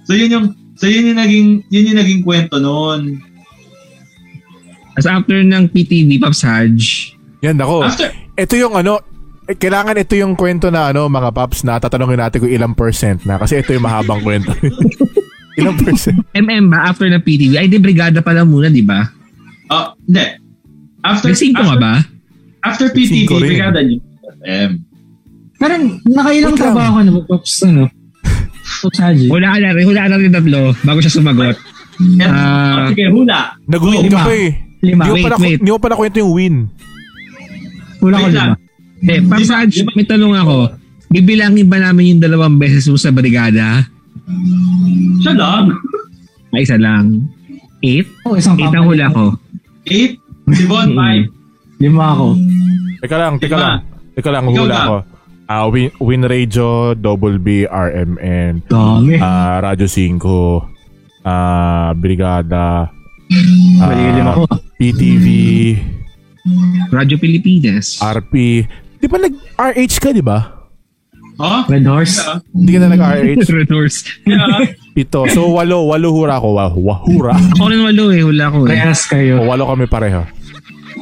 Speaker 4: So, yun yung, so yun yung naging, yun yung naging kwento noon.
Speaker 1: As after ng PTV, Pops Haj,
Speaker 2: Yan ako.
Speaker 4: After-
Speaker 2: Ito yung ano, eh, kailangan ito yung kwento na ano mga paps na tatanungin natin kung ilang percent na kasi ito yung mahabang kwento. ilang percent?
Speaker 1: MM ba after ng PTV? Ay, di brigada pala muna, di ba?
Speaker 4: Ah, hindi. After,
Speaker 1: Nag-sync ka nga
Speaker 4: after,
Speaker 1: ba?
Speaker 4: after
Speaker 2: Nag-sync
Speaker 4: PTV,
Speaker 2: ko rin.
Speaker 4: brigada niyo. Um,
Speaker 3: Parang nakailang
Speaker 2: Wait lang.
Speaker 3: trabaho ka na ba, Pops? Ano? Pops Haji.
Speaker 1: Hulaan na rin, hulaan na rin tatlo bago siya sumagot.
Speaker 4: and,
Speaker 1: Ah.
Speaker 4: ah, sige, hula.
Speaker 2: Nag-win
Speaker 1: Lima.
Speaker 2: ka pa eh.
Speaker 3: Lima.
Speaker 2: Hindi ko
Speaker 1: Wait,
Speaker 2: pa na,
Speaker 1: wait.
Speaker 2: hindi ko pa na kwento yung win.
Speaker 3: Wala ko
Speaker 4: Wait
Speaker 3: lima.
Speaker 4: lang.
Speaker 1: Eh, Pops
Speaker 4: Di ba-
Speaker 1: Haj,
Speaker 4: di ba-
Speaker 1: may tanong ako. Bibilangin ba namin yung dalawang beses mo sa brigada?
Speaker 4: Siya lang.
Speaker 1: Ay, isa lang. Eight?
Speaker 3: Oh, isang
Speaker 1: Eight
Speaker 3: company.
Speaker 1: ang hula ko.
Speaker 4: Eight. Si Von Five.
Speaker 3: Lima ako.
Speaker 2: Teka lang, teka
Speaker 4: Lima.
Speaker 2: lang. Teka lang,
Speaker 4: Ikaw
Speaker 2: hula
Speaker 4: na.
Speaker 2: ko. Ah, win, win Radio, Double B, RMN,
Speaker 3: Dami.
Speaker 2: ah, Radyo 5, ah, Brigada,
Speaker 3: Malilim
Speaker 2: ah,
Speaker 3: ako.
Speaker 2: PTV,
Speaker 1: Radyo Pilipinas.
Speaker 2: RP. Di ba nag-RH ka, di ba?
Speaker 4: Huh?
Speaker 3: Red Horse.
Speaker 2: Hindi ka na nag-RH.
Speaker 1: Red Horse.
Speaker 4: Yeah.
Speaker 2: Pito. So, walo. Walo hura ko. Wa- Wahura.
Speaker 1: Ako rin walo eh, hula ko eh.
Speaker 3: Parehas kayo.
Speaker 2: O, walo kami pareho.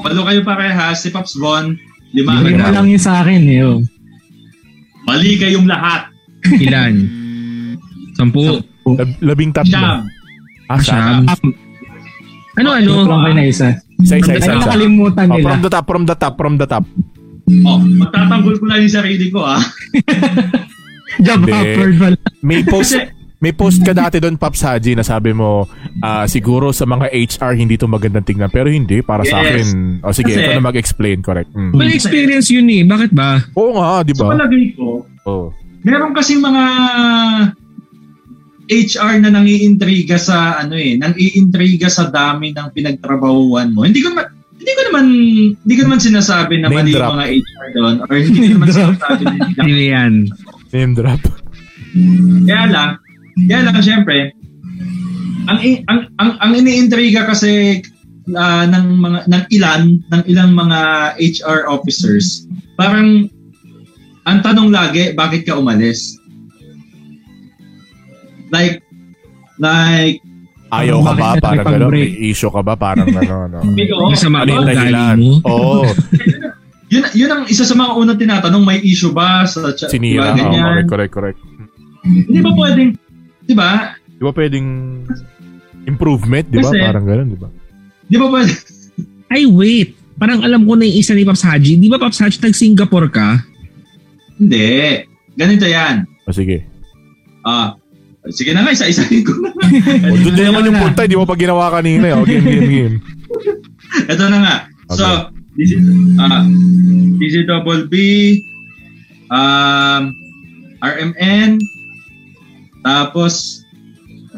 Speaker 4: Palo kayo parehas. Si Pops Von. Lima ka
Speaker 3: Lima
Speaker 4: na.
Speaker 3: lang yun sa akin eh. oh.
Speaker 4: Mali kayong lahat.
Speaker 1: Ilan? Sampu.
Speaker 2: Lab- labing tatlo.
Speaker 4: Siyam.
Speaker 2: Ah,
Speaker 1: Siyam. Ano, ano?
Speaker 3: Ito lang kayo na isa.
Speaker 2: Isa, isa,
Speaker 3: Ay,
Speaker 2: isa. isa.
Speaker 3: nakalimutan
Speaker 2: Oh,
Speaker 3: nila.
Speaker 2: from the top, from the top, from the top.
Speaker 4: Oh, magtatanggol ko lang yung sarili ko ah.
Speaker 3: Job
Speaker 2: Hindi.
Speaker 3: hopper pala.
Speaker 2: May post,
Speaker 4: Kasi-
Speaker 2: may post ka dati doon, Paps Haji, na sabi mo, ah, siguro sa mga HR, hindi to magandang tingnan. Pero hindi, para sa akin.
Speaker 4: Yes.
Speaker 2: O, sige,
Speaker 4: Kasi-
Speaker 2: ikaw na mag-explain, correct. Mm.
Speaker 1: May experience yun eh. Bakit ba?
Speaker 2: Oo nga, di
Speaker 4: Sa
Speaker 2: ba? Oh,
Speaker 4: palagay ko,
Speaker 2: Oo.
Speaker 4: meron kasing mga HR na nangiintriga sa ano eh, nangiintriga sa dami ng pinagtrabahuan mo. Hindi ko naman hindi ko naman hindi ko naman sinasabi na
Speaker 2: Name
Speaker 4: mali
Speaker 2: drop.
Speaker 4: yung mga HR doon or hindi ko naman
Speaker 3: Name drop.
Speaker 4: sinasabi na hindi
Speaker 1: Ano yan?
Speaker 2: Name drop.
Speaker 4: Kaya lang, kaya lang syempre, ang i- ang ang, ang iniintriga kasi ah, ng mga ng ilan ng ilang mga HR officers, parang ang tanong lagi, bakit ka umalis? Like like
Speaker 2: Ayaw ka ba?
Speaker 3: Bakit
Speaker 2: Parang
Speaker 3: may
Speaker 2: gano'n.
Speaker 3: pag-break?
Speaker 2: May issue ka ba? Parang gano'n. no?
Speaker 4: Bigo.
Speaker 1: Masama ba
Speaker 2: Ano yung
Speaker 1: ang dali
Speaker 2: dahilan?
Speaker 1: mo?
Speaker 2: Oo.
Speaker 4: yun, yun ang isa sa mga unang tinatanong, may issue ba sa chat?
Speaker 2: Sinira.
Speaker 4: Diba,
Speaker 2: Oo,
Speaker 4: ganyan?
Speaker 2: correct, correct, correct.
Speaker 4: Hindi ba pwedeng, diba? di ba?
Speaker 2: Di ba pwedeng improvement, di ba?
Speaker 4: Kasi-
Speaker 2: Parang ganun, di ba?
Speaker 4: Di ba pwedeng,
Speaker 1: Ay, wait. Parang alam ko na yung isa ni Pops Haji. Di ba Pops Haji, nag-Singapore ka?
Speaker 4: hindi. Ganito yan.
Speaker 2: O sige.
Speaker 4: Ah, sige na nga, isa-isahin ko na.
Speaker 2: O, doon Oh, din naman yung
Speaker 3: ano na.
Speaker 2: punta, di mo pa ginawa kanina. eh. O, game, game, game.
Speaker 4: Ito na nga. So, this is, ah, this is double B, um, RMN, tapos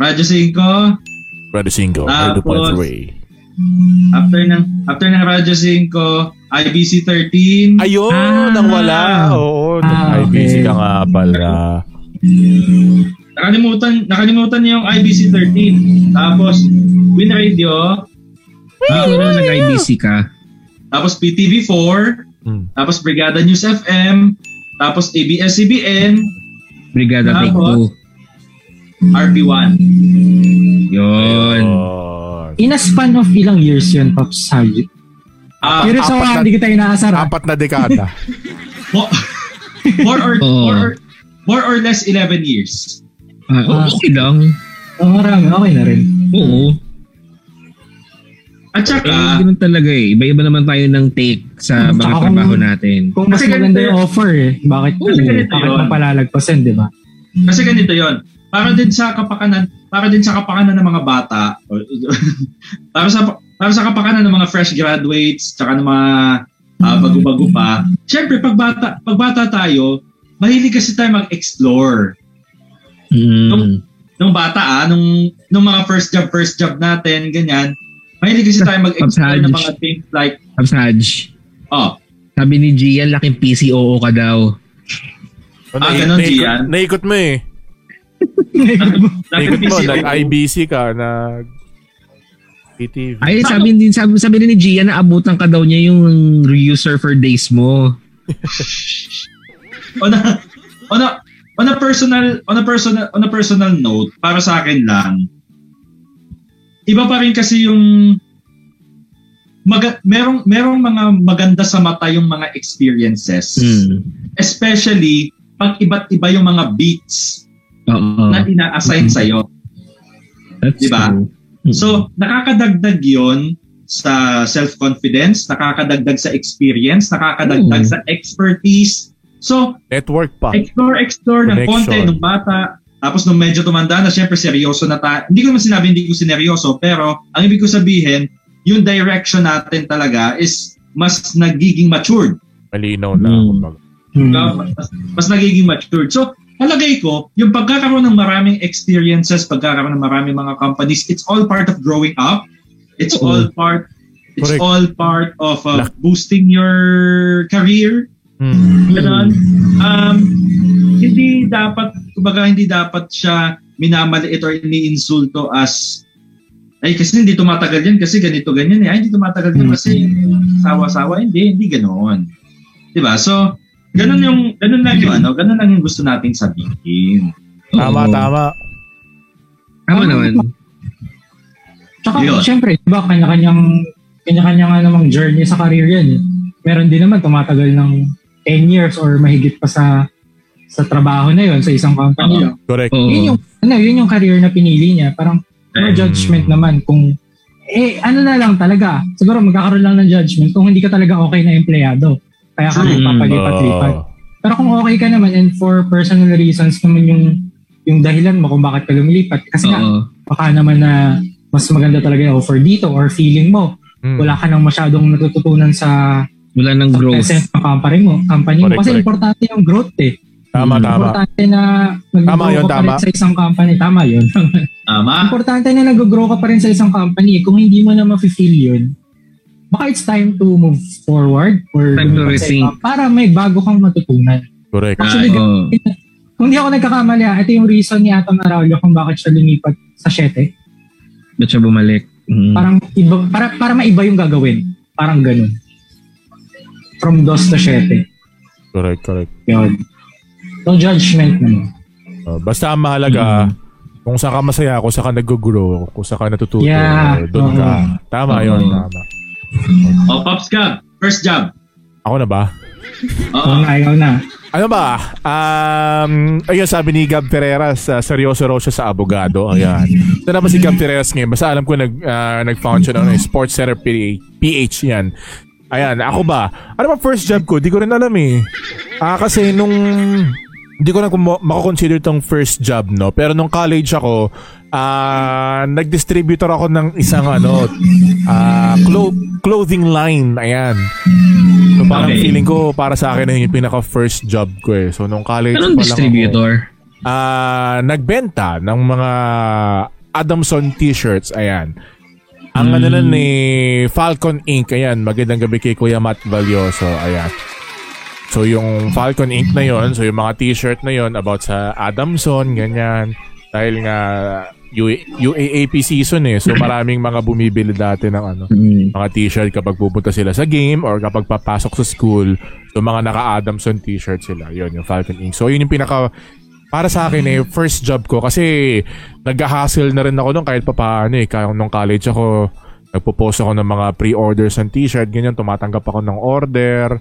Speaker 4: Radyo 5,
Speaker 2: Ready single,
Speaker 4: Tapos-
Speaker 2: 2.3.
Speaker 4: after ng, after ng Radyo 5, IBC 13,
Speaker 2: Ayun,
Speaker 1: Ah.
Speaker 2: nang wala. Oo,
Speaker 3: Ah,
Speaker 2: nang IBC
Speaker 3: okay.
Speaker 2: ka nga pala.
Speaker 4: nakalimutan, nakalimutan niyo yung IBC 13, tapos Win Radio,
Speaker 1: Ah, Hindi ko na nag-IBC ka.
Speaker 4: tapos PTV 4,
Speaker 2: Mm.
Speaker 4: tapos Brigada News FM, tapos ABS-CBN,
Speaker 1: Brigada Take
Speaker 4: Tapos?
Speaker 1: 2.
Speaker 4: RP1.
Speaker 1: Yun.
Speaker 2: Ayun.
Speaker 3: In a span of ilang years yun, Pops Haji.
Speaker 4: Ah,
Speaker 3: Pero sa
Speaker 2: apat na-
Speaker 3: mga hindi kita inaasar. ah.
Speaker 2: Apat na dekada.
Speaker 4: mo- more or,
Speaker 1: Oo.
Speaker 4: more or more or less 11 years.
Speaker 1: Ah, oh, okay lang.
Speaker 3: Oo, marami. Okay na rin.
Speaker 1: Oo. Eh,
Speaker 4: At saka,
Speaker 1: ganun talaga eh. Iba-iba naman tayo ng take sa
Speaker 3: Tsaka
Speaker 1: mga
Speaker 3: kung-
Speaker 1: trabaho natin.
Speaker 3: Kung mas
Speaker 4: Kasi
Speaker 3: maganda
Speaker 4: ganito
Speaker 3: yung
Speaker 4: yun.
Speaker 3: offer eh, bakit,
Speaker 4: Kasi ganito
Speaker 3: bakit
Speaker 4: yun.
Speaker 3: mapalalagpasin, di ba?
Speaker 4: kasi ganito yon para din sa kapakanan, para din sa kapakanan ng mga bata, o- para sa para sa kapakanan ng mga fresh graduates, tsaka ng mga ah, bago-bago pa. Siyempre, pag bata, pag bata tayo, mahilig kasi tayo mag-explore.
Speaker 1: Mm.
Speaker 4: Nung bata, ah, nung, nung mga first job, first job natin, ganyan, mahilig kasi tayo mag-explore ng mga things like,
Speaker 1: Absaj.
Speaker 4: oh,
Speaker 1: Sabi ni Gian, laking PCOO ka daw.
Speaker 4: Ah, ganun, Gian.
Speaker 2: Oh, Naikot mo eh.
Speaker 4: dapat
Speaker 2: Naikot mo.
Speaker 4: busy ako.
Speaker 2: Nag-IBC ka, nag... PTV.
Speaker 1: Ay,
Speaker 4: Bakit?
Speaker 1: sabi din sabi, sabi din ni Gia na abutan ka daw niya yung reuser for days mo.
Speaker 4: on a, on a, on a personal on a personal on a personal note para sa akin lang iba pa rin kasi yung maga, merong merong mga maganda sa mata yung mga experiences
Speaker 1: Mm.
Speaker 4: especially pag iba't iba yung mga beats
Speaker 1: Oo.
Speaker 4: na ina-assign sa iyo
Speaker 1: That's
Speaker 4: Diba?
Speaker 1: true.
Speaker 4: so nakakadagdag yon sa self-confidence nakakadagdag sa experience nakakadagdag
Speaker 1: Mm.
Speaker 4: sa expertise so
Speaker 2: Network pa.
Speaker 4: Explore, explore
Speaker 2: Connection.
Speaker 4: ng konti nung bata. Tapos nung medyo tumanda na, syempre seryoso na tayo. Hindi ko naman sinabi hindi ko sineryoso, pero ang ibig ko sabihin, yung direction natin talaga is mas nagiging matured.
Speaker 2: Malinaw na.
Speaker 1: Mm.
Speaker 2: kumbaga.
Speaker 3: Hmm.
Speaker 2: Hmm.
Speaker 4: Uh, Mas, mas nagiging matured. So, palagay ko, yung pagkakaroon ng maraming experiences, pagkakaroon ng maraming mga companies, it's all part of growing up. It's
Speaker 1: Oo.
Speaker 4: all part It's
Speaker 2: Correct.
Speaker 4: all part of uh,
Speaker 2: Lak-
Speaker 4: boosting your career.
Speaker 2: Mm.
Speaker 4: Ganon. Um, hindi dapat, kumbaga hindi dapat siya minamaliit or iniinsulto as ay kasi hindi tumatagal yan kasi ganito ganyan eh. Ay, hindi tumatagal yan kasi Mm-hmm. sawa-sawa. Hindi, hindi ganoon. 'Di ba? So, ganun yung ganun lang yung ano, ganun lang yung gusto nating sabihin.
Speaker 1: Oo.
Speaker 2: Tama, tama.
Speaker 1: Hmm. Tama naman.
Speaker 3: Tsaka
Speaker 4: Yun.
Speaker 3: syempre, di ba, kanya-kanyang, kanya-kanya nga namang journey sa career yan. eh. Meron din naman tumatagal ng 10 years or mahigit pa sa sa trabaho na yon sa isang company.
Speaker 4: Oo.
Speaker 2: Correct.
Speaker 1: Oo.
Speaker 3: Yun yung, ano, yun yung career na pinili niya. Parang no
Speaker 2: Mm.
Speaker 4: Eh,
Speaker 3: judgment naman kung eh ano na lang talaga. Siguro magkakaroon lang ng judgment kung hindi ka talaga okay na empleyado. Kaya
Speaker 2: Mm.
Speaker 3: ka
Speaker 4: True.
Speaker 3: rin papalipat-lipat. Pero kung okay ka naman and for personal reasons naman yung yung dahilan mo kung bakit ka lumilipat. Kasi nga,
Speaker 1: Oo.
Speaker 3: baka naman na mas maganda talaga yung offer dito or feeling mo.
Speaker 2: Mm.
Speaker 3: Wala ka nang masyadong natututunan sa,
Speaker 1: Wala ng
Speaker 3: sa
Speaker 1: growth.
Speaker 3: present na company mo. Company mo.
Speaker 2: Correct,
Speaker 3: Kasi
Speaker 2: correct.
Speaker 3: importante yung growth eh.
Speaker 1: Mm.
Speaker 2: Tama, tama.
Speaker 3: Importante na
Speaker 2: Tama yun,
Speaker 3: nag-grow ka pa rin
Speaker 2: tama.
Speaker 3: sa isang company. Tama yun.
Speaker 1: Ah,
Speaker 4: Tama.
Speaker 3: importante na nag-grow ka pa rin sa isang company. Kung hindi mo na mafe-feel yun, baka it's time to move forward or
Speaker 1: Time to
Speaker 3: lumipat sa
Speaker 1: rethink. Ah,
Speaker 3: iba para may bago kang matutunan.
Speaker 2: Correct.
Speaker 3: Actually,
Speaker 1: Oo.
Speaker 3: Kung di ako nagkakamali, ah, ito yung reason ni Atong Araulio kung bakit siya lumipat sa 7.
Speaker 1: Ba't siya bumalik? Mm.
Speaker 3: Parang iba, para, para maiba yung gagawin. Parang ganun. From 2 to 7.
Speaker 2: Correct, correct.
Speaker 3: Yun. No judgment naman.
Speaker 2: Uh, basta ang mahalaga,
Speaker 3: Mm.
Speaker 2: kung saan ka masaya, kung saan ka nag-grow, kung saan ka natututo,
Speaker 3: Yeah.
Speaker 2: doon ka.
Speaker 3: Oo.
Speaker 2: Tama yun,
Speaker 1: Oo.
Speaker 2: tama.
Speaker 4: Oh, Pops Gab, first job.
Speaker 2: Ako na ba?
Speaker 3: Oo
Speaker 4: Oo.
Speaker 3: na, ikaw na.
Speaker 2: Ano ba? Um, ayun, sabi ni Gab Ferreras, uh, seryoso raw siya sa abogado. Ayan. Ito naman si Gab Ferreras ngayon. Basta alam ko nag, ah, nag-found siya ng Sports Center PH. PH yan. Ayan, ako ba? Ano ba first job ko? Di ko rin alam eh. Ah, kasi nung... Hindi ko na kumo- makakonsider tong first job, no? Pero nung college ako, ah, nag-distributor ako ng isang ano, ah, clo- clothing line. Ayan. So parang
Speaker 4: Okay.
Speaker 2: Ano feeling ko para sa akin na yun yung pinaka first job ko eh. So nung college
Speaker 1: Anong
Speaker 2: pa lang ako,
Speaker 1: distributor?
Speaker 2: ah, nagbenta ng mga Adamson t-shirts. Ayan. Ang ano
Speaker 1: Hmm.
Speaker 2: na ni Falcon Inc. Ayan, magandang gabi kay Kuya Matt Valioso. Ayan. So yung Falcon Inc. na yon, so yung mga t-shirt na yon about sa Adamson, ganyan. Dahil nga U- UAAP season eh. So maraming mga bumibili dati ng ano,
Speaker 1: Mm.
Speaker 2: mga t-shirt kapag pupunta sila sa game or kapag papasok sa school. So mga naka-Adamson t-shirt sila. Yun, yung Falcon Inc. So yun yung pinaka para sa akin eh, first job ko kasi nag-hustle na rin ako nung kahit papaano eh. Kaya nung college ako, nagpo-post ako ng mga pre-orders ng t-shirt, ganyan, tumatanggap ako ng order.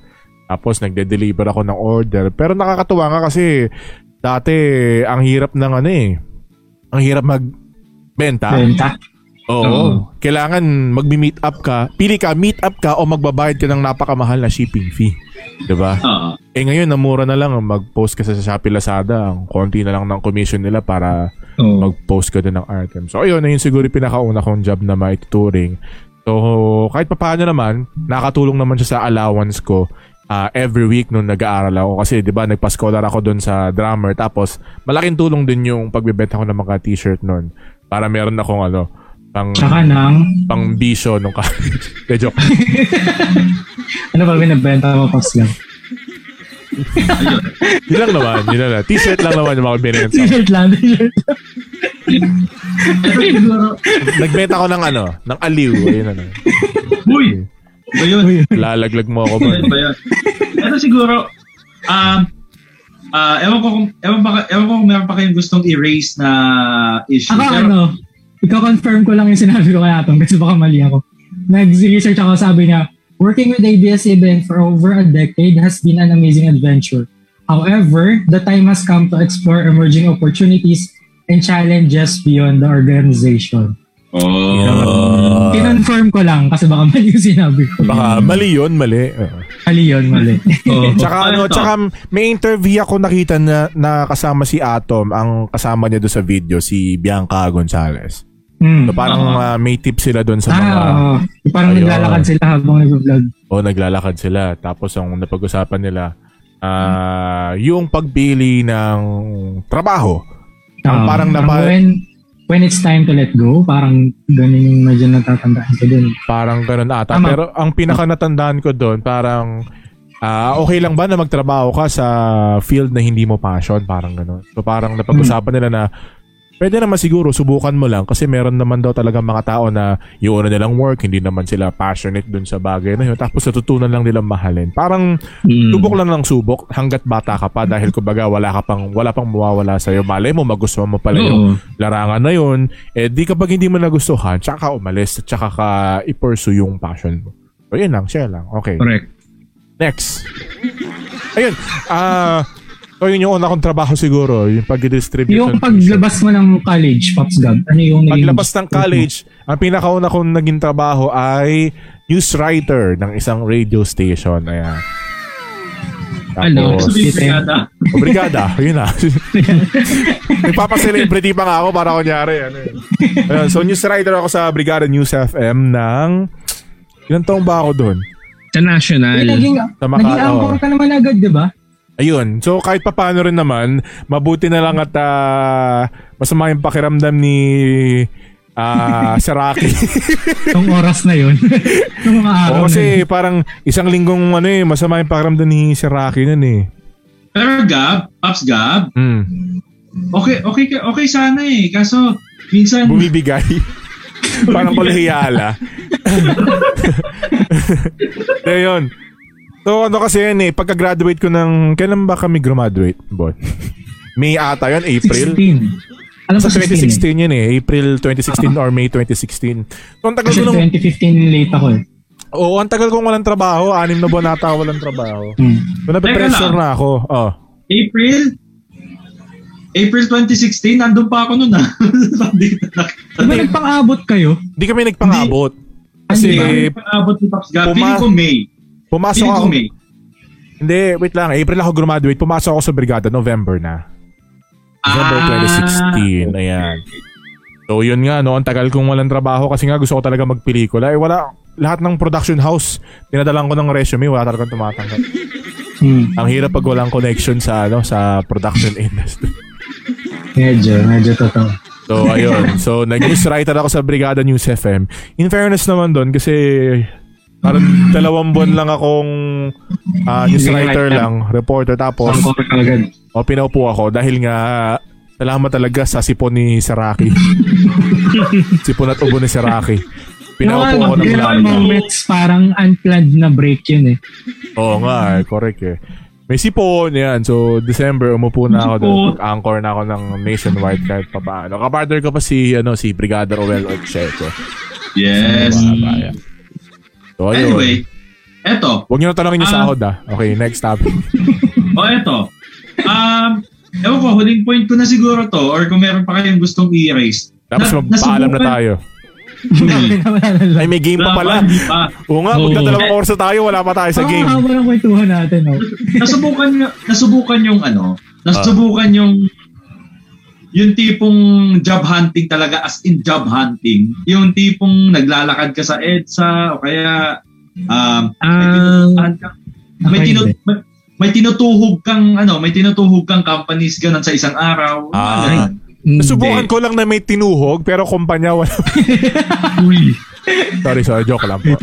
Speaker 2: Tapos nagde-deliver ako ng order. Pero nakakatuwa nga kasi dati ang hirap ng ano eh. Ang hirap magbenta.
Speaker 3: Benta.
Speaker 2: Oo.
Speaker 1: Oo.
Speaker 2: Kailangan mag-meet up ka. Pili ka, meet up ka o magbabayad ka ng napakamahal na shipping fee. 'Di ba?
Speaker 4: Ah,
Speaker 2: Eh ngayon, ang mura na lang. Mag-post ka sa Shopee Lazada. Ang konti na lang ng commission nila para
Speaker 1: Oo.
Speaker 2: mag-post ka din ng item. So, ayun, ayun siguro yung pinakauna kong job na maituturing. So, kahit papaano naman, nakatulong naman siya sa allowance ko ah, every week nung nag-aaral ako. Kasi, di ba, nagpa-scholar ako doon sa drummer. Tapos, malaking tulong din yung pagbebenta ko ng mga t-shirt noon. Para meron akong ano, pang
Speaker 3: Tsaka ng,
Speaker 2: pang bisyo nung college. De joke.
Speaker 3: ano ba binibenta mo, Pops lang?
Speaker 2: Yun lang naman, yun lang. naman. T-shirt lang naman yung mga binenta. ko.
Speaker 3: T-shirt lang, t-shirt lang.
Speaker 2: Nagbenta ko ng ano, ng aliw. Ayun ano.
Speaker 4: Uy! Ba yun?
Speaker 2: Lalaglag mo ako ba?
Speaker 4: Yun ba yun? Pero siguro, um, ah ewan ko kung, ewan, ba, ewan ko kung meron pa kayong gustong erase na issue.
Speaker 3: Ako
Speaker 4: Pero-
Speaker 3: ano, ika-confirm ko lang yung sinabi ko kay Atong kasi baka mali ako. Nag-research ako, sabi niya, working with ABS event for over a decade has been an amazing adventure. However, the time has come to explore emerging opportunities and challenges beyond the organization.
Speaker 2: Ah.
Speaker 3: Kinonfirm ko lang kasi baka mali yung sinabi ko.
Speaker 2: Baka mali yun, mali. Oo.
Speaker 3: Mali yun, mali.
Speaker 1: Oo.
Speaker 2: Tsaka ano,
Speaker 4: Ano to?
Speaker 2: tsaka may interview ako nakita na, na kasama si Atom, ang kasama niya doon sa video, si Bianca Gonzalez. So
Speaker 3: Hmm.
Speaker 2: parang ah, may tip sila doon sa mga,
Speaker 3: Ah, oo. Parang
Speaker 2: Ayun.
Speaker 3: naglalakad sila habang nag-vlog.
Speaker 2: oh, naglalakad sila. Tapos ang napag-usapan nila, ah, yung pagbili ng trabaho. Ang
Speaker 3: Ah,
Speaker 2: parang napa-
Speaker 3: When, when it's time to let go, parang ganun yung medyo natatandaan ko dun.
Speaker 2: Parang ganun ata.
Speaker 3: Tama.
Speaker 2: Pero ang pinaka natandaan ko doon, parang ah, okay lang ba na magtrabaho ka sa field na hindi mo passion? Parang ganun. So parang napag-usapan nila na pwede naman siguro subukan mo lang kasi meron naman daw talaga mga tao na yung una nilang work, hindi naman sila passionate doon sa bagay na yun. Tapos natutunan lang nilang mahalin. Parang
Speaker 1: Mm.
Speaker 2: subok lang ng subok hanggat bata ka pa dahil kumbaga wala ka pang wala pang mawawala sa iyo. Malay mo magustuhan mo pala
Speaker 1: Oo.
Speaker 2: yung larangan na yun, eh di kapag hindi mo nagustuhan, tsaka ka umalis, tsaka ka i-pursue yung passion mo. So yun lang, share lang. Okay.
Speaker 1: Correct.
Speaker 2: Next. Ayun. Ah, so yun yung una kong trabaho siguro, yung pag-distribution.
Speaker 3: Yung paglabas mo ng college, Pops Gab, ano yung naging-
Speaker 2: Paglabas ng college, ang pinakauna kong naging trabaho ay news writer ng isang radio station. Ayan.
Speaker 1: Ano?
Speaker 2: Tapos,
Speaker 4: Sabihin ko
Speaker 3: Same.
Speaker 4: yata.
Speaker 2: Obrigada. Yun na. Nagpapaselebrity pa nga ako para kunyari. Ano yun. Ayun, so news writer ako sa Brigada News FM ng... Ilan taong ba ako doon?
Speaker 1: Sa
Speaker 3: Eh,
Speaker 1: national.
Speaker 3: naging,
Speaker 2: Tama ka,
Speaker 3: naging anchor
Speaker 2: oo.
Speaker 3: ka naman agad, di ba?
Speaker 2: Ayun. So kahit papano rin naman, mabuti na lang at ah, masama yung pakiramdam ni ah, Saraki.
Speaker 3: Yung oras na yun. Yung mga araw
Speaker 2: Oo,
Speaker 3: na yun.
Speaker 2: kasi parang isang linggong ano eh, masama yung pakiramdam ni Saraki nun eh.
Speaker 4: Pero Gab, Pops Gab,
Speaker 2: Mm.
Speaker 4: okay, okay, ka- okay sana eh. Kaso, minsan,
Speaker 2: Bumibigay. parang kolehiyala. Kaya yun. So ano kasi yun eh, pagka-graduate ko ng, kailan ba kami graduate? Bon. May ata yun, April.
Speaker 3: 16. Alam
Speaker 2: Sa
Speaker 3: ko
Speaker 2: 2016
Speaker 3: 16.
Speaker 2: yun eh, April 2016 or May 2016. So ang tagal
Speaker 3: Kasi
Speaker 2: ko Ano nung,
Speaker 3: 2015 late ako eh.
Speaker 2: oo, ang tagal kong walang trabaho, anim na buwan ata walang trabaho.
Speaker 3: Hmm.
Speaker 2: So nape-pressure
Speaker 4: Teka lang.
Speaker 2: na ako. Oh.
Speaker 4: April, April 2016, nandun pa ako nun ah. Dito na.
Speaker 3: Di ba nagpang-abot kayo?
Speaker 2: Hindi kami nagpangabot. Kasi
Speaker 4: Hindi ko abot ni Pops Gab.
Speaker 2: Puma-
Speaker 4: Feeling ko May.
Speaker 2: pumasok
Speaker 4: Feeling
Speaker 2: ako.
Speaker 4: ko May.
Speaker 2: Hindi, wait lang. April ako graduate. Pumasok ako sa brigada. November na. November
Speaker 4: Ah.
Speaker 2: 2016. Ayan. So, yun nga, no? Ang tagal kong walang trabaho kasi nga gusto ko talaga magpelikula. Eh, wala. Lahat ng production house, dinadalan ko ng resume. Wala talagang tumatanggap.
Speaker 3: Hmm.
Speaker 2: Ang hirap pag walang connection sa, ano, sa production industry.
Speaker 3: Medyo, medyo totoo.
Speaker 2: So, ayun. So, nag-news writer ako sa Brigada News FM. In fairness naman doon, kasi parang dalawang buwan lang akong ah, news
Speaker 3: News
Speaker 2: writer
Speaker 3: writer.
Speaker 2: lang, reporter. Tapos,
Speaker 3: Angkor ka agad.
Speaker 2: O, pinaupo ako dahil nga Salamat talaga sa sipon ni Saraki. sipon at ubo ni Saraki.
Speaker 3: Yung
Speaker 2: Pinaupo ako ng
Speaker 3: mga
Speaker 2: mula
Speaker 3: ganun moments, parang unplanned na break yun eh.
Speaker 2: Oo nga, eh, correct eh. May sipon, yan. So, December, umupo na ako doon. Anchor na ako ng nationwide kahit pa paano. Kapartner ko pa si, ano, si Brigada Roel Ocheco.
Speaker 4: Yes.
Speaker 2: Mga So, ayun.
Speaker 4: Anyway, eto.
Speaker 2: Huwag nyo na tanongin yung
Speaker 4: Ah.
Speaker 2: sahod ah. Okay, next topic.
Speaker 4: O eto. Um, ewan ko, huling point ko na siguro to or kung meron pa kayong gustong i-erase.
Speaker 2: Tapos
Speaker 4: Na-
Speaker 2: magpaalam na
Speaker 4: nasubukan-
Speaker 2: tayo. Hmm.
Speaker 3: Wala na lang.
Speaker 2: Ay, may game pa pala.
Speaker 4: Laban, ah,
Speaker 2: Oo nga,
Speaker 1: Oo.
Speaker 4: Eh.
Speaker 2: magdadalawang oras na tayo. Wala pa tayo sa
Speaker 3: Ang
Speaker 2: game.
Speaker 3: haba ng kwentuhan natin, oh.
Speaker 4: nasubukan nasubukan yung ano,
Speaker 2: Ah.
Speaker 4: nasubukan yung yung tipong job hunting talaga as in job hunting. Yung tipong naglalakad ka sa EDSA o kaya um, may,
Speaker 1: Ah.
Speaker 4: tinutuhan ka, may,
Speaker 3: Ako
Speaker 4: tinu,
Speaker 3: hindi.
Speaker 4: may, may tinutuhog kang ano, may tinutuhog kang companies ganun sa isang araw.
Speaker 2: Ah. Nasubukan ko lang na may tinuhog, pero kumpanya wala.
Speaker 4: Uy.
Speaker 2: sorry, sorry. Joke lang po.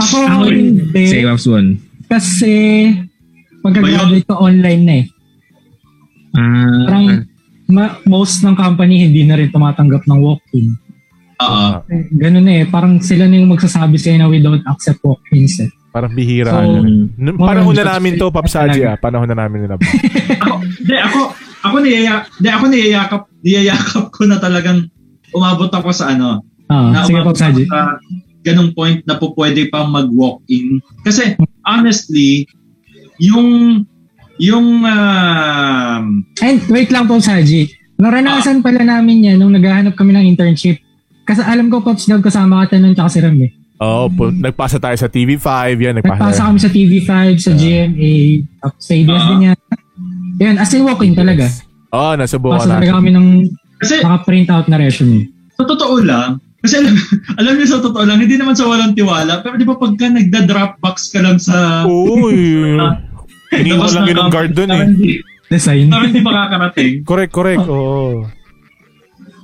Speaker 3: Ako,
Speaker 1: Ako rin.
Speaker 3: hindi.
Speaker 1: Say, Pops One.
Speaker 3: Kasi, pagka-graduate ko online na eh.
Speaker 1: Ah,
Speaker 3: Parang, ma- most ng company hindi na rin tumatanggap ng walk-in.
Speaker 4: Oo.
Speaker 3: Eh, Ganun na eh. Parang sila na yung magsasabi sa'yo na we don't accept walk-ins eh.
Speaker 2: Parang bihira.
Speaker 3: So,
Speaker 2: So, panahon
Speaker 3: mga-
Speaker 2: na namin to, Papsaji ah. Panahon na namin nila.
Speaker 4: ako, de, ako, ako niyaya, de, ako niyayakap, niyayakap ko na talagang umabot ako sa ano,
Speaker 3: Ah, sige
Speaker 4: umabot
Speaker 3: po, Saji.
Speaker 4: ako sa ganung point na po pwede pang mag-walk-in. Kasi, honestly, yung, yung, um,
Speaker 3: And wait lang po, Saji. Naranasan pala namin yan nung naghahanap kami ng internship. Kasi alam ko, Pops Gab, kasama ka tanon tsaka si Ram eh.
Speaker 2: Oo, Oh, po, nagpasa tayo sa TV5. Yan, nagpasa.
Speaker 3: Nagpasa kami sa TV5, sa GMA, tapos sa ABS
Speaker 4: Ah.
Speaker 3: din yan. Yan, as in walk-in talaga.
Speaker 2: Oo, oh, nasubukan
Speaker 3: Pasa
Speaker 2: natin.
Speaker 3: talaga kami ng
Speaker 4: kasi,
Speaker 3: naka-print out na resume.
Speaker 4: sa totoo lang, kasi alam, alam niyo sa totoo lang, hindi naman sa walang tiwala, pero di ba pagka nagda-dropbox ka lang sa...
Speaker 2: Uy. Iniwan
Speaker 4: labas
Speaker 2: lang
Speaker 4: ng
Speaker 2: yun ng guard dun eh.
Speaker 4: Parang hindi-
Speaker 3: Design.
Speaker 4: Parang hindi makakarating.
Speaker 2: Correct, correct. Oo.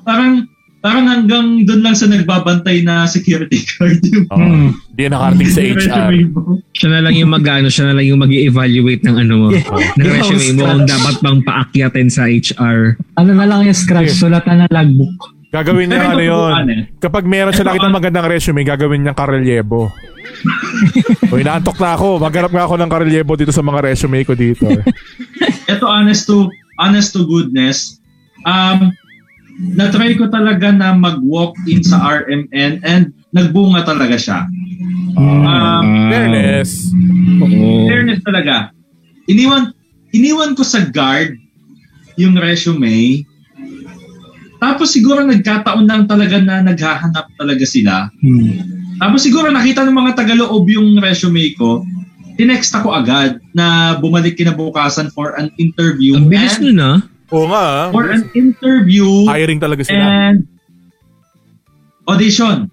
Speaker 4: parang parang hanggang doon lang sa nagbabantay na security guard yung
Speaker 2: Oo.
Speaker 3: Hmm.
Speaker 2: Hindi yan nakarating sa HR.
Speaker 4: resume mo.
Speaker 1: siya na lang yung mag ano, siya na lang yung mag-evaluate ng ano mo. Ng
Speaker 3: Yeah,
Speaker 1: resume mo
Speaker 3: scratch.
Speaker 1: kung dapat bang paakyatin sa HR.
Speaker 3: Ano na lang yung scratch, sulatan ng logbook.
Speaker 2: Gagawin niya
Speaker 4: Pero
Speaker 2: ano yun.
Speaker 4: tuturuan eh.
Speaker 2: Kapag meron siya nakita magandang resume, gagawin niya karelyebo. Uy, naantok na ako. Maghanap nga ako ng karelyebo dito sa mga resume ko dito. eh.
Speaker 4: Ito honest to honest to goodness. Um na-try ko talaga na mag-walk in sa RMN and nagbunga talaga siya. Um,
Speaker 2: Fairness.
Speaker 1: Ah, Oo.
Speaker 4: fairness talaga. Iniwan iniwan ko sa guard yung resume. Tapos siguro nagkataon lang talaga na naghahanap talaga sila.
Speaker 1: Mm.
Speaker 3: Hmm.
Speaker 4: Tapos siguro nakita ng mga Tagaloob yung resume ko. Tinext ako agad na bumalik kinabukasan for an interview.
Speaker 1: Ang bilis
Speaker 4: and,
Speaker 1: nun ah.
Speaker 2: Oo nga. ah.
Speaker 4: for an interview
Speaker 2: Hiring talaga sila.
Speaker 4: and audition.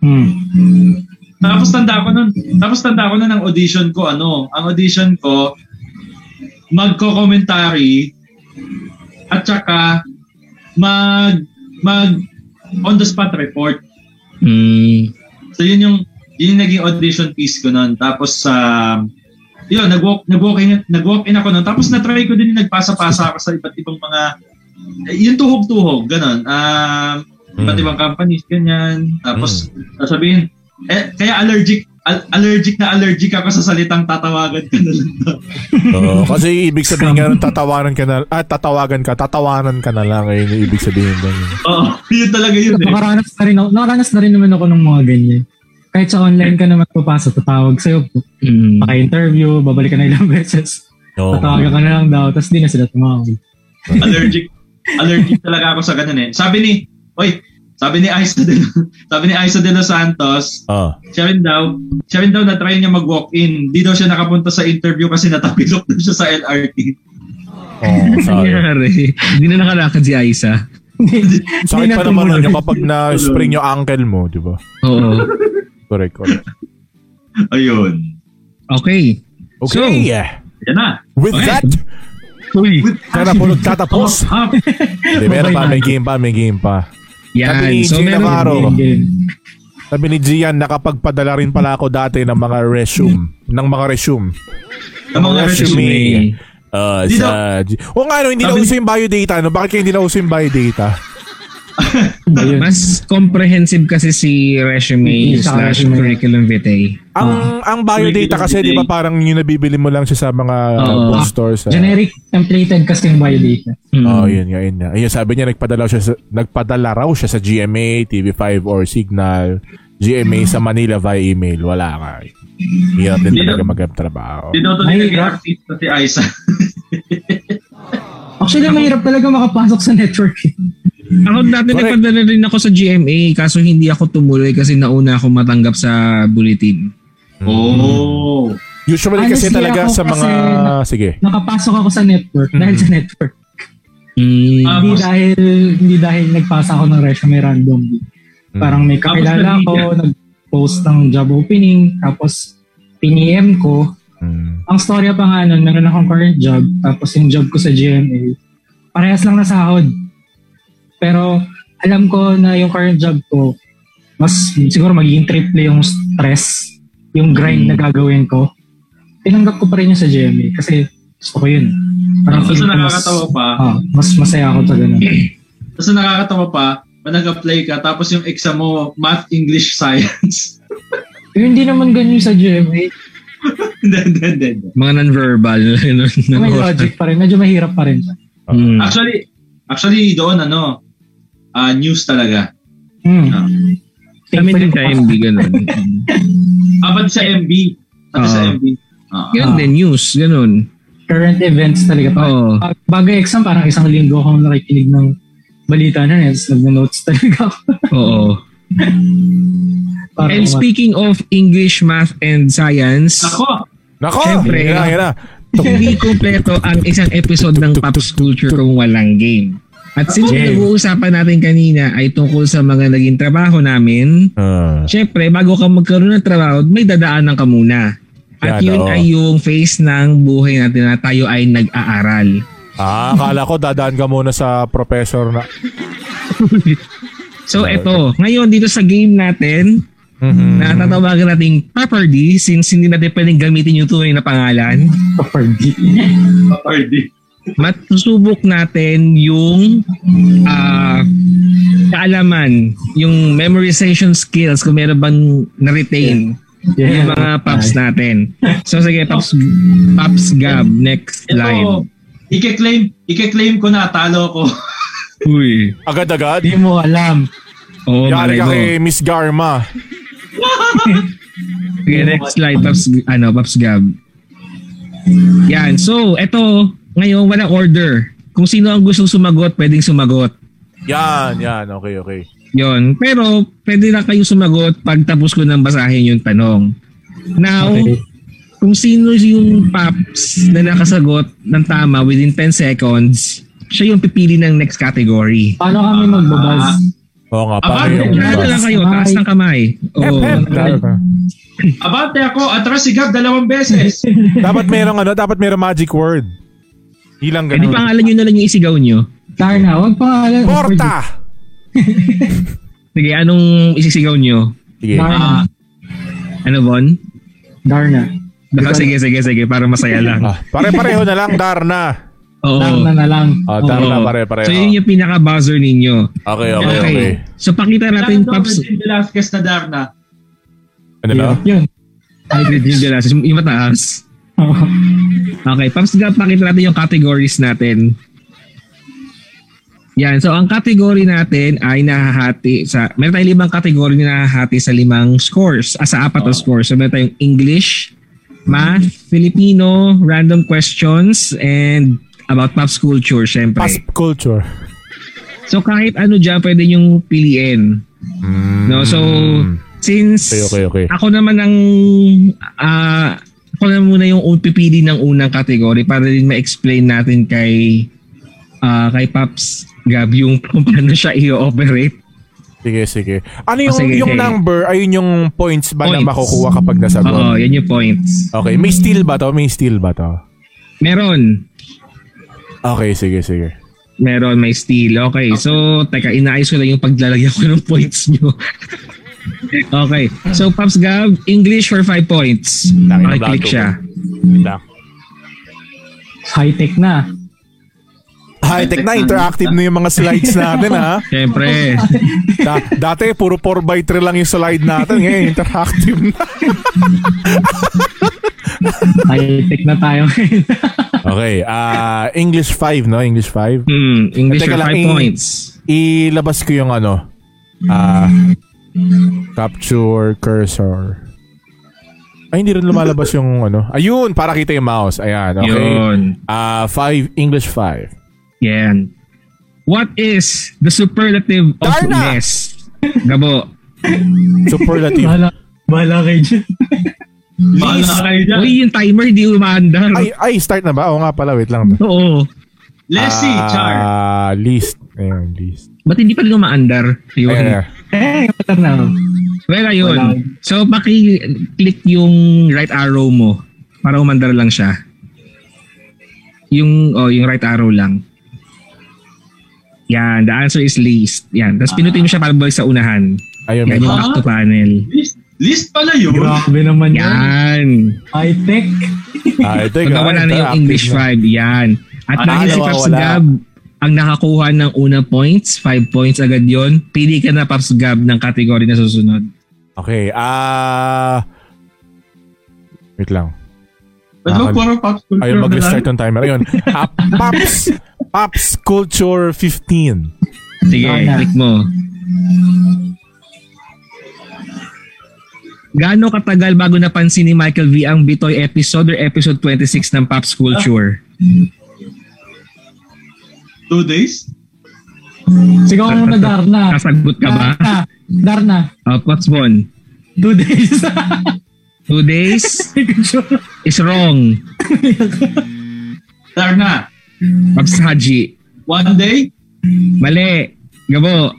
Speaker 3: Hmm.
Speaker 4: Tapos tanda ko nun, tapos tanda ko nun ang audition ko, ano, ang audition ko, magko-commentary, at saka, mag, mag, on the spot report.
Speaker 1: Mm.
Speaker 4: So yun yung yun yung naging audition piece ko noon. Tapos sa yun, nag-walk, nag-walk, in, nag-walk in ako noon. Tapos na-try ko din yung nagpasa-pasa ako sa iba't ibang mga, eh, yung tuhog-tuhog, ganun. Um, iba't
Speaker 2: Mm.
Speaker 4: ibang companies, ganyan. Tapos, sasabihin, eh, kaya allergic, al- allergic na allergic ako sa salitang tatawagan ka na lang. daw.
Speaker 2: Oo, kasi ibig sabihin nga nun, tatawanan ka na, ah, tatawagan ka, tatawanan ka na lang. Ayun yung ibig sabihin nun.
Speaker 4: Oo, yun talaga yun eh.
Speaker 3: Nakaranas na rin ako. Nakaranas na rin naman ako ng mga ganyan. Kahit sa online ka naman papasok, tatawag sa'yo.
Speaker 1: Mm.
Speaker 3: Paka-interview, babalik ka na ilang beses.
Speaker 2: Oo.
Speaker 3: Tatawagan ka na lang daw, tapos di na sila tumawag.
Speaker 4: allergic allergic talaga ako sa ganun eh. Sabi ni, oy, sabi ni Isa de, sabi ni Isa de Los Santos,
Speaker 2: Ah.
Speaker 4: siya rin daw, siya rin daw na-try niya mag-walk-in. Di daw siya nakapunta sa interview kasi natapilok na siya sa LRT.
Speaker 2: Oo, sorry.
Speaker 1: Nangyari. Hindi na nakalakad si Aiza.
Speaker 2: Sakit pa naman nun yung kapag na-spring yung ankle mo, di ba?
Speaker 1: Oo.
Speaker 2: Correct, correct.
Speaker 4: Ayun.
Speaker 1: Okay. So,
Speaker 2: Okay.
Speaker 4: Yan na.
Speaker 2: With
Speaker 4: Okay.
Speaker 2: that,
Speaker 1: Uy.
Speaker 2: sana po tatapos.
Speaker 3: Oh,
Speaker 4: Post up.
Speaker 2: Hindi, meron pa, may game pa, may game pa. Sabi ni
Speaker 1: Yan. So,
Speaker 2: Gina
Speaker 1: meron.
Speaker 2: Navarro.
Speaker 3: Game, game.
Speaker 2: Sabi ni Gian, nakapagpadala rin pala ako dati ng mga resume. Ng mga resume.
Speaker 4: Ang mga
Speaker 2: Resume.
Speaker 4: resume.
Speaker 1: Resume.
Speaker 3: Ah,
Speaker 2: Uh,
Speaker 4: Hindi
Speaker 2: sa... O nga, no, hindi na
Speaker 4: Sabi-
Speaker 2: uso yung biodata. No? Bakit kayo hindi na uso yung biodata?
Speaker 3: Ba yun?
Speaker 1: Mas comprehensive kasi si resume
Speaker 3: Sa
Speaker 1: slash
Speaker 3: resume.
Speaker 1: curriculum vitae.
Speaker 2: Ang
Speaker 3: Ah.
Speaker 2: ang biodata
Speaker 4: Curriculum
Speaker 2: kasi, di ba
Speaker 4: vitae.
Speaker 2: parang yung nabibili mo lang siya sa mga
Speaker 1: Oo.
Speaker 2: bookstores. ah.
Speaker 3: Generic templated kasi yung biodata.
Speaker 1: Mm.
Speaker 2: Oh, yun nga, yun nga. Ayun, sabi niya nagpadala siya sa, nagpadala raw siya sa GMA, TV5 or Signal. GMA sa Manila via email. Wala nga. eh. Hirap din
Speaker 4: Hindi
Speaker 2: talaga
Speaker 4: na-
Speaker 2: magtrabaho.
Speaker 4: Dinoto
Speaker 3: Ay,
Speaker 4: nila kay
Speaker 3: rock.
Speaker 4: artista si Aiza.
Speaker 3: Actually, mahirap talaga makapasok sa network.
Speaker 1: Ako dati
Speaker 2: Correct.
Speaker 1: nagpadala rin ako sa GMA kaso hindi ako tumuloy kasi nauna ako matanggap sa bulletin.
Speaker 4: Oh.
Speaker 2: Usually kasi
Speaker 3: Honestly,
Speaker 2: talaga
Speaker 3: ako
Speaker 2: sa mga...
Speaker 3: kasi-
Speaker 2: Sige.
Speaker 3: Nakapasok ako sa network dahil
Speaker 2: Mm-hmm.
Speaker 3: sa network.
Speaker 1: Mm.
Speaker 4: Ah,
Speaker 3: Hindi
Speaker 4: Tapos-
Speaker 3: dahil hindi dahil nagpasa ako ng resume random. Parang may
Speaker 4: Mm. Tapos
Speaker 3: kakilala
Speaker 4: nag-media.
Speaker 3: ko, nag-post ng job opening, tapos piniem ko.
Speaker 2: Mm.
Speaker 3: Ang storya pa nga nun, meron akong current job, tapos yung job ko sa GMA, parehas lang na sahod. Pero alam ko na yung current job ko, mas siguro magiging triple yung stress, yung grind
Speaker 4: Mm.
Speaker 3: na gagawin ko. Tinanggap ko pa rin yung sa GMA kasi gusto ko yun. Parang
Speaker 4: Tapos
Speaker 3: feeling ko mas,
Speaker 4: nakakatawa pa.
Speaker 3: ah, mas masaya ako sa ganun.
Speaker 4: Tapos ang nakakatawa pa, pag nag-apply ka, tapos yung exam mo, math, English, science.
Speaker 3: Yun, hindi naman ganun yung sa GMA.
Speaker 4: Hindi, hindi, hindi, hindi.
Speaker 1: Mga non-verbal. ganun.
Speaker 3: May logic pa rin. Medyo mahirap pa rin. siya.
Speaker 1: Mm.
Speaker 2: Ah.
Speaker 4: Actually, actually doon ano, ah news talaga.
Speaker 3: Hmm.
Speaker 4: Ah.
Speaker 1: Kami din tayo hindi ganun.
Speaker 4: Apat sa MB. Pati sa
Speaker 1: Ah.
Speaker 4: MB. Ah.
Speaker 1: Ganun din, news. Ganun.
Speaker 3: Current events talaga. Parang,
Speaker 1: Oo.
Speaker 3: pag bago exam, parang isang linggo akong nakikinig ng balita na yun. Tapos nag-notes talaga ako.
Speaker 1: Oo.
Speaker 3: parang,
Speaker 1: And speaking of English, math, and science,
Speaker 4: Ako,
Speaker 2: Nako!
Speaker 1: Siyempre.
Speaker 2: Yan
Speaker 3: eh.
Speaker 2: na, yan na.
Speaker 1: hindi kumpleto ang isang episode ng Pops Culture kung walang game. At since
Speaker 3: Game.
Speaker 1: pinag-uusapan natin kanina ay tungkol sa mga naging trabaho namin,
Speaker 2: Ah.
Speaker 1: Siyempre, bago ka magkaroon ng trabaho, may dadaanan ka muna. At
Speaker 2: Yan,
Speaker 1: yun
Speaker 2: oo.
Speaker 1: ay yung phase ng buhay natin na tayo ay nag-aaral.
Speaker 2: Ah, akala ko dadaan ka muna sa professor na...
Speaker 1: So eto, ngayon dito sa game natin,
Speaker 2: Mhm.
Speaker 1: na tatawagan nating property since hindi natin pwedeng gamitin yung tunay na pangalan,
Speaker 3: Proper beat.
Speaker 4: RD.
Speaker 1: masusubok natin yung ah, kaalaman, yung memorization skills kung meron bang na-retain yung mga paps natin. So sige, paps, paps Gab, next
Speaker 4: Ito,
Speaker 1: line.
Speaker 4: ike-claim, ike-claim ko na, talo ko.
Speaker 1: Uy. Oh,
Speaker 2: Agad-agad?
Speaker 3: Hindi mo alam.
Speaker 1: Oo,
Speaker 2: Yari
Speaker 1: malay
Speaker 2: ka
Speaker 1: mo.
Speaker 2: kay Miss Garma.
Speaker 1: Okay, next slide, Paps, ano, Paps Gab. Yan, so, eto, ngayon, walang order. Kung sino ang gusto sumagot, pwedeng sumagot.
Speaker 2: Yan, yan. Okay, okay.
Speaker 1: Yon. Pero, pwede na kayo sumagot pag tapos ko nang basahin yung tanong. Now,
Speaker 3: Okay.
Speaker 1: kung sino yung Paps na nakasagot ng tama within 10 seconds, siya yung pipili ng next category. Ah,
Speaker 3: Paano kami magbabaz?
Speaker 2: Oo nga,
Speaker 4: Aba,
Speaker 2: pare. yung-
Speaker 1: Lahat na lang kayo, taas ng kamay.
Speaker 2: Hep,
Speaker 1: Oo.
Speaker 2: hep. Lalo ka.
Speaker 4: Abante ako, atras si Gab dalawang beses.
Speaker 2: dapat merong ano, dapat merong magic word. Ilang
Speaker 1: Hindi
Speaker 2: ganun.
Speaker 1: Eh, pangalan nyo na lang yung isigaw nyo.
Speaker 3: Darna, huwag pangalan.
Speaker 2: Porta!
Speaker 1: Sige, anong isisigaw nyo?
Speaker 2: Sige.
Speaker 3: Darna.
Speaker 1: Ano, Von?
Speaker 3: Darna.
Speaker 1: Baka Ah. sige, sige, sige, para masaya lang.
Speaker 2: Ah, pare-pareho na lang, Darna.
Speaker 1: Oo.
Speaker 3: Darna na lang.
Speaker 2: Ah,
Speaker 3: Oo.
Speaker 2: Darna.
Speaker 1: Oo.
Speaker 2: pare-pareho.
Speaker 1: So, yun yung pinaka-buzzer ninyo.
Speaker 2: Okay, okay, okay.
Speaker 1: Okay. So, pakita natin,
Speaker 4: Natin
Speaker 1: Paps,
Speaker 4: Darna Velasquez na Darna.
Speaker 2: Ano na?
Speaker 3: Oh, Yun.
Speaker 1: hybrid yung dalasis, yung mataas.
Speaker 3: Oo.
Speaker 1: Okay, Paps, Gab, pakita natin yung categories natin. Yan, so ang category natin ay nahahati sa, meron tayong limang category na nahahati sa limang scores, ah, sa apat na scores. So meron tayong English, Math, Filipino, Random Questions, and about Pops Culture, syempre.
Speaker 2: Past culture.
Speaker 1: So kahit ano dyan, pwede yung piliin. No, so since
Speaker 2: Hmm. Okay, okay, okay.
Speaker 1: ako naman ang ah, ako na muna yung un- pipili ng unang category para din ma-explain natin kay ah, kay Paps Gab yung kung paano siya i-operate.
Speaker 2: Sige, sige. Ano yung,
Speaker 1: Oh, sige,
Speaker 2: yung
Speaker 1: sige.
Speaker 2: number, ayun yung points ba na
Speaker 1: Points.
Speaker 2: makukuha kapag nasagot?
Speaker 1: Oo, yan yung points.
Speaker 2: Okay, may steal ba to? May steal ba to?
Speaker 1: Meron.
Speaker 2: Okay, sige, sige.
Speaker 1: Meron, may steal. Okay, so, teka, inaayos ko lang yung paglalagyan ko ng points nyo. okay, so Paps Gab, English for 5 points.
Speaker 2: Tangina,
Speaker 1: Okay, click
Speaker 2: blato.
Speaker 1: siya.
Speaker 2: Wait lang.
Speaker 3: high-tech na.
Speaker 2: High-tech na, interactive na yung mga slides natin ha.
Speaker 1: Siyempre.
Speaker 2: Da- dati, puro 4x3 lang yung slide natin. Ngayon, interactive na.
Speaker 3: High-tech na tayo ngayon.
Speaker 2: Okay, ah English 5, no? English 5.
Speaker 1: Hmm, English
Speaker 2: Teka
Speaker 1: for
Speaker 2: lang,
Speaker 1: five
Speaker 2: eh.
Speaker 1: points.
Speaker 2: Ilabas ko yung ano. ah capture cursor. Ay, hindi rin lumalabas yung ano. Ayun, para kita yung mouse. Ayan, okay.
Speaker 1: Yun.
Speaker 2: ah five, English 5.
Speaker 1: Yan. What is the superlative of
Speaker 2: Darna!
Speaker 1: less? Gabo.
Speaker 2: Superlative.
Speaker 3: Bahala, bahala kayo dyan.
Speaker 4: Mahal na kayo dyan.
Speaker 1: Uy, yung timer di umaandar.
Speaker 2: ay, ay, start na ba? Oo nga pala, wait lang.
Speaker 1: Oo.
Speaker 4: Lessie, Char.
Speaker 2: Ah, list. Ayun, list.
Speaker 1: Ba't hindi pa rin umaandar? Yun.
Speaker 2: Ayun, ayun.
Speaker 3: Eh, wala na.
Speaker 1: Well, ayun.
Speaker 3: Wala.
Speaker 1: So, paki-click yung right arrow mo para umandar lang siya. Yung, oh, yung right arrow lang. Yan, the answer is least. Yan. Tapos pinutin mo siya para balik sa unahan.
Speaker 2: Ayun,
Speaker 1: Yan
Speaker 2: may-
Speaker 1: yung back to panel.
Speaker 4: List, list pala yun.
Speaker 3: Grabe naman yan.
Speaker 1: Yan.
Speaker 3: High-tech.
Speaker 2: Ah, ito
Speaker 1: Pag nawala na yung English 5, yan. At
Speaker 4: Ah,
Speaker 1: dahil si Paps
Speaker 2: nawawala.
Speaker 1: Gab ang nakakuha ng unang points, 5 points agad yon. Pili ka na Paps Gab ng kategory na susunod.
Speaker 2: Okay, ah... wait lang.
Speaker 4: Ba't
Speaker 2: Ah,
Speaker 4: ba puro pop culture?
Speaker 2: Ayun,
Speaker 4: na lang?
Speaker 2: mag-restart yung timer. Ayun. Ah, Pops! Pops Culture 15.
Speaker 1: Sige,
Speaker 3: Wala.
Speaker 1: click mo. Gaano katagal bago napansin ni Michael V ang Bitoy episode or episode 26 ng Pops Culture?
Speaker 4: Two days?
Speaker 3: Sigaw mo na Darna.
Speaker 1: Kasagot ka ba?
Speaker 3: Darna. Darna.
Speaker 1: Uh, Pops Bon,
Speaker 3: Two days.
Speaker 1: two days
Speaker 3: Hindi ko sure.
Speaker 1: is wrong.
Speaker 4: Darna.
Speaker 1: Pops Haji,
Speaker 4: One day?
Speaker 1: mali. Gabo,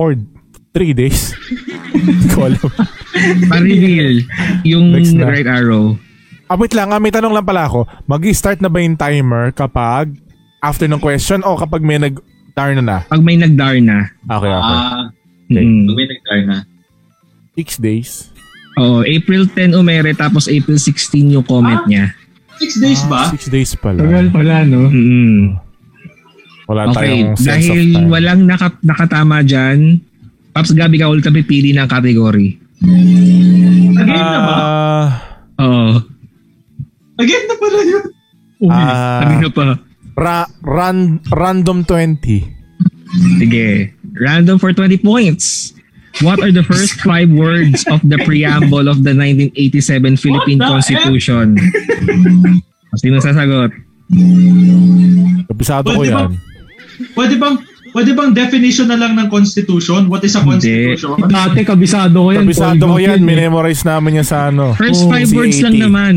Speaker 2: Or 3 days. Hindi ko alam.
Speaker 1: pa-reveal yung
Speaker 2: Next na.
Speaker 1: right arrow.
Speaker 2: Ah, wait lang. Ah, may tanong lang pala ako. Mag-start na ba yung timer kapag after ng question o kapag may nag darn na?
Speaker 1: Pag may nagdarna.
Speaker 2: Okay, okay.
Speaker 4: Ah,
Speaker 2: Okay.
Speaker 1: Mm.
Speaker 4: may nag-Darna.
Speaker 2: 6 days.
Speaker 1: Oo, April 10 umere tapos April 16 yung comment
Speaker 4: Ah?
Speaker 1: niya.
Speaker 4: Six days ba?
Speaker 2: 6 days
Speaker 3: Tagal
Speaker 2: pala.
Speaker 3: pala, no?
Speaker 1: Mm.
Speaker 2: Wala
Speaker 1: Okay,
Speaker 2: tayong sense of
Speaker 1: dahil
Speaker 2: time.
Speaker 1: walang naka, nakatama dyan, Paps Gabi ka ulit ang pipili ng category.
Speaker 4: Nag-game na ba?
Speaker 2: Ah,
Speaker 1: Oo.
Speaker 4: Nag-game na pala yun.
Speaker 2: ah,
Speaker 1: Sabi ko pa.
Speaker 2: ra- ran- random 20.
Speaker 1: Sige. Random for 20 points. What are the first five words of the preamble of the 1987 Philippine
Speaker 4: What the
Speaker 1: Constitution? Sino sasagot?
Speaker 2: Kabisado ko
Speaker 4: Pwede ba?
Speaker 2: yan.
Speaker 4: Pwede bang, pwede bang definition na lang ng constitution? What is a
Speaker 1: Hindi.
Speaker 4: constitution?
Speaker 3: Dati kabisado ko yan.
Speaker 2: Kabisado
Speaker 3: Paul
Speaker 2: ko yan.
Speaker 3: Gauguin, eh.
Speaker 2: Minemorize namin yan sa ano.
Speaker 1: First
Speaker 2: Oh,
Speaker 1: five
Speaker 2: si
Speaker 1: words
Speaker 2: 80.
Speaker 1: lang naman.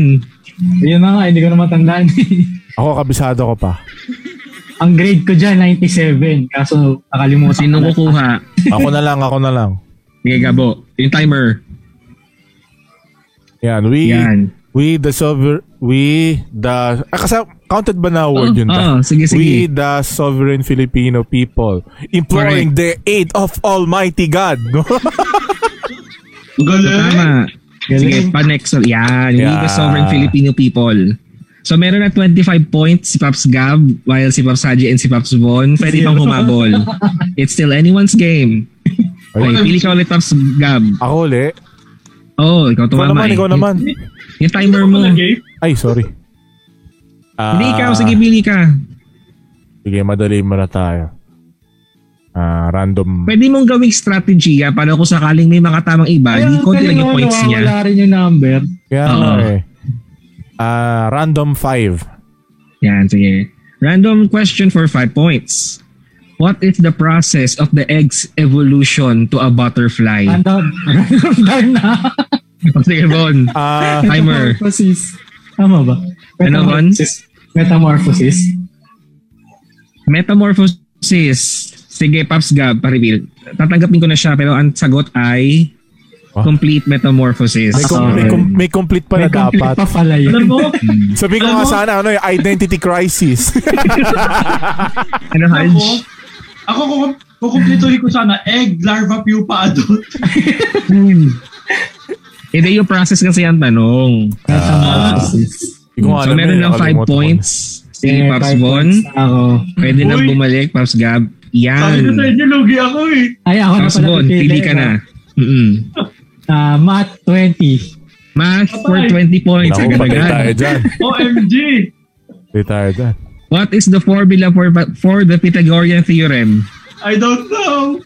Speaker 3: Yun na nga, hindi ko na matandaan. eh.
Speaker 2: Ako kabisado ko pa.
Speaker 3: Ang grade ko dyan, 97. Kaso, nakalimutan.
Speaker 1: Sino
Speaker 3: ko na.
Speaker 1: kukuha?
Speaker 2: Ako na lang, ako na lang.
Speaker 1: Sige, Gabo. Yung timer.
Speaker 2: Yan, we
Speaker 1: Yan.
Speaker 2: we the sover we the ah, kasi counted ba na word
Speaker 1: Oo,
Speaker 2: yun? ta?
Speaker 1: oo, Ah, sige, sige.
Speaker 2: We the sovereign Filipino people imploring the aid of Almighty God.
Speaker 4: Ang galing.
Speaker 1: Tama. Sige,
Speaker 3: Galing.
Speaker 1: pa-next. Yan. We
Speaker 2: Yeah.
Speaker 1: the sovereign Filipino people. So, meron na 25 points si Paps Gab, while si Paps Haji and si Paps Von, pwede pang humabol. It's still anyone's game. Okay,
Speaker 2: Ay,
Speaker 1: pili ka ulit, Paps Gab.
Speaker 2: ako uli.
Speaker 1: Oh, ikaw
Speaker 2: Ikaw
Speaker 1: tumama
Speaker 2: naman,
Speaker 1: eh.
Speaker 2: ikaw naman.
Speaker 1: Yung timer mo.
Speaker 4: Nag-game?
Speaker 2: Ay, sorry. Ah,
Speaker 1: Hindi ikaw, sige, pili ka.
Speaker 2: Sige, madali muna tayo. Ah, random.
Speaker 1: Pwede mong gawing strategy ah, para kung sakaling may makatamang iba,
Speaker 3: Ay,
Speaker 1: di
Speaker 3: ang
Speaker 1: konti lang
Speaker 3: galing,
Speaker 1: yung
Speaker 3: oh,
Speaker 1: points niya.
Speaker 3: Wala rin yung number.
Speaker 2: Kaya nga
Speaker 1: Oo.
Speaker 2: eh. Ah, random 5.
Speaker 1: Yan, sige. Random question for 5 points. What is the process of the egg's evolution to a butterfly?
Speaker 3: Random. Random time na.
Speaker 1: Sige, Von.
Speaker 2: Ah,
Speaker 1: Timer.
Speaker 3: Metamorphosis. Tama ba?
Speaker 1: Ano, Ron?
Speaker 3: Metamorphosis. Metamorphosis.
Speaker 1: Metamorphosis. Sige, Paps Gab, pa-reveal. Tatanggapin ko na siya, pero ang sagot ay
Speaker 2: Huh?
Speaker 1: complete metamorphosis.
Speaker 2: may, com- may, com- may complete pa na
Speaker 3: May complete
Speaker 2: dapat.
Speaker 3: pa pala yun.
Speaker 4: Alam mo?
Speaker 2: Sabi ko nga
Speaker 4: Alam mo?
Speaker 2: sana, ano, yung identity crisis.
Speaker 1: ano,
Speaker 4: Ako,
Speaker 1: Haj?
Speaker 4: ako kukum- kukumplituhin ko sana egg, larva, pupa, adult.
Speaker 1: Hindi, yung process kasi ang tanong.
Speaker 3: Ah,
Speaker 2: Hindi
Speaker 1: so,
Speaker 2: ko alam
Speaker 1: meron
Speaker 2: eh,
Speaker 1: ng 5
Speaker 2: nakalimutan ko.
Speaker 1: points. Si
Speaker 3: Eh,
Speaker 1: Pops
Speaker 3: five
Speaker 1: Bon,
Speaker 3: points na Ako.
Speaker 1: pwede na
Speaker 4: Uy.
Speaker 1: bumalik, Pops Gab.
Speaker 4: Sabi ko sa
Speaker 1: Yan.
Speaker 4: inyo, lugi ako eh.
Speaker 3: Ay, ako na
Speaker 1: Pops
Speaker 3: pala.
Speaker 1: Bon,
Speaker 3: pipili,
Speaker 1: pili ka
Speaker 3: no?
Speaker 1: na. Mm-mm.
Speaker 3: Ah, math 20.
Speaker 1: Math for 20 points.
Speaker 2: Naku, patay tayo
Speaker 1: Agad-agad.
Speaker 2: dyan.
Speaker 4: OMG!
Speaker 2: Patay tayo dyan.
Speaker 1: What is the formula for, for the Pythagorean theorem?
Speaker 4: I don't know.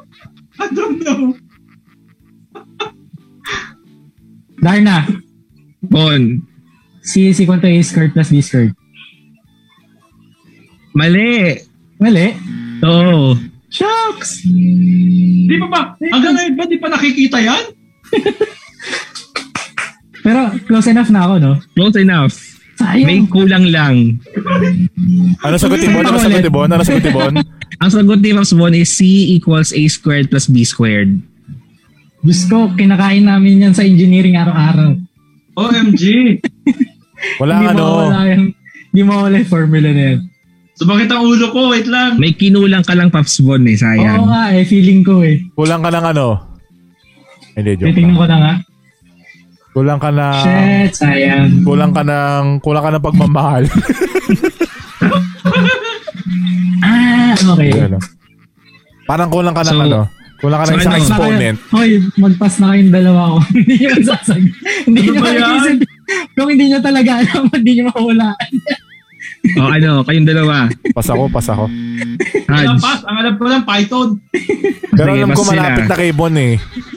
Speaker 4: I don't know.
Speaker 3: Darna,
Speaker 1: Bon,
Speaker 3: si si kwento A squared plus B squared.
Speaker 1: mali.
Speaker 3: Mali.
Speaker 1: Oo.
Speaker 3: Shucks!
Speaker 4: Di pa ba? Hanggang ngayon ba di pa nakikita yan?
Speaker 3: Pero close enough na ako, no?
Speaker 1: Close enough.
Speaker 3: Sayang.
Speaker 1: May kulang lang.
Speaker 2: Ano sagot ni Bon? Ano sagot ni Bon? Ano sagot ni Bon?
Speaker 1: Ang sagot ni Pops Bon is C equals A squared plus B squared.
Speaker 3: Diyos ko, kinakain namin yan sa engineering araw-araw.
Speaker 4: OMG!
Speaker 2: Wala
Speaker 3: Hindi
Speaker 2: ano.
Speaker 3: mawala yung, hindi mawala yung formula na yan.
Speaker 4: Sumakit ang ulo ko, wait lang.
Speaker 1: May kinulang ka lang, Pops Bon eh.
Speaker 3: Oo
Speaker 1: Sayang.
Speaker 3: nga eh, feeling ko eh.
Speaker 2: Kulang ka ng ano. Hindi, joke
Speaker 3: Titingnan
Speaker 2: lang. Ah.
Speaker 3: ko na nga.
Speaker 2: Kulang ka ng...
Speaker 3: Shit, sayang.
Speaker 2: Kulang ka ng... Kulang ka ng pagmamahal.
Speaker 3: Ah, okay.
Speaker 2: Ano? Parang kulang ka ng
Speaker 1: So-
Speaker 2: ano. Kulang ka ng
Speaker 1: So,
Speaker 2: isang
Speaker 1: ano?
Speaker 2: exponent.
Speaker 3: Hoy, magpas na kayong dalawa ko. hindi nyo masasagot. Hindi
Speaker 4: Ano
Speaker 3: nyo
Speaker 4: ba yan?
Speaker 3: mag-isip. Kung hindi nyo talaga alam, hindi nyo mahulaan.
Speaker 1: O ano, kayong dalawa.
Speaker 2: Pas ako, pas ako.
Speaker 4: Ang
Speaker 1: Hodge.
Speaker 4: pass, ang alam ko lang, Python.
Speaker 2: Pero
Speaker 1: Sige,
Speaker 2: alam ko
Speaker 1: mas sila.
Speaker 2: malapit na kay Bon eh.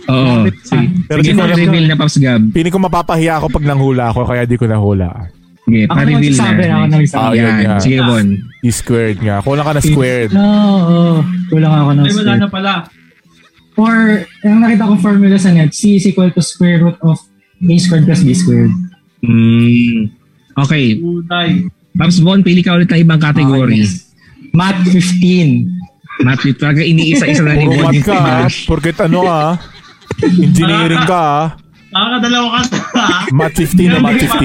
Speaker 1: Oo. Sige,
Speaker 2: Pero
Speaker 1: Sige
Speaker 2: di ko alam-
Speaker 1: pa-reveal na, Pops Gab.
Speaker 2: Piling ko mapapahiya ako pag nanghula ako, kaya di ko nahulaan.
Speaker 1: Sige,
Speaker 3: Ako na
Speaker 1: pa-reveal na.
Speaker 3: magsasabi, ako na magsasabi.
Speaker 2: Ah, yun
Speaker 1: Yan.
Speaker 2: nga.
Speaker 1: Sige, Bon.
Speaker 2: E-squared nga. Kulang ka na squared.
Speaker 3: Oo, oo. kulang ako ng
Speaker 4: Ay, wala
Speaker 3: square.
Speaker 4: na pala.
Speaker 3: Or, yung nakita ko formula sa net, C is equal to square root of A squared plus B squared.
Speaker 1: Mm. Okay.
Speaker 4: Tunay.
Speaker 1: Pops Bon, pili ka ulit ng ibang category.
Speaker 3: Okay. Math 15.
Speaker 1: Matthew, talaga iniisa-isa na ni Bon
Speaker 2: Puro mat
Speaker 1: yung
Speaker 2: ka, ah.
Speaker 1: ibang.
Speaker 2: porket ano ah. Engineering ka ah.
Speaker 4: Nakakadalawa ka sa...
Speaker 2: Math 15 na math 15.
Speaker 1: Oo,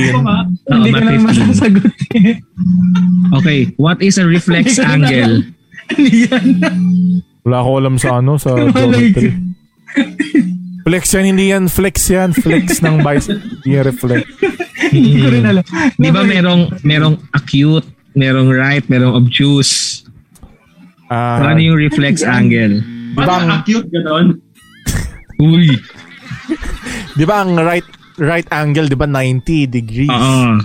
Speaker 3: hindi
Speaker 1: math
Speaker 3: ko lang
Speaker 1: 15.
Speaker 3: masasagot eh.
Speaker 1: Okay, what is a reflex
Speaker 3: Hindi ko na
Speaker 1: angle?
Speaker 3: Ano yan?
Speaker 2: Wala ko alam sa ano, sa
Speaker 3: Malay ko.
Speaker 2: geometry. Flex yan, hindi yan. Flex yan. Flex ng biceps. Hindi yan reflect.
Speaker 3: Hindi ko rin alam.
Speaker 1: Di ba merong, merong acute, merong right, merong obtuse? So,
Speaker 2: Ah,
Speaker 1: ano yung reflex angle?
Speaker 2: Bang.
Speaker 4: Parang acute gano'n.
Speaker 1: Uy.
Speaker 2: di ba ang right right angle, di ba 90 degrees?
Speaker 1: Oo.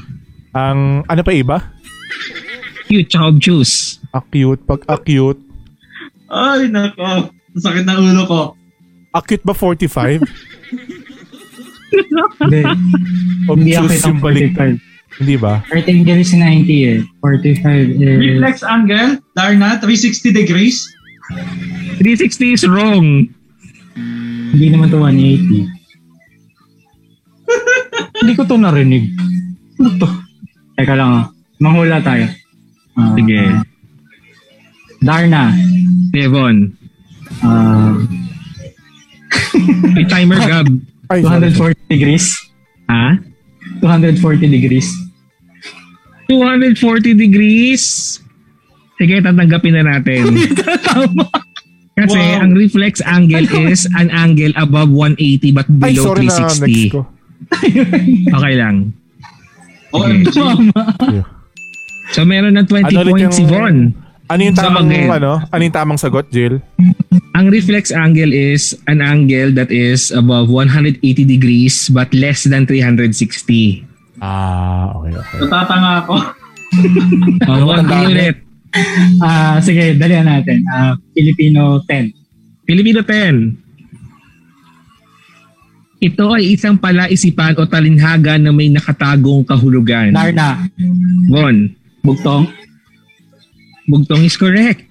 Speaker 2: Ang ano pa iba?
Speaker 1: Acute tsaka obtuse.
Speaker 2: Acute. Pag acute.
Speaker 4: Ay, nako. Ang Sakit ng ulo ko.
Speaker 2: Acute ba 45?
Speaker 3: Hindi. Hindi ako
Speaker 2: Obtuse
Speaker 3: itang
Speaker 2: yung balik.
Speaker 3: 45.
Speaker 2: Hindi ba?
Speaker 3: Right angle is 90 eh. 45 is...
Speaker 4: Reflex angle, Darna, 360 degrees.
Speaker 1: 360 is wrong.
Speaker 3: Hindi naman to 180. Hindi ko to narinig. Ano to? Teka lang ah. Manghula tayo. Ah,
Speaker 1: Sige.
Speaker 3: Darna.
Speaker 1: Devon.
Speaker 3: ah,
Speaker 1: May timer, Gab. Ah?
Speaker 2: Ay, sorry.
Speaker 3: 240 degrees.
Speaker 1: Ha?
Speaker 3: 240 degrees.
Speaker 1: 240 degrees. Sige, tatanggapin na natin.
Speaker 3: Tama.
Speaker 1: Kasi
Speaker 4: Wow.
Speaker 1: ang reflex angle is an angle above 180 but
Speaker 2: Ay,
Speaker 1: below
Speaker 2: sorry na. Next
Speaker 1: 360.
Speaker 2: ko.
Speaker 1: Okay lang.
Speaker 2: Hmm.
Speaker 4: OMG.
Speaker 3: Tama.
Speaker 1: So meron ng 20
Speaker 2: Ano ulit
Speaker 1: points si
Speaker 2: yung-
Speaker 1: Von.
Speaker 2: Ano yung
Speaker 1: Sa
Speaker 2: tamang,
Speaker 1: bagay.
Speaker 2: ano? Ano yung tamang sagot, Jill?
Speaker 1: Ang reflex angle is an angle that is above 180 degrees but less than 360.
Speaker 2: Ah, okay, okay.
Speaker 4: Natatanga ako.
Speaker 1: Oh, one
Speaker 2: Ano dami.
Speaker 1: unit.
Speaker 3: Ah, sige, dalian natin. Ah, Filipino 10.
Speaker 1: Filipino 10. Ito ay isang palaisipan o talinhaga na may nakatagong kahulugan.
Speaker 3: Darna.
Speaker 1: Von,
Speaker 3: Bugtong.
Speaker 1: bugtong is correct.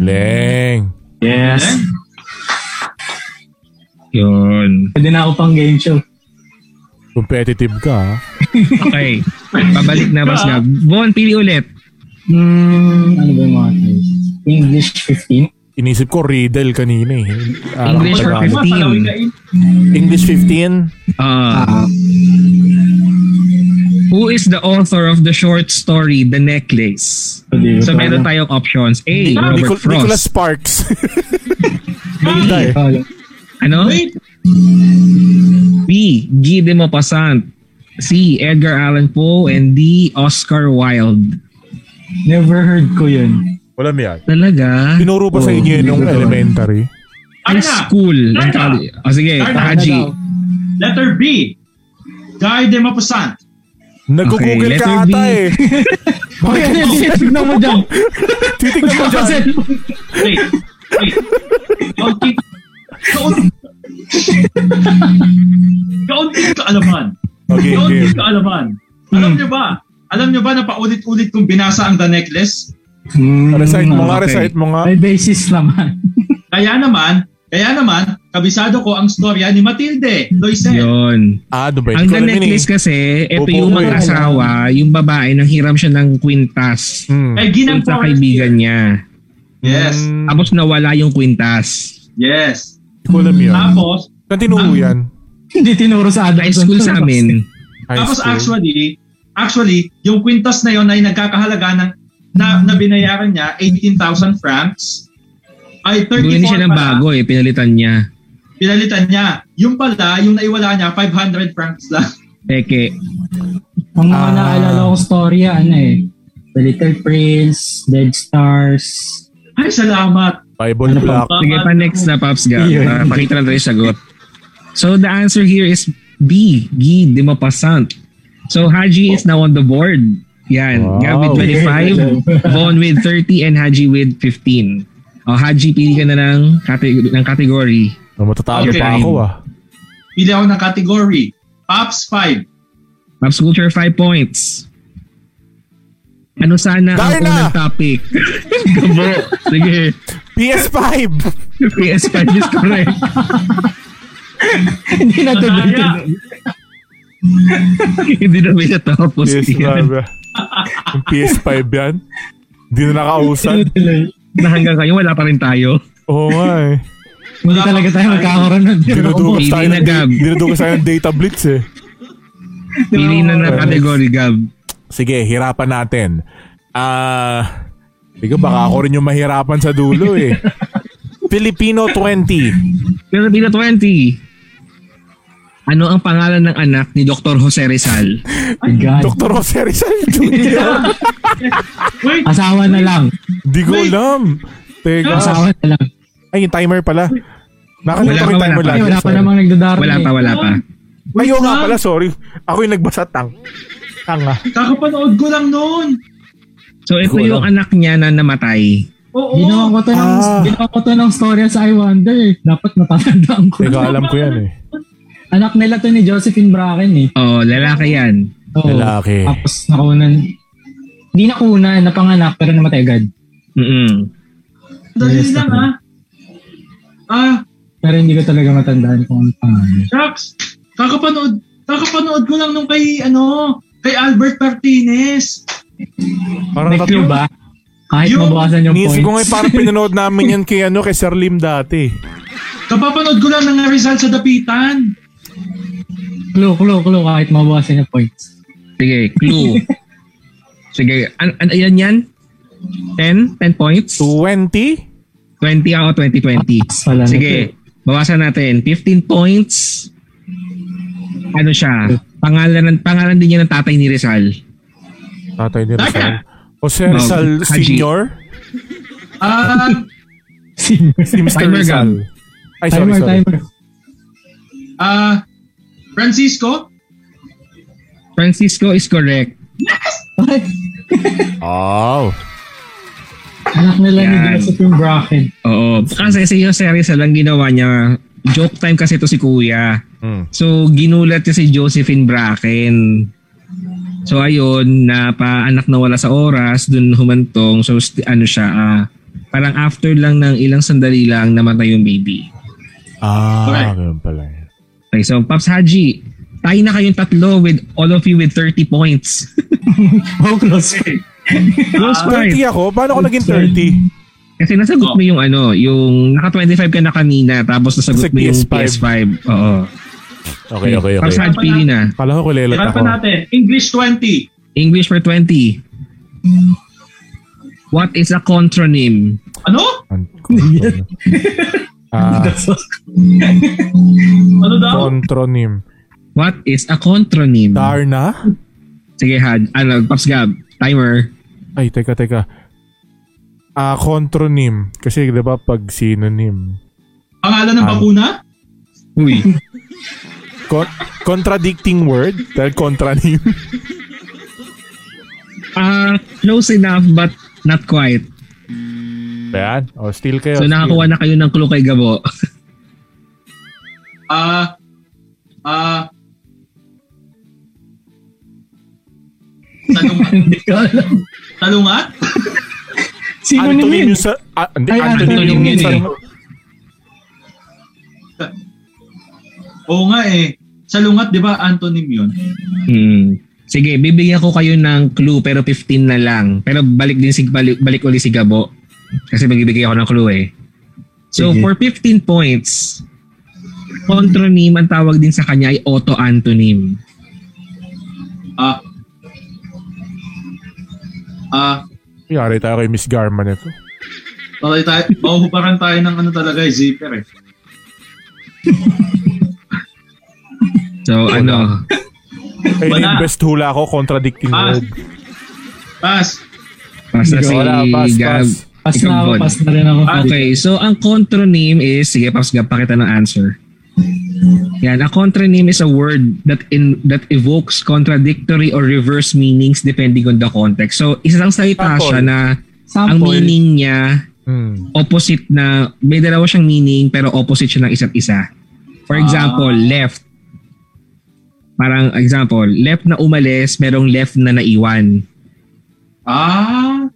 Speaker 2: Leng.
Speaker 3: Yes.
Speaker 4: Eh?
Speaker 1: Yun.
Speaker 3: Pwede na ako pang game show.
Speaker 2: Competitive ka, ah. ha?
Speaker 1: Okay. Pabalik na mas nga. Von, pili ulit.
Speaker 3: Hmm, ano ba yung mga choice? English 15?
Speaker 2: Inisip ko riddle kanina eh. Alam ko
Speaker 1: English or
Speaker 2: Tagalog.
Speaker 1: 15?
Speaker 4: Matalawin ka in.
Speaker 2: English 15?
Speaker 1: Ah,
Speaker 3: Ah,
Speaker 1: who is the author of the short story The Necklace?
Speaker 3: Hindi ko
Speaker 1: So
Speaker 3: pa
Speaker 1: meron
Speaker 3: alam.
Speaker 1: tayong options. A.
Speaker 2: Nicol-
Speaker 1: Robert
Speaker 2: Nicholas
Speaker 1: Frost.
Speaker 2: Sparks.
Speaker 3: Oh, Hindi ko alam.
Speaker 1: Ano?
Speaker 4: Wait,
Speaker 1: B. Guy de Maupassant. C. Edgar Allan Poe. And D. Oscar Wilde.
Speaker 3: Never heard ko yun.
Speaker 2: Walang yan.
Speaker 1: Talaga?
Speaker 2: Tinuro pa sa
Speaker 1: Oh,
Speaker 2: inyo
Speaker 1: hindi
Speaker 2: yun nung
Speaker 1: ko alam.
Speaker 2: elementary.
Speaker 1: High
Speaker 4: Ano na?
Speaker 1: school.
Speaker 4: Ano
Speaker 1: Ang
Speaker 4: na?
Speaker 1: college. O sige,
Speaker 4: Ano na
Speaker 1: Haji.
Speaker 3: daw?
Speaker 4: Letter B. Guy de Maupassant.
Speaker 2: Nag-google
Speaker 1: Okay,
Speaker 2: ka
Speaker 1: letter B.
Speaker 2: ata eh.
Speaker 3: Okay, ano yun? Tignan mo dyan.
Speaker 2: Titignan mo dyan.
Speaker 4: Wait. Wait. Kaunting... Kaunting... Kaunting kaalaman.
Speaker 2: Okay, Hmm. game.
Speaker 4: Kaunting kaalaman. Alam niyo ba? Alam niyo ba na paulit-ulit kong binasa ang The Necklace?
Speaker 3: Mm-hmm.
Speaker 2: Recite mo nga,
Speaker 1: Mm, okay.
Speaker 2: recite mo nga.
Speaker 3: May basis naman.
Speaker 4: Kaya naman, kaya naman, kabisado ko ang storya ni Matilde Loisel.
Speaker 1: Yun.
Speaker 2: Ah, ano ba?
Speaker 1: Ang the necklace kasi, ito
Speaker 2: Opo,
Speaker 1: yung
Speaker 2: opo. eh.
Speaker 1: mag-asawa, yung babae, nang hiram siya ng kwintas.
Speaker 2: Hmm.
Speaker 4: Ay,
Speaker 1: Yung
Speaker 4: ginagawa
Speaker 1: sa kaibigan niya.
Speaker 4: Yes.
Speaker 1: Tapos nawala yung kwintas.
Speaker 4: Yes.
Speaker 2: Hindi ko alam yun.
Speaker 4: Tapos,
Speaker 2: Saan tinuro yan?
Speaker 3: Hindi tinuro sa Adam
Speaker 1: High school sa amin.
Speaker 2: High
Speaker 4: tapos
Speaker 2: school?
Speaker 4: actually, actually, yung quintas na yon ay nagkakahalaga ng na, na binayaran niya 18,000 francs ay 34
Speaker 1: Bumili siya ng
Speaker 4: pala,
Speaker 1: bago eh, pinalitan niya.
Speaker 4: Pinalitan niya. Yung pala, yung naiwala niya, 500 francs lang.
Speaker 1: Peke.
Speaker 3: Ang mga
Speaker 2: Ah.
Speaker 3: naalala kong story, ano eh. The Little Prince, Dead Stars.
Speaker 4: Ay, salamat.
Speaker 2: Bible
Speaker 3: Ano pa?
Speaker 2: Black.
Speaker 1: Sige pa next na Pops Gab.
Speaker 3: Yun.
Speaker 1: Para pakita na tayo yung sagot. So the answer here is B. Guy de Maupassant. So Haji is now on the board. Yan.
Speaker 2: Wow.
Speaker 1: Gab with 25, Von with 30, and Haji with 15. O Haji, pili ka na ng, kate- ng category.
Speaker 2: Oh, matatalo
Speaker 4: Okay.
Speaker 2: pa ako ah.
Speaker 4: Pili ako ng category. Pops 5.
Speaker 1: Pops Culture, 5 points. Ano sana ang
Speaker 2: Dahil na!
Speaker 1: unang topic? Gabo. Sige.
Speaker 2: PS5!
Speaker 1: PS5 is correct.
Speaker 3: Hindi na tuloy.
Speaker 4: Sanaya.
Speaker 1: Hindi na may natapos.
Speaker 2: PS5.
Speaker 1: yan.
Speaker 2: ah. Yung PS5 yan? Hindi na nakausan?
Speaker 3: Tuloy.
Speaker 1: Na hanggang kayo, wala pa rin tayo.
Speaker 2: Oo nga eh.
Speaker 3: Hindi talaga tayo magkakaroon nun.
Speaker 2: Dinudugas
Speaker 1: Pili
Speaker 2: tayo
Speaker 1: na, Gab.
Speaker 2: ng, dinudugas tayo ng data blitz eh.
Speaker 1: Pili na na category, Gab.
Speaker 2: Sige, hirapan natin. Ah... Sige, baka ako rin yung mahirapan sa dulo eh. Filipino 20.
Speaker 1: Pero pila 20. Ano ang pangalan ng anak ni Dr. Jose Rizal?
Speaker 3: My God.
Speaker 2: Dr. Jose Rizal Jr.
Speaker 4: Wait,
Speaker 3: Asawa na lang.
Speaker 2: Hindi ko
Speaker 4: Wait.
Speaker 2: alam. Teka.
Speaker 3: Asawa na lang.
Speaker 2: Ay, yung timer pala.
Speaker 1: Wala pa, wala
Speaker 2: Nakalimutan ko yung timer
Speaker 1: pa.
Speaker 2: lagi.
Speaker 3: Ay, wala pa
Speaker 2: Sorry.
Speaker 3: namang eh.
Speaker 1: Ah,
Speaker 3: nagdadaro.
Speaker 1: Wala pa, wala pa.
Speaker 2: Ay, oo nga
Speaker 4: lang.
Speaker 2: pala, sorry. Ako yung nagbasa tang. Tanga.
Speaker 4: kakapanood ko lang noon.
Speaker 1: So ito yung anak niya na namatay.
Speaker 4: Oo.
Speaker 3: Ginawa ko to ng,
Speaker 2: Ah.
Speaker 3: ginawa ko to ng story sa I Wonder. eh. Dapat natatandaan ko.
Speaker 2: Teka, alam ko yan eh.
Speaker 3: Anak nila to ni Josephine Bracken eh.
Speaker 1: Oh, lalaki yan.
Speaker 3: Oo.
Speaker 2: Lalaki.
Speaker 3: Tapos nakunan. Hindi nakunan, napanganak, pero namatay agad.
Speaker 1: Mm-mm.
Speaker 4: Dali
Speaker 3: Yes,
Speaker 4: lang
Speaker 3: ako.
Speaker 4: ah. Ah,
Speaker 3: Pero hindi ko talaga matandaan kung ano pangalan.
Speaker 4: shucks. Kakapanood, kakapanood ko lang nung kay, ano, kay Albert Martinez.
Speaker 2: Parang
Speaker 3: May clue
Speaker 2: tatlo.
Speaker 3: ba? Kahit
Speaker 4: Yung-
Speaker 3: mabawasan yung
Speaker 2: Iniisip
Speaker 3: points.
Speaker 2: ko ngayon parang pinanood namin yan kay, ano, kay Sir Lim dati.
Speaker 4: Kapapanood ko lang ng Rizal sa Dapitan.
Speaker 3: Clue, clue, clue. Kahit mabawasan yung points.
Speaker 1: Sige, clue. Sige, an an ayan yan? 10? 10 points?
Speaker 2: 20?
Speaker 1: 20 ako, 2020.
Speaker 3: Wala na
Speaker 1: Sige, bawasan natin. 15 points. Ano siya? Pangalan, ng- pangalan din niya ng tatay ni Rizal.
Speaker 2: Tatay ni Rizal.
Speaker 4: Tanga.
Speaker 2: O Sir Rizal
Speaker 1: No, Haji.
Speaker 2: Senior?
Speaker 4: Ah,
Speaker 2: Si Mr.
Speaker 1: Timer
Speaker 2: Rizal. Ay, sorry,
Speaker 3: timer,
Speaker 2: sorry.
Speaker 3: timer.
Speaker 4: ah, Francisco?
Speaker 1: Francisco is correct.
Speaker 3: Bakit?
Speaker 2: Oh.
Speaker 3: Anak nila ni
Speaker 1: Yan.
Speaker 3: Josephine Bracken.
Speaker 1: Oo. Kasi si Jose Rizal lang ginawa niya, joke time kasi to si Kuya.
Speaker 2: Hmm.
Speaker 1: So, ginulat niya si Josephine Bracken. So, ayun, napaanak na wala sa oras, dun humantong. So, st- ano siya, ah, parang after lang ng ilang sandali lang, namatay yung baby.
Speaker 2: Ah,
Speaker 4: Alright.
Speaker 2: ganun pala. yan.
Speaker 1: Okay, so Pops Haji, tayo na kayong tatlo with all of you with 30 points.
Speaker 3: Oh, close.
Speaker 1: Close fight.
Speaker 2: 30 Ah, ako? Paano ako naging 30?
Speaker 1: Kasi nasagot
Speaker 4: Oh.
Speaker 1: mo yung ano, yung naka-25 ka na kanina, tapos nasagot mo
Speaker 2: Sa
Speaker 1: yung
Speaker 2: PS5.
Speaker 1: PS5. Oo.
Speaker 2: Okay, okay,
Speaker 1: Pops
Speaker 2: okay.
Speaker 1: Haji, pili na.
Speaker 2: Kala ko kulelat
Speaker 4: Tara
Speaker 2: ako.
Speaker 4: pa natin. English 20.
Speaker 1: English for 20. What is a contronym?
Speaker 4: Ano?
Speaker 2: Ang- Ah,
Speaker 4: Ano daw?
Speaker 2: contronym.
Speaker 1: What is a contronym?
Speaker 2: Darna?
Speaker 1: Sige, had. Ano, Pops Gab. Timer.
Speaker 2: Ay, teka, teka. Ah, contronym. Kasi, di ba, pag synonym.
Speaker 4: Pangalan ng
Speaker 2: Ah.
Speaker 4: bakuna?
Speaker 1: Uy.
Speaker 2: Con- contradicting word? Dahil contranym.
Speaker 1: Ah, close enough but not quite.
Speaker 2: Ayan. O, still kayo.
Speaker 1: So, nakakuha na kayo ng clue kay Gabo.
Speaker 4: Ah, ah, Talungat?
Speaker 3: Hindi ko alam.
Speaker 4: Talungat?
Speaker 3: Sino ni
Speaker 2: Antonym
Speaker 3: Min?
Speaker 2: yung sa... ah, hindi,
Speaker 3: Ay,
Speaker 2: antonym
Speaker 1: antonym
Speaker 2: yung
Speaker 1: yun
Speaker 2: sa...
Speaker 1: eh.
Speaker 4: Oo nga eh. Sa lungat, di ba, antonym yun?
Speaker 1: Hmm. Sige, bibigyan ko kayo ng clue pero 15 na lang. Pero balik din si balik, balik uli si Gabo kasi magbibigay ako ng clue eh. So
Speaker 3: Sige.
Speaker 1: for 15 points, contronym ang tawag din sa kanya ay auto-antonym.
Speaker 4: Ah, ah,
Speaker 2: Yari tayo kay Miss Garman ito.
Speaker 4: Tuloy tayo. Mahuhuparan tayo ng ano talaga, eh, zipper eh.
Speaker 1: So ano,
Speaker 2: Ay,
Speaker 4: Wala.
Speaker 2: best hula ako, contradicting
Speaker 4: Ah.
Speaker 2: word.
Speaker 4: Pass.
Speaker 1: basta si
Speaker 2: Wala, pass,
Speaker 1: Gab.
Speaker 2: pass.
Speaker 3: Pas
Speaker 1: ikaw,
Speaker 3: na ako,
Speaker 1: Bon. Ah,
Speaker 3: pas na rin ako.
Speaker 1: Okay, so ang contronym is, sige Pops Gab, pakita ng answer. Yan, a contronym is a word that in that evokes contradictory or reverse meanings depending on the context. So, isang salita
Speaker 2: Sample.
Speaker 1: siya na ang
Speaker 3: Sample.
Speaker 1: meaning niya
Speaker 2: Hmm.
Speaker 1: opposite na may dalawa siyang meaning pero opposite siya ng isa't isa. For example, left. Parang example, left na umalis, merong left na naiwan.
Speaker 4: Ah,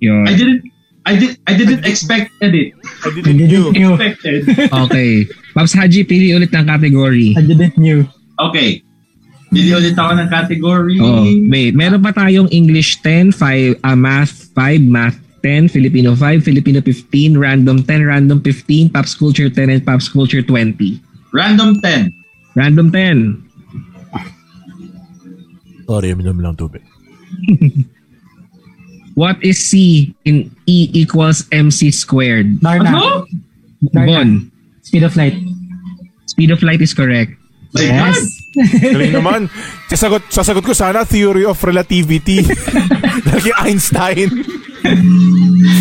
Speaker 4: I
Speaker 1: Yun.
Speaker 4: didn't, I did, I didn't expect it.
Speaker 2: I didn't knew.
Speaker 3: New.
Speaker 4: Expected.
Speaker 1: Okay. Pops Haji, pili ulit ng category.
Speaker 3: I didn't knew.
Speaker 4: Okay. Bili ulit ako ng category.
Speaker 1: Oh,
Speaker 3: Mm.
Speaker 1: wait. Meron pa tayong English 10, 5, ah, Math 5, Math 10, Filipino 5, Filipino 15, Random 10, Random 15, Pops Culture 10, and Pops Culture 20.
Speaker 4: Random 10.
Speaker 1: Random 10.
Speaker 2: Sorry, minum lang tubig.
Speaker 1: What is C in E equals MC squared?
Speaker 3: Darna.
Speaker 4: Ano?
Speaker 3: Darna.
Speaker 1: Bon,
Speaker 3: Speed of light.
Speaker 1: speed of light is correct.
Speaker 4: My
Speaker 3: Yes.
Speaker 4: God.
Speaker 2: Galing naman. Sasagot, sasagot ko sana theory of relativity. Lagi Einstein.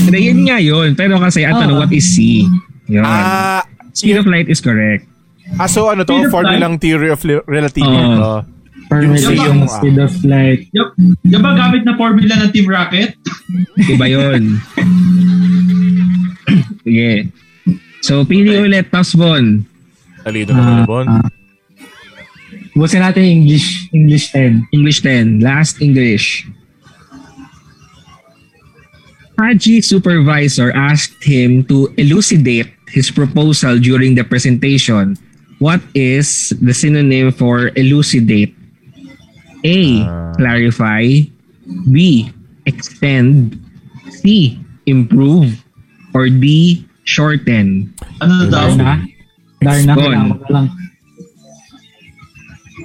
Speaker 1: Hindi, yun nga yun. Pero kasi, ang tanong,
Speaker 3: Oo.
Speaker 1: what is C? Yun.
Speaker 2: Ah,
Speaker 1: speed of light is correct.
Speaker 2: ah, so ano to?
Speaker 4: Speed of
Speaker 2: Formulang theory of li- relativity. Ano?
Speaker 1: Oo.
Speaker 3: Ah.
Speaker 2: to.
Speaker 3: Permit
Speaker 2: Yung-
Speaker 3: yung
Speaker 2: yung-
Speaker 3: speed of light.
Speaker 4: Yup. Di ba gamit na formula ng Team Rocket?
Speaker 1: Iba yun. Sige. So, pili ulit, Pops Bon.
Speaker 2: Talino na kalibon.
Speaker 3: Ah. Busin natin yung English. English 10.
Speaker 1: English 10. Last English. Haji supervisor asked him to elucidate his proposal during the presentation. What is the synonym for elucidate? A. Clarify. B. Extend. C. Improve. Or D. Shorten.
Speaker 4: Ano daw?
Speaker 3: Darna. Darna.
Speaker 1: Bon.
Speaker 3: Kailangan ko na lang.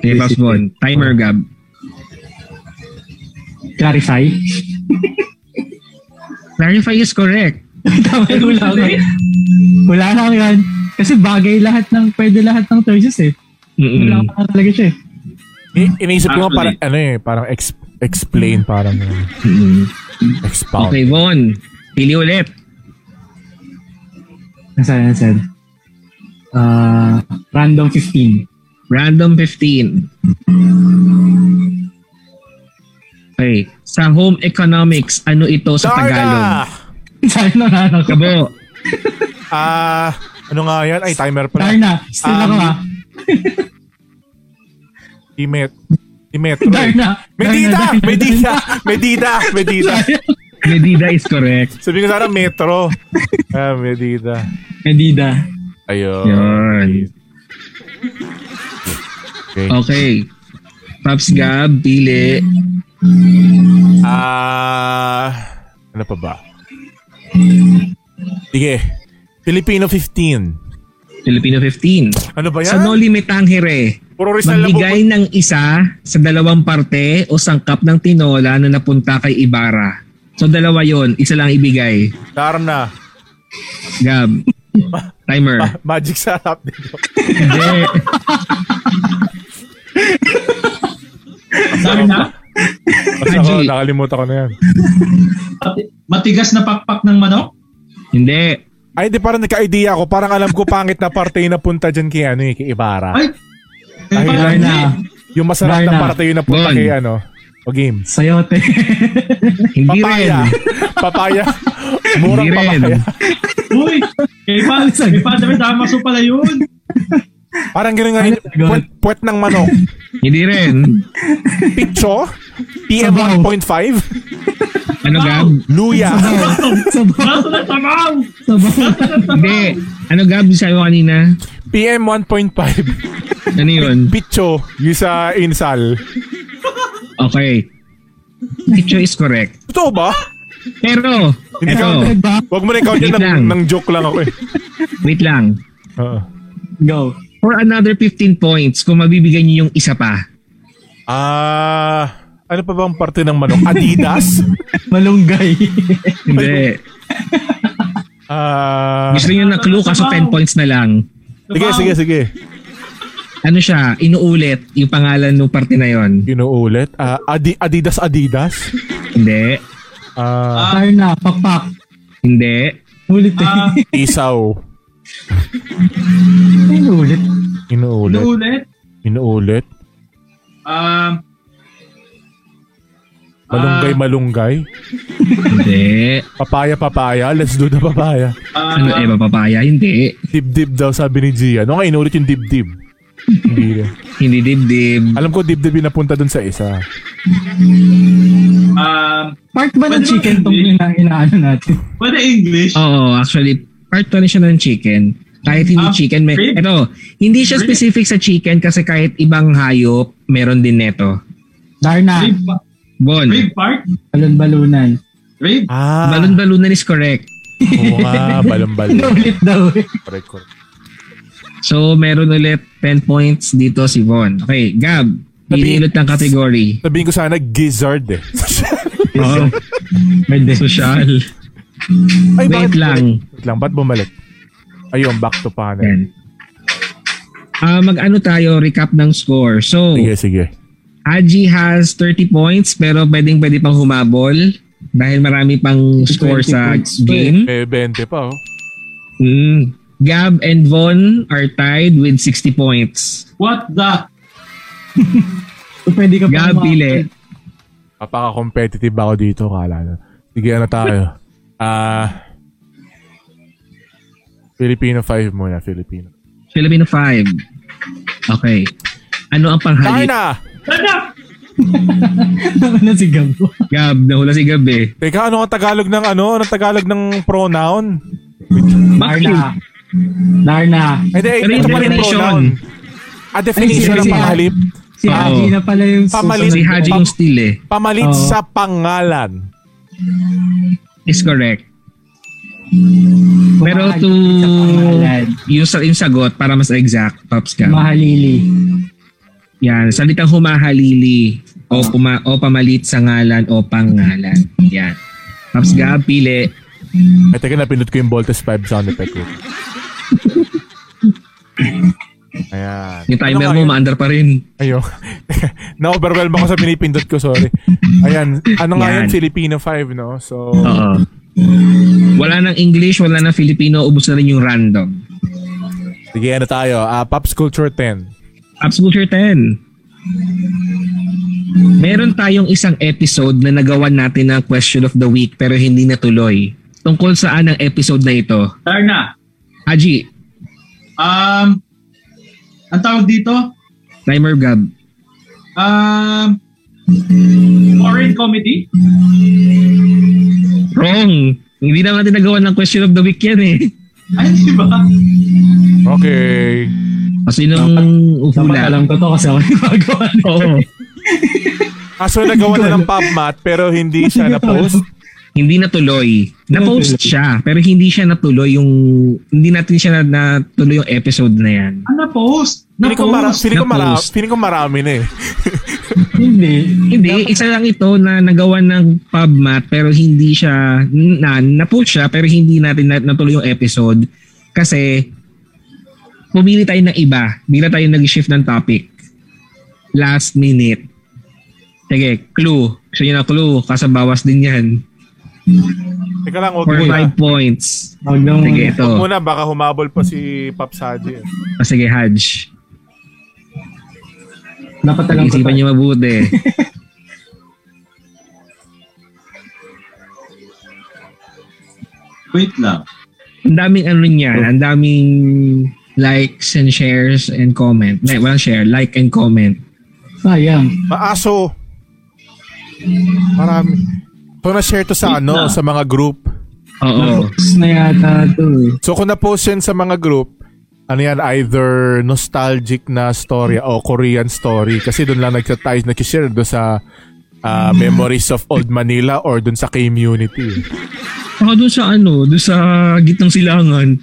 Speaker 1: Okay, Pops Bon. Timer, Gab.
Speaker 3: Clarify.
Speaker 1: Clarify is correct.
Speaker 3: Tama yung hula ko. Wala lang yan. Kasi bagay lahat ng, pwede lahat ng choices eh. Wala
Speaker 1: Mm-mm.
Speaker 3: ka na talaga siya eh.
Speaker 2: I- iniisip ko nga parang,
Speaker 4: Actually.
Speaker 2: ano eh, parang ex- explain, parang uh,
Speaker 1: Mm-mm.
Speaker 3: Mm-hmm.
Speaker 2: expound.
Speaker 1: Okay, Bon. Pili ulit.
Speaker 3: Nasaan, nasaan? Ah, random 15.
Speaker 1: Random 15. Okay. Sa home economics, ano ito sa Tagalog?
Speaker 2: Darna!
Speaker 3: Saan na nga ako?
Speaker 1: Kabo,
Speaker 2: Ah, ano nga yan? Ay, timer pala.
Speaker 3: Darna. Still
Speaker 2: Um,
Speaker 3: ako ha.
Speaker 2: Dimet. Dimetro.
Speaker 3: Darna.
Speaker 2: Medida!
Speaker 3: Darna, Darna,
Speaker 2: Medida! Medida! Medida!
Speaker 1: Medida is correct.
Speaker 2: Sabi ko sana metro. Ah, Medida.
Speaker 3: Medida.
Speaker 2: Ayun.
Speaker 1: Yun.
Speaker 2: Okay.
Speaker 1: Okay. Pops Gab, pili.
Speaker 2: Ah, ano pa ba? Sige. Filipino 15.
Speaker 1: Filipino 15.
Speaker 2: Ano ba yan?
Speaker 1: Sa no limit tangere,
Speaker 2: Puro Rizal na
Speaker 1: magbigay ng isa sa dalawang parte o sangkap ng tinola na napunta kay Ibarra. So dalawa yon isa lang ibigay.
Speaker 2: Darna.
Speaker 1: Gab. Timer.
Speaker 2: Magic sa harap dito.
Speaker 1: Hindi.
Speaker 4: Sabi na,
Speaker 2: Basta ako,
Speaker 1: Magic.
Speaker 2: nakalimutan ko na yan.
Speaker 4: mati- matigas na pakpak ng manok.
Speaker 1: Hindi.
Speaker 2: Ay, hindi parang nagka-idea ako. Parang alam ko pangit na parte yung napunta dyan kay, ano, eh, kay Ibarra.
Speaker 4: Ay, eh,
Speaker 2: Ay,
Speaker 4: parang
Speaker 3: Darna.
Speaker 4: hindi.
Speaker 2: Yung masarap
Speaker 3: Darna.
Speaker 2: na parte yung napunta
Speaker 1: Bon.
Speaker 2: kay ano. O game.
Speaker 3: Sayote.
Speaker 1: Hindi rin.
Speaker 2: Papaya. papaya. Murang
Speaker 1: Hindi rin.
Speaker 2: papaya.
Speaker 4: Uy, kay, pa, kay Father Damaso pala yun.
Speaker 2: Parang ganun nga. yun.
Speaker 3: Ay, God.
Speaker 2: Puwet, puwet ng manok.
Speaker 1: Hindi rin.
Speaker 2: Pitcho. PM
Speaker 3: Sabaw.
Speaker 2: 1.5.
Speaker 1: Ano Gab?
Speaker 2: Luya.
Speaker 3: sabaw.
Speaker 4: Bato na tamaw!
Speaker 3: Sabaw.
Speaker 1: Hindi. Ano Gab yung sabi mo kanina?
Speaker 2: PM 1.5.
Speaker 1: Ano yun?
Speaker 2: Pitcho. Yung sa Insal.
Speaker 1: Okay. Picture is correct.
Speaker 2: Totoo ba?
Speaker 1: Pero,
Speaker 2: Hindi
Speaker 1: eto,
Speaker 2: ka-
Speaker 3: Diba?
Speaker 2: Huwag mo na ikaw yun.
Speaker 1: Wait lang.
Speaker 2: Nang, nang joke lang ako eh.
Speaker 1: wait lang.
Speaker 2: Oo.
Speaker 3: Go.
Speaker 1: For another 15 points, kung mabibigyan niyo yung isa pa.
Speaker 2: Ah... ano pa bang parte ng manok? Adidas?
Speaker 3: Malunggay.
Speaker 1: Hindi.
Speaker 2: Ah...
Speaker 1: Gusto niyo na clue kaso 10 points na lang.
Speaker 2: sige,
Speaker 1: Diba?
Speaker 2: sige, sige.
Speaker 1: Ano siya, inuulit yung pangalan ng parte na yon.
Speaker 2: Inuulit. Ah, Adi- Adidas, Adidas.
Speaker 1: Hindi.
Speaker 2: Ah...
Speaker 3: Darna. Pakpak.
Speaker 1: Hindi.
Speaker 3: Ulit eh.
Speaker 4: Ah,
Speaker 2: isaw.
Speaker 3: Ay, ulit.
Speaker 2: Inuulit.
Speaker 4: Inuulit.
Speaker 2: Inuulit.
Speaker 4: Um,
Speaker 2: Malunggay,
Speaker 1: Ah.
Speaker 2: malunggay.
Speaker 1: Hindi.
Speaker 2: Papaya, papaya. Let's do the papaya.
Speaker 4: ah,
Speaker 1: Ano, Eva Papaya? Hindi.
Speaker 2: Dibdib daw sabi ni Gia. Ano nga inulit yung dibdib? Hindi rin.
Speaker 1: Hindi dibdib.
Speaker 2: Alam ko dibdib yung napunta dun sa isa.
Speaker 4: um,
Speaker 3: Part ba ng
Speaker 4: Pwede
Speaker 3: chicken
Speaker 4: ba
Speaker 3: tong
Speaker 4: hindi?
Speaker 3: ina inaano natin?
Speaker 4: pwede English.
Speaker 1: Oo, actually, part 2 na siya ng chicken. Kahit hindi
Speaker 4: Ah,
Speaker 1: chicken, may,
Speaker 4: really?
Speaker 1: eto, hindi siya
Speaker 4: Really?
Speaker 1: specific sa chicken kasi kahit ibang hayop, meron din neto.
Speaker 3: Darna.
Speaker 4: Rave, pa-
Speaker 1: Bon,
Speaker 4: rave Park?
Speaker 3: Balon-balunan.
Speaker 4: Rave?
Speaker 2: Ah,
Speaker 1: balon-balunan is correct.
Speaker 2: oo nga, balon-balon.
Speaker 3: Inulit daw eh.
Speaker 2: Correct, correct.
Speaker 1: So, meron ulit 10 points dito si Von. Okay, Gab,
Speaker 2: Sabi-
Speaker 1: pili ulit ng category.
Speaker 2: Sabihin ko sana gizzard eh.
Speaker 1: Oo,
Speaker 3: Pwede.
Speaker 1: social.
Speaker 2: Ay,
Speaker 1: Wait
Speaker 2: bakit-
Speaker 1: lang.
Speaker 2: Wait lang, ba't bumalik? Ayun, back to panel.
Speaker 1: Yan. Ah, mag-ano tayo, recap ng score. So,
Speaker 2: Sige, sige.
Speaker 1: Haji has 30 points pero pwedeng pwede pang humabol dahil marami pang score sa
Speaker 3: points pa eh.
Speaker 1: game.
Speaker 2: May 20 pa oh.
Speaker 1: Mm. Gab and Von are tied with 60 points.
Speaker 4: What the?
Speaker 3: So, pwede ka pa
Speaker 1: Gab,
Speaker 2: Oh,
Speaker 3: mga-
Speaker 1: pili.
Speaker 2: Papaka-competitive ako dito, kala na. Sige, ano tayo? Ah... Filipino 5 muna, Filipino.
Speaker 1: Filipino 5. Okay. Ano ang panghali?
Speaker 2: Darna!
Speaker 4: Tanda!
Speaker 3: Tama na si Gabo.
Speaker 1: Gab, nahula si Gab eh.
Speaker 2: Teka, ano ang Tagalog ng ano? Ano ang Tagalog ng pronoun?
Speaker 3: Darna. Darna.
Speaker 2: Hindi,
Speaker 1: Pero
Speaker 2: ito
Speaker 1: Ano yung
Speaker 2: pa rin
Speaker 1: definition.
Speaker 2: pronoun. A definition
Speaker 3: Ay,
Speaker 2: ng
Speaker 3: si-
Speaker 2: panghalip.
Speaker 3: Si
Speaker 1: Oo.
Speaker 3: Haji na pala yung
Speaker 2: Pamalit.
Speaker 1: Si
Speaker 3: susunod.
Speaker 1: Haji yung still eh.
Speaker 2: Pamalit
Speaker 3: Oo.
Speaker 2: sa pangalan.
Speaker 1: Is correct. Pero
Speaker 3: Pamalit
Speaker 1: to
Speaker 3: sa pangalan.
Speaker 1: yung, sa- yung sagot para mas exact, Pops Gab.
Speaker 3: Mahalili.
Speaker 1: Yan, salitang humahalili o, puma, o pamalit sa ngalan o pangalan. Yan. Tapos
Speaker 2: Hmm.
Speaker 1: Gab, pili.
Speaker 2: Ay, teka, napindot ko yung Voltes 5 sound effect ko. Ayan.
Speaker 1: Yung timer mo,
Speaker 2: Ano kayo?
Speaker 1: maandar pa rin.
Speaker 2: Ayun. Na-overwhelm ako sa pinipindot ko, sorry. Ayan. Ano nga
Speaker 1: Yan.
Speaker 2: yun? Filipino 5, no? So,
Speaker 1: Oo.
Speaker 3: Mm.
Speaker 1: Wala nang English, wala nang Filipino, ubus na rin yung random.
Speaker 2: sige, ano tayo? Ah, Pops Culture 10.
Speaker 1: Pops Culture 10. Meron tayong isang episode na nagawa natin ng question of the week pero hindi natuloy. Tungkol saan ang episode na ito?
Speaker 4: Darna.
Speaker 1: Haji,
Speaker 4: Um, ang tawag dito?
Speaker 1: timer Gab.
Speaker 4: Um, foreign comedy?
Speaker 1: Wrong! Hindi naman natin nagawa ng question of the week yan eh.
Speaker 4: Ay, di ba? Ah,
Speaker 2: Okay.
Speaker 1: Kasi nung
Speaker 3: Dapat
Speaker 1: uhula.
Speaker 3: alam ko to kasi ako yung gagawa.
Speaker 1: Oo.
Speaker 2: Kaso nagawa na ng pop mat pero hindi siya na-post.
Speaker 1: Hindi natuloy. Na-post siya, pero hindi siya natuloy yung... Hindi natin siya na, natuloy yung episode na yan.
Speaker 4: Ah, na-post.
Speaker 2: Feeling ko, mara-
Speaker 4: Na-post.
Speaker 2: feeling ko, mara-
Speaker 1: Na-post.
Speaker 2: feeling ko marami na eh.
Speaker 3: Hindi.
Speaker 1: Hindi, isa lang ito na nagawa ng PubMat pero hindi siya, na, na-push siya pero hindi natin nat- natuloy yung episode kasi pumili tayo ng iba. Bigla tayo nag-shift ng topic. Last minute. Sige, clue. Gusto niyo na clue? Kasabawas din yan.
Speaker 2: Teka lang, huwag
Speaker 1: For
Speaker 2: muna.
Speaker 1: 5 points.
Speaker 3: Wag lang.
Speaker 1: Sige, ito.
Speaker 2: Huwag muna, baka humabol pa si eh. Pops Haji.
Speaker 1: O, sige, Hajj.
Speaker 3: Dapat talaga.
Speaker 1: Isipan niyo mabuti.
Speaker 4: Wait lang.
Speaker 1: Ang daming ano niyan, ang daming likes and shares and comment. May, walang share, like and comment.
Speaker 3: Sayang.
Speaker 2: Maaso. Marami. Ito na-share to sa ano, sa mga group.
Speaker 1: Oo.
Speaker 3: Tapos na yata ito eh.
Speaker 2: So kung na-post yan sa mga group, ano yan, either nostalgic na story o Korean story. Kasi doon lang nagtatay, nag-share doon sa ah, Memories of Old Manila or doon sa community.
Speaker 1: Ako doon sa ano, doon sa gitnang silangan.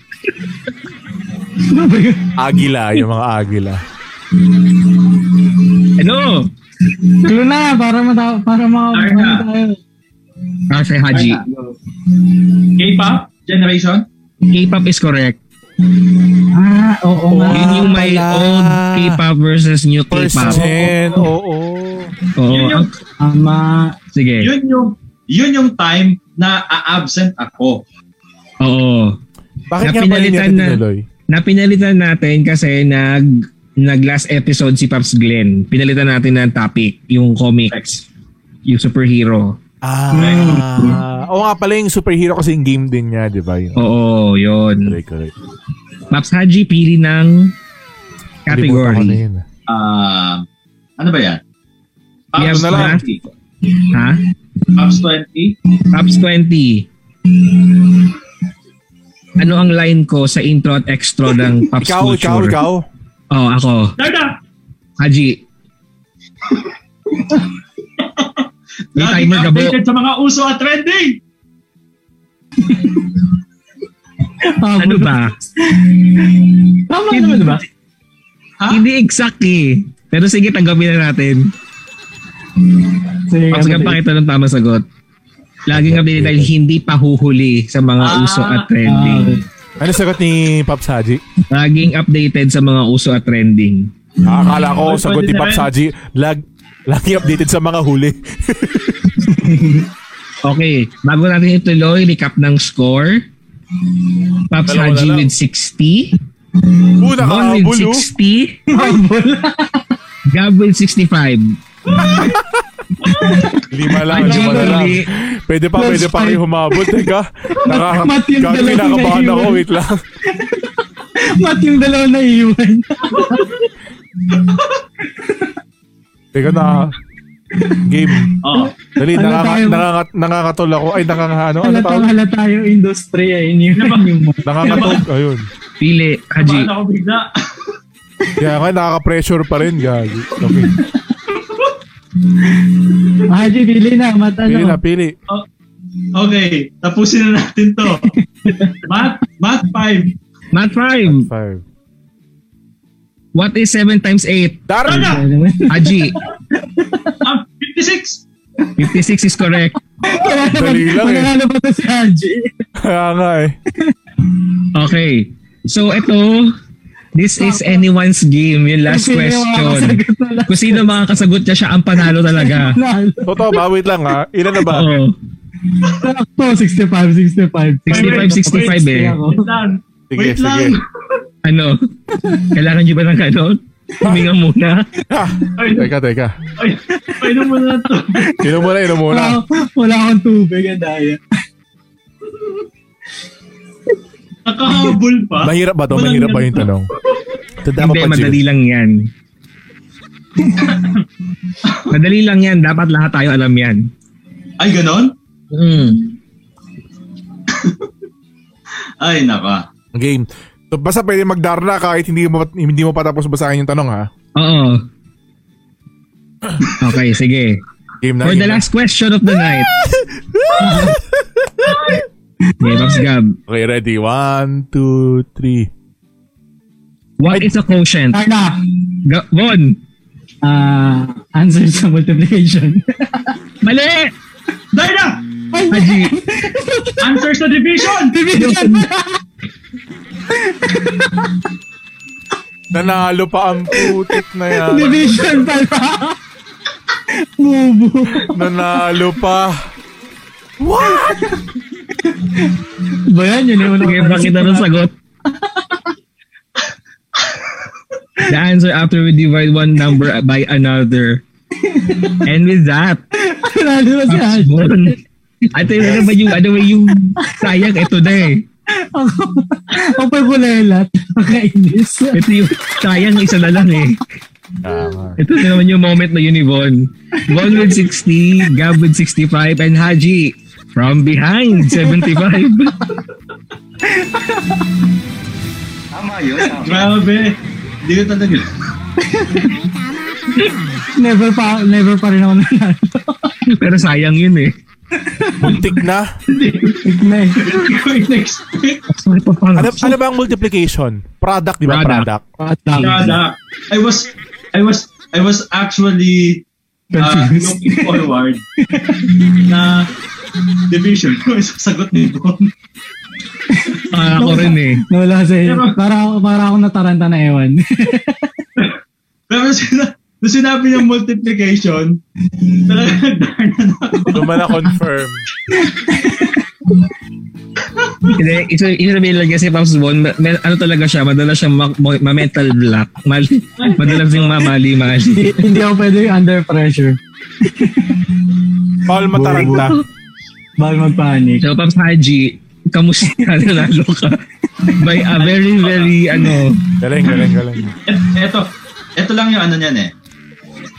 Speaker 2: Agila, yung mga agila.
Speaker 1: Ano?
Speaker 3: Clue na para mata para ma
Speaker 4: Ayun
Speaker 3: ano
Speaker 4: na.
Speaker 3: tayo.
Speaker 1: Ah, kay Haji.
Speaker 4: K-pop generation?
Speaker 1: K-pop is correct.
Speaker 3: Ah, oo nga.
Speaker 1: Yun yung may
Speaker 2: pala.
Speaker 1: old K-pop versus new
Speaker 2: First
Speaker 1: K-pop.
Speaker 2: gen, oo.
Speaker 1: Oo.
Speaker 4: Yun yung,
Speaker 1: ang-
Speaker 3: Tama.
Speaker 1: sige.
Speaker 4: yun yung, yun yung time na a-absent ako.
Speaker 1: Oo.
Speaker 2: Bakit
Speaker 1: Na
Speaker 2: nga ba niya
Speaker 1: pinalitan na.
Speaker 2: tinuloy?
Speaker 1: Napinalitan natin kasi nag nag last episode si Pops Glenn. Pinalitan natin ng topic, yung comics, yung superhero.
Speaker 2: Ah, oo nga pala yung superhero kasi yung game din niya, di ba? Yun.
Speaker 1: Oo, yun.
Speaker 2: Correct, correct.
Speaker 1: Pops Haji, pili ng
Speaker 2: Kalimutan ko na
Speaker 1: category.
Speaker 2: yun, ah.
Speaker 4: Ah, ano ba yan?
Speaker 1: Yeah,
Speaker 4: Pops
Speaker 1: na lang.
Speaker 4: 20.
Speaker 1: Ha?
Speaker 4: Pops 20?
Speaker 1: Pops 20. Ano ang line ko sa intro at extra ng Pops
Speaker 2: Ikaw,
Speaker 1: Culture?
Speaker 2: ikaw, ikaw.
Speaker 1: Oo, ako.
Speaker 4: Darda!
Speaker 1: Haji. May
Speaker 4: Lagi
Speaker 1: timer ka ba?
Speaker 4: updated sa mga uso at trending!
Speaker 1: Ano ba?
Speaker 3: Tama naman ba?
Speaker 4: Ha?
Speaker 1: Hindi exact eh. Pero sige, tanggapin na natin.
Speaker 3: Sige,
Speaker 1: Pag
Speaker 3: ano
Speaker 1: sige,
Speaker 3: ba?
Speaker 1: pakita ng tamang sagot. Laging updated dahil hindi pahuhuli sa mga
Speaker 4: Ah,
Speaker 1: uso at trending.
Speaker 2: Ano sagot ni Pops Haji?
Speaker 1: Laging updated sa mga uso at trending.
Speaker 2: Ah, Akala ko
Speaker 4: Oy,
Speaker 2: sagot ni
Speaker 4: pwede na
Speaker 2: Pops
Speaker 4: rin.
Speaker 2: Haji, lag, lagi updated sa mga huli.
Speaker 1: Okay, bago natin ituloy, recap ng score. Pops
Speaker 2: Dalawa na
Speaker 1: Haji
Speaker 2: lang.
Speaker 1: with 60.
Speaker 2: Oo,
Speaker 1: Bon with
Speaker 2: nakahabol, oh.
Speaker 1: 60. Gab with 65.
Speaker 2: Lima lang,
Speaker 1: Ay,
Speaker 2: lima na lang.
Speaker 1: hindi.
Speaker 2: Pwede pa,
Speaker 3: Plus
Speaker 2: pwede pa
Speaker 3: five.
Speaker 2: kayo humabot. Teka,
Speaker 3: Mat
Speaker 2: nakakabang
Speaker 3: yung dalawa
Speaker 2: kinakabahan
Speaker 3: na
Speaker 2: ako.
Speaker 3: iwan.
Speaker 2: Wait lang.
Speaker 3: Ba't yung dalawa na iwan?
Speaker 2: Teka na. Game.
Speaker 4: Oh.
Speaker 2: Dali,
Speaker 3: Ano
Speaker 2: nakaka,
Speaker 3: tayo?
Speaker 2: nakaka, nakakatol ako. Ay, nakakaano. Ano
Speaker 3: Halatang
Speaker 2: tawag?
Speaker 3: halata yung industry eh. Yun yung,
Speaker 1: Diba?
Speaker 3: yun yung
Speaker 2: Nakakatog. Ayun.
Speaker 1: Pili, Haji.
Speaker 4: Paano ako bigla?
Speaker 2: Kaya nga, nakaka-pressure pa rin. Gagi. Okay.
Speaker 3: Haji, pili na. Mata
Speaker 2: Pili na,
Speaker 3: na.
Speaker 2: pili.
Speaker 4: Okay, tapusin na natin to. Math, Math 5.
Speaker 1: Math 5.
Speaker 2: Five.
Speaker 1: What is 7 times 8?
Speaker 2: Daran na!
Speaker 3: eh.
Speaker 1: Haji,
Speaker 4: Ah, 56!
Speaker 1: 56 is correct.
Speaker 2: Dali lang eh.
Speaker 3: Mananalo pa to si Haji.
Speaker 2: Kaya nga eh.
Speaker 1: Okay. So, ito, this is anyone's game. Yung last
Speaker 3: Kasi yung mga
Speaker 1: question.
Speaker 3: kasagot na lang.
Speaker 1: Kung sino makakasagot niya, siya ang panalo talaga.
Speaker 3: Nalo.
Speaker 2: Totoo ba? Wait lang ha. Ilan na ba?
Speaker 1: Oo.
Speaker 3: Sakto, 65, 65.
Speaker 1: 65, 65 eh.
Speaker 3: Ako.
Speaker 4: Wait lang.
Speaker 2: Sige,
Speaker 4: Wait
Speaker 2: sige.
Speaker 4: lang.
Speaker 1: Ano? Kailangan niyo ba ng kanon? Huminga muna.
Speaker 4: Ay,
Speaker 2: Teka, teka.
Speaker 4: ay, painom mo na to.
Speaker 2: Inom muna, inom muna.
Speaker 3: Wala, wala akong tubig ang daya.
Speaker 4: Nakahabol pa.
Speaker 2: Mahirap ba to?
Speaker 4: Walang
Speaker 2: Mahirap ba
Speaker 4: ganito.
Speaker 2: yung tanong? Tanda mo
Speaker 1: Hindi,
Speaker 2: pa,
Speaker 1: madali
Speaker 2: Jill.
Speaker 1: lang yan. madali lang yan. Dapat lahat tayo alam yan.
Speaker 4: Ay, ganon?
Speaker 1: Mm.
Speaker 4: Ay, naka.
Speaker 2: Game. So, basta pwede magdarna kahit hindi mo, hindi mo patapos basahin yung tanong ha.
Speaker 1: Oo. Okay, sige.
Speaker 2: Game na.
Speaker 1: For
Speaker 2: game
Speaker 1: the
Speaker 2: na.
Speaker 1: last question of the night. Okay, Pops Gab.
Speaker 2: Okay, ready. One, two, three.
Speaker 1: What is a quotient?
Speaker 3: Ay na!
Speaker 1: Ga- Von!
Speaker 3: ah, answer sa multiplication.
Speaker 1: Mali!
Speaker 4: Dahil na!
Speaker 3: Ay,
Speaker 1: Haji,
Speaker 4: Answer sa division!
Speaker 3: division pa!
Speaker 2: Nanalo pa ang putik na yan.
Speaker 3: division pala! Bubo!
Speaker 2: Nanalo pa.
Speaker 3: Ba yan? Yun yung unang
Speaker 1: sige, pakita ng sagot. The answer after we divide one number by another. And with that,
Speaker 3: Lalo na si
Speaker 1: Pops
Speaker 3: Haji.
Speaker 1: Bon. Ate, ano ba yung, ano ba yung sayang? Ito na eh.
Speaker 3: Ako, ang pagkulelat. Nakainis.
Speaker 1: Ito yung sayang, isa na lang eh. Ito na naman yung moment na yun ni Von. Von with 60, Gab with 65, and Haji from behind, 75.
Speaker 5: Tama yun. Tama.
Speaker 4: Grabe! Hindi ko talaga.
Speaker 3: Never pa, never pa rin ako nanalo.
Speaker 1: Pero sayang yun eh.
Speaker 2: Muntik na.
Speaker 3: Ignay.
Speaker 4: Hindi ko in-expect.
Speaker 1: Sorry pa pang.
Speaker 2: Ano, ano ba ang multiplication? Product, di ba?
Speaker 1: Product.
Speaker 2: Product.
Speaker 4: Kada. I was, I was, I was actually uh,
Speaker 3: Confused.
Speaker 4: looking forward na division ko is sagot ni Bon.
Speaker 1: Para ko rin eh.
Speaker 3: Nawala sa iyo.
Speaker 4: Pero-
Speaker 3: Para, ako- para ako nataranta na ewan.
Speaker 4: Pero sina, nung sinabi ng multiplication, talaga darn na ako.
Speaker 2: Duman na confirm.
Speaker 1: Hindi, ito, ito sabihin lang kasi Pops Bon, ma- ma- ano talaga siya, madalas siyang ma- ma- ma-mental block. Mali, madalas yung mamali-mali.
Speaker 3: Hindi- Hindi ako pwede yung under pressure.
Speaker 2: Paul Mataranta.
Speaker 3: Bawal magpanik.
Speaker 1: So Pops Haji, kamusta nanalo ka? By a very, very, ano,
Speaker 2: Galing, galing, galing.
Speaker 4: Et- Eto, eto lang yung ano niyan eh.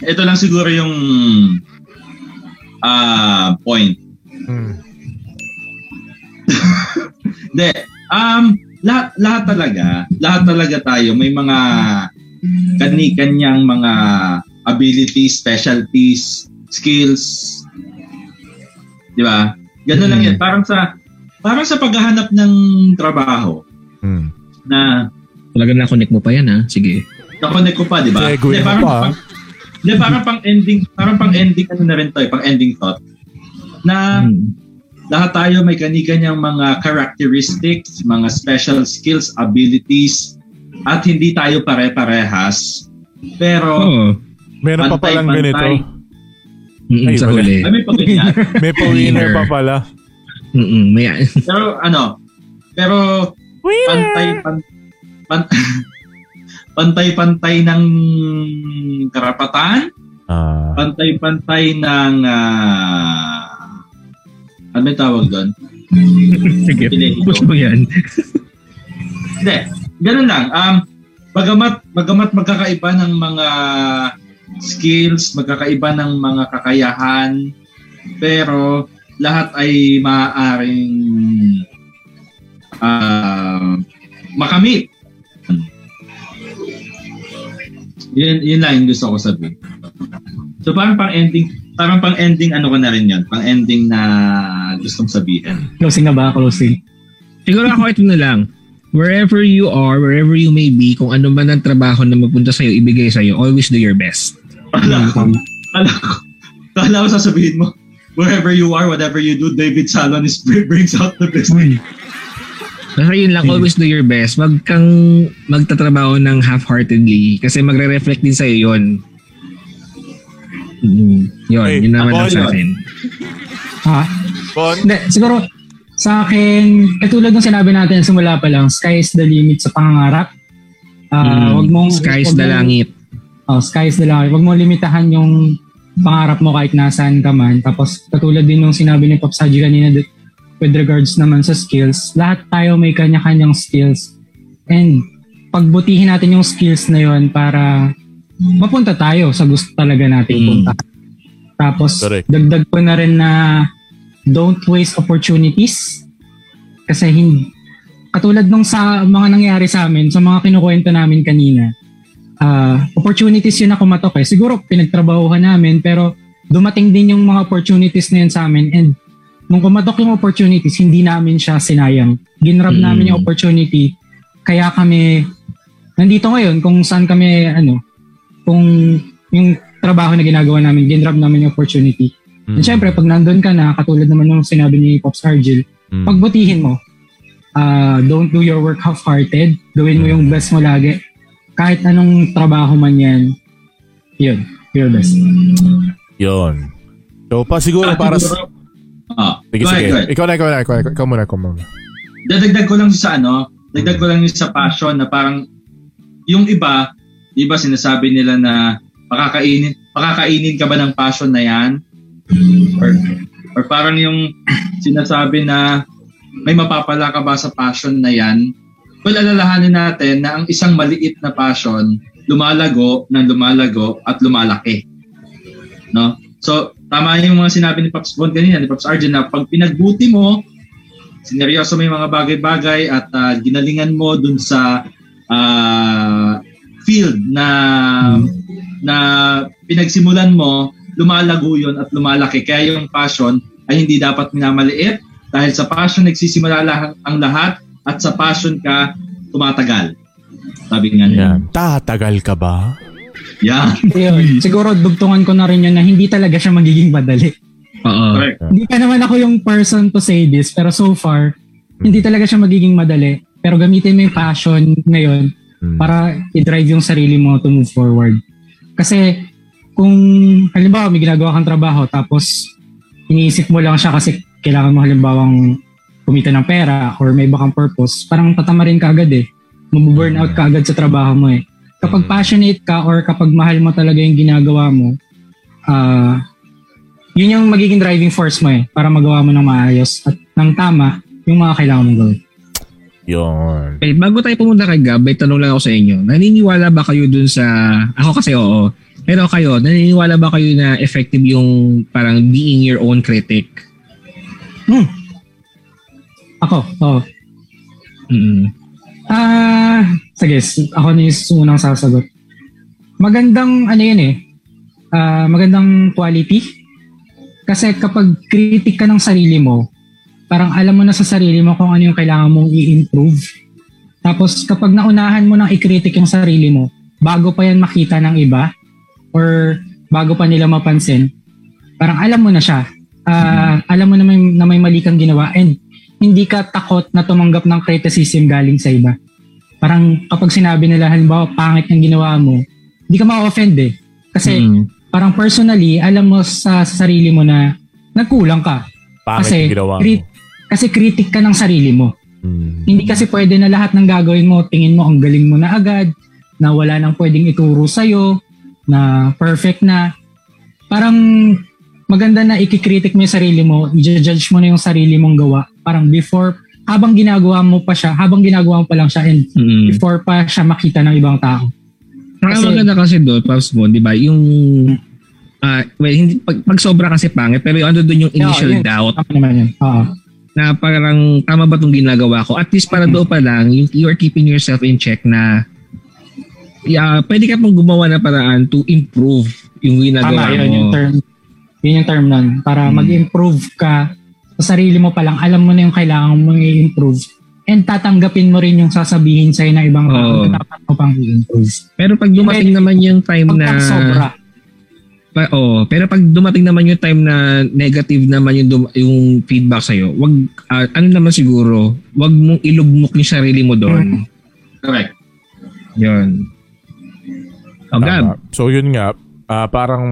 Speaker 4: Eto lang siguro yung ah point.
Speaker 2: Hmm.
Speaker 4: Hindi. Um, lahat, lahat talaga, lahat talaga tayo may mga kani-kanyang mga abilities, specialties, skills. Di ba? Ganun lang yan. Parang sa parang sa paghahanap ng trabaho
Speaker 2: Hmm.
Speaker 4: na
Speaker 1: talaga na-connect mo pa yan ha. Sige.
Speaker 4: nakonek ko pa, di ba?
Speaker 2: Segue
Speaker 4: Hindi,
Speaker 2: mo
Speaker 4: parang,
Speaker 2: pa.
Speaker 4: pang, hindi, parang pang ending, parang pang ending ano na rin to, eh, pang ending thought. Na
Speaker 1: Hmm.
Speaker 4: lahat tayo may kani-kanyang mga characteristics, mga special skills, abilities, at hindi tayo pare-parehas.
Speaker 2: Oh.
Speaker 4: Pero,
Speaker 1: Oo.
Speaker 2: Meron pa palang
Speaker 4: Pantay,
Speaker 2: ganito.
Speaker 4: pantay.
Speaker 1: Mm-mm,
Speaker 2: Ay,
Speaker 1: sa
Speaker 2: wala.
Speaker 1: huli.
Speaker 4: ay may pag-ganyan.
Speaker 2: May pa-winner pa pala.
Speaker 1: Mm-mm, may,
Speaker 4: pero ano, pero pantay, pan, pan, pantay-pantay ng karapatan,
Speaker 2: Ah.
Speaker 4: pantay-pantay ng ah, ano may tawag doon?
Speaker 1: sige.
Speaker 4: Pinay.
Speaker 1: Push mo yan.
Speaker 4: Hindi. Ganun lang. Um, bagamat, bagamat magkakaiba ng mga skills, magkakaiba ng mga kakayahan, pero lahat ay maaaring ah, makamit. Yun, yun lang yung gusto ko sabihin. So parang pang ending, parang pang ending ano ko na rin yun, pang ending na gustong sabihin.
Speaker 3: Closing na ba? Closing.
Speaker 1: Siguro ako ito na lang. Wherever you are, wherever you may be, kung ano man ang trabaho na mapunta sa'yo, ibigay sa'yo, always do your best.
Speaker 4: Wala. Kala ko, kala ko sasabihin mo, wherever you are, whatever you do, David Salon is brings out the best.
Speaker 3: Uy.
Speaker 1: Basta yun lang, always do your best. Wag kang magtatrabaho ng half-heartedly kasi magre-reflect din sa'yo yun. Mm, yun,
Speaker 2: Okay,
Speaker 1: yun naman
Speaker 2: ako
Speaker 1: lang sa
Speaker 2: yun.
Speaker 1: akin.
Speaker 3: Ha?
Speaker 2: Bon?
Speaker 3: Hindi, siguro sa akin, katulad ng sinabi natin simula pa lang, sky is the limit sa pangangarap.
Speaker 1: Mm,
Speaker 3: Ah, wag mong
Speaker 1: Sky's
Speaker 3: wag
Speaker 1: the
Speaker 3: mong-
Speaker 1: langit.
Speaker 3: Oh, sky's the limit. Huwag mo limitahan yung pangarap mo kahit nasaan ka man. Tapos katulad din nung sinabi ni Pops Haji kanina d- with regards naman sa skills, lahat tayo may kanya-kanyang skills. And pagbutihin natin yung skills na yon para mapunta tayo sa gusto talaga nating
Speaker 1: Mm.
Speaker 3: punta. Tapos
Speaker 2: Correct.
Speaker 3: dagdag ko na rin na don't waste opportunities kasi hindi katulad nung sa mga nangyari sa amin, sa mga kinukwento namin kanina, ah, opportunities yun na kumatok eh. Siguro pinagtrabahuhan namin pero dumating din yung mga opportunities na yun sa amin and nung kumatok yung opportunities, hindi namin siya sinayang. Ginrab
Speaker 1: Mm.
Speaker 3: namin yung opportunity kaya kami nandito ngayon kung saan kami ano kung yung trabaho na ginagawa namin, ginrab namin yung opportunity.
Speaker 2: Mm.
Speaker 3: And syempre, pag nandun ka na, katulad naman nung sinabi ni Pops Argel,
Speaker 2: Mm.
Speaker 3: pagbutihin mo. Ah, don't do your work half-hearted. Gawin mo yung best mo lagi. Kahit anong trabaho man yan, yun, your best.
Speaker 2: Yun. So, pa siguro para sa...
Speaker 4: siguro- Ah,
Speaker 2: Sige,
Speaker 4: go ahead,
Speaker 2: sige.
Speaker 4: go ahead.
Speaker 2: Ikaw na, ikaw na, ikaw na. Ikaw muna, ikaw muna.
Speaker 4: Dadagdag ko lang sa ano, dagdag ko lang yung sa passion na parang yung iba, iba sinasabi nila na makakainin, makakainin ka ba ng passion na yan? Or, or parang yung sinasabi na may mapapala ka ba sa passion na yan? Well, alalahanin natin na ang isang maliit na passion lumalago ng lumalago at lumalaki. No? So, tama yung mga sinabi ni Pops Bond kanina, ni Pops Arjen, na pag pinagbuti mo, sineryoso mo yung mga bagay-bagay at ah, ginalingan mo dun sa ah, field na na pinagsimulan mo, lumalago yun at lumalaki. Kaya yung passion ay hindi dapat minamaliit dahil sa passion nagsisimula lah- ang lahat at sa passion ka tumatagal. Sabi
Speaker 3: Ano
Speaker 4: nga nila.
Speaker 2: Yan. Tatagal ka ba?
Speaker 4: Yeah.
Speaker 3: Yun. Siguro dugtungan ko na rin yun na hindi talaga siya magiging madali.
Speaker 1: Oo.
Speaker 4: Correct.
Speaker 3: Hindi pa naman ako yung person to say this, pero so far, hindi talaga siya magiging madali. Pero gamitin mo yung passion ngayon
Speaker 2: Mm.
Speaker 3: para i-drive yung sarili mo to move forward. Kasi kung halimbawa may ginagawa kang trabaho tapos iniisip mo lang siya kasi kailangan mo halimbawang kumita ng pera or may ibang purpose, parang tatama rin ka agad eh. Mabuburn out ka agad sa trabaho mo eh. Kapag passionate ka or kapag mahal mo talaga yung ginagawa mo, ah yun yung magiging driving force mo eh para magawa mo ng maayos at ng tama yung mga kailangan mong gawin.
Speaker 2: Yun.
Speaker 1: Wait, Eh, bago tayo pumunta kay Gab, may tanong lang ako sa inyo. Naniniwala ba kayo dun sa... Ako kasi oo. Pero kayo, naniniwala ba kayo na effective yung parang being your own critic?
Speaker 3: Ako, oo.
Speaker 1: Mm-mm.
Speaker 3: Ah, sige, s- ako na yung unang sasagot. Magandang ano 'yan eh. Ah, magandang quality. Kasi kapag critic ka ng sarili mo, parang alam mo na sa sarili mo kung ano yung kailangan mong i-improve. Tapos kapag naunahan mo nang i-critic yung sarili mo, bago pa yan makita ng iba or bago pa nila mapansin, parang alam mo na siya. Ah, alam mo na may, na may mali kang ginawa and hindi ka takot na tumanggap ng criticism galing sa iba. Parang kapag sinabi nila, halimbawa, pangit ng ginawa mo, hindi ka ma-offend eh. Kasi
Speaker 1: Mm.
Speaker 3: parang personally, alam mo sa, sa sarili mo na nagkulang ka.
Speaker 2: Pangit
Speaker 3: kasi,
Speaker 2: yung ginawa mo.
Speaker 3: crit- kasi critic ka ng sarili mo.
Speaker 2: Mm.
Speaker 3: Hindi kasi pwede na lahat ng gagawin mo, tingin mo ang galing mo na agad, na wala nang pwedeng ituro sa'yo, na perfect na. Parang maganda na ikikritik mo yung sarili mo, i-judge mo na yung sarili mong gawa. Parang before, habang ginagawa mo pa siya, habang ginagawa mo pa lang siya, and
Speaker 1: Mm-mm.
Speaker 3: before pa siya makita ng ibang tao.
Speaker 1: Kasi,
Speaker 3: Kasi-
Speaker 1: maganda kasi doon, Pops Bon, di ba? Yung, ah well, hindi, pag, pag sobra kasi pangit, pero yung ano doon yung initial
Speaker 3: Oo, yun.
Speaker 1: doubt
Speaker 3: Tama naman yun. Oo.
Speaker 1: na parang tama ba itong ginagawa ko? At least para doon pa lang, you, you are keeping yourself in check na yeah, pwede ka pong gumawa ng paraan to improve yung
Speaker 3: Tama,
Speaker 1: ginagawa
Speaker 3: yun
Speaker 1: mo.
Speaker 3: yung term. Yun yung term nun. Para
Speaker 1: Hmm.
Speaker 3: mag-improve ka sa sarili mo pa lang, alam mo na yung kailangan mong i-improve. And tatanggapin mo rin yung sasabihin sa'yo ng ibang
Speaker 1: Oo.
Speaker 3: tao na dapat mo pang i-improve.
Speaker 1: Pero pag dumating naman yung time
Speaker 3: Huwag
Speaker 1: na...
Speaker 3: kang sobra.
Speaker 1: Pa, oh, pero pag dumating naman yung time na negative naman yung dum- yung feedback sa wag ah, ano naman siguro, wag mong ilugmok yung sarili mo doon.
Speaker 4: Correct.
Speaker 1: Yon. Oh, Gab.
Speaker 2: Tama. So yun nga, ah, parang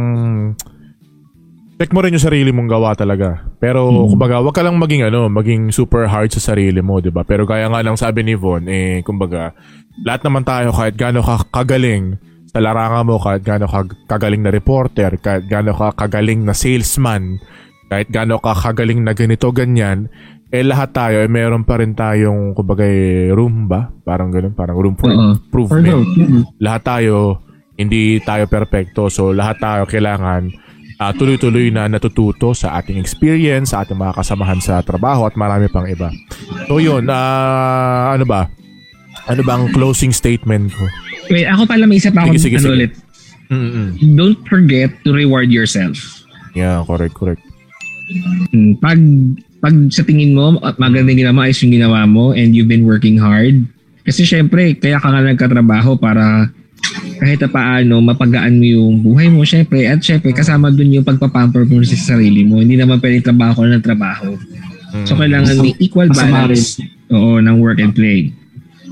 Speaker 2: check mo rin yung sarili mong gawa talaga. Pero kumbaga, wag ka lang maging ano, maging super hard sa sarili mo, 'di ba? Pero kaya nga lang sabi ni Von, eh kumbaga, lahat naman tayo kahit gaano ka kagaling sa larangan mo, kahit gaano ka kagaling na reporter, kahit gaano ka kagaling na salesman, kahit gaano ka kagaling na ganito ganyan, eh lahat tayo eh meron pa rin tayong kumbaga eh, room ba? Parang ganun, parang room
Speaker 1: Oo.
Speaker 2: for
Speaker 3: For
Speaker 2: improvement
Speaker 3: growth. Mm-mm.
Speaker 2: lahat tayo hindi tayo perpekto. So lahat tayo kailangan ah, tuloy-tuloy na natututo sa ating experience, sa ating mga kasamahan sa trabaho at marami pang iba. So yun, ah, ano ba? Ano ba ang closing statement ko?
Speaker 1: Wait, ako pala may isa pa akong
Speaker 2: Sige, sige,
Speaker 1: ano
Speaker 2: sige.
Speaker 1: ulit.
Speaker 2: Mm-mm.
Speaker 1: Don't forget to reward yourself.
Speaker 2: Yeah, correct, correct.
Speaker 1: Hmm, Pag pag sa tingin mo at maganda yung ginawa is yung ginawa mo and you've been working hard. Kasi syempre, kaya ka nga nagkatrabaho para kahit na paano, mapagaan mo yung buhay mo, syempre. At syempre, kasama dun yung pagpapamper mo sa sarili mo. Hindi naman pwedeng trabaho ng trabaho.
Speaker 2: Mm.
Speaker 1: So, kailangan may equal
Speaker 3: Masama
Speaker 1: balance oo, ng work and play.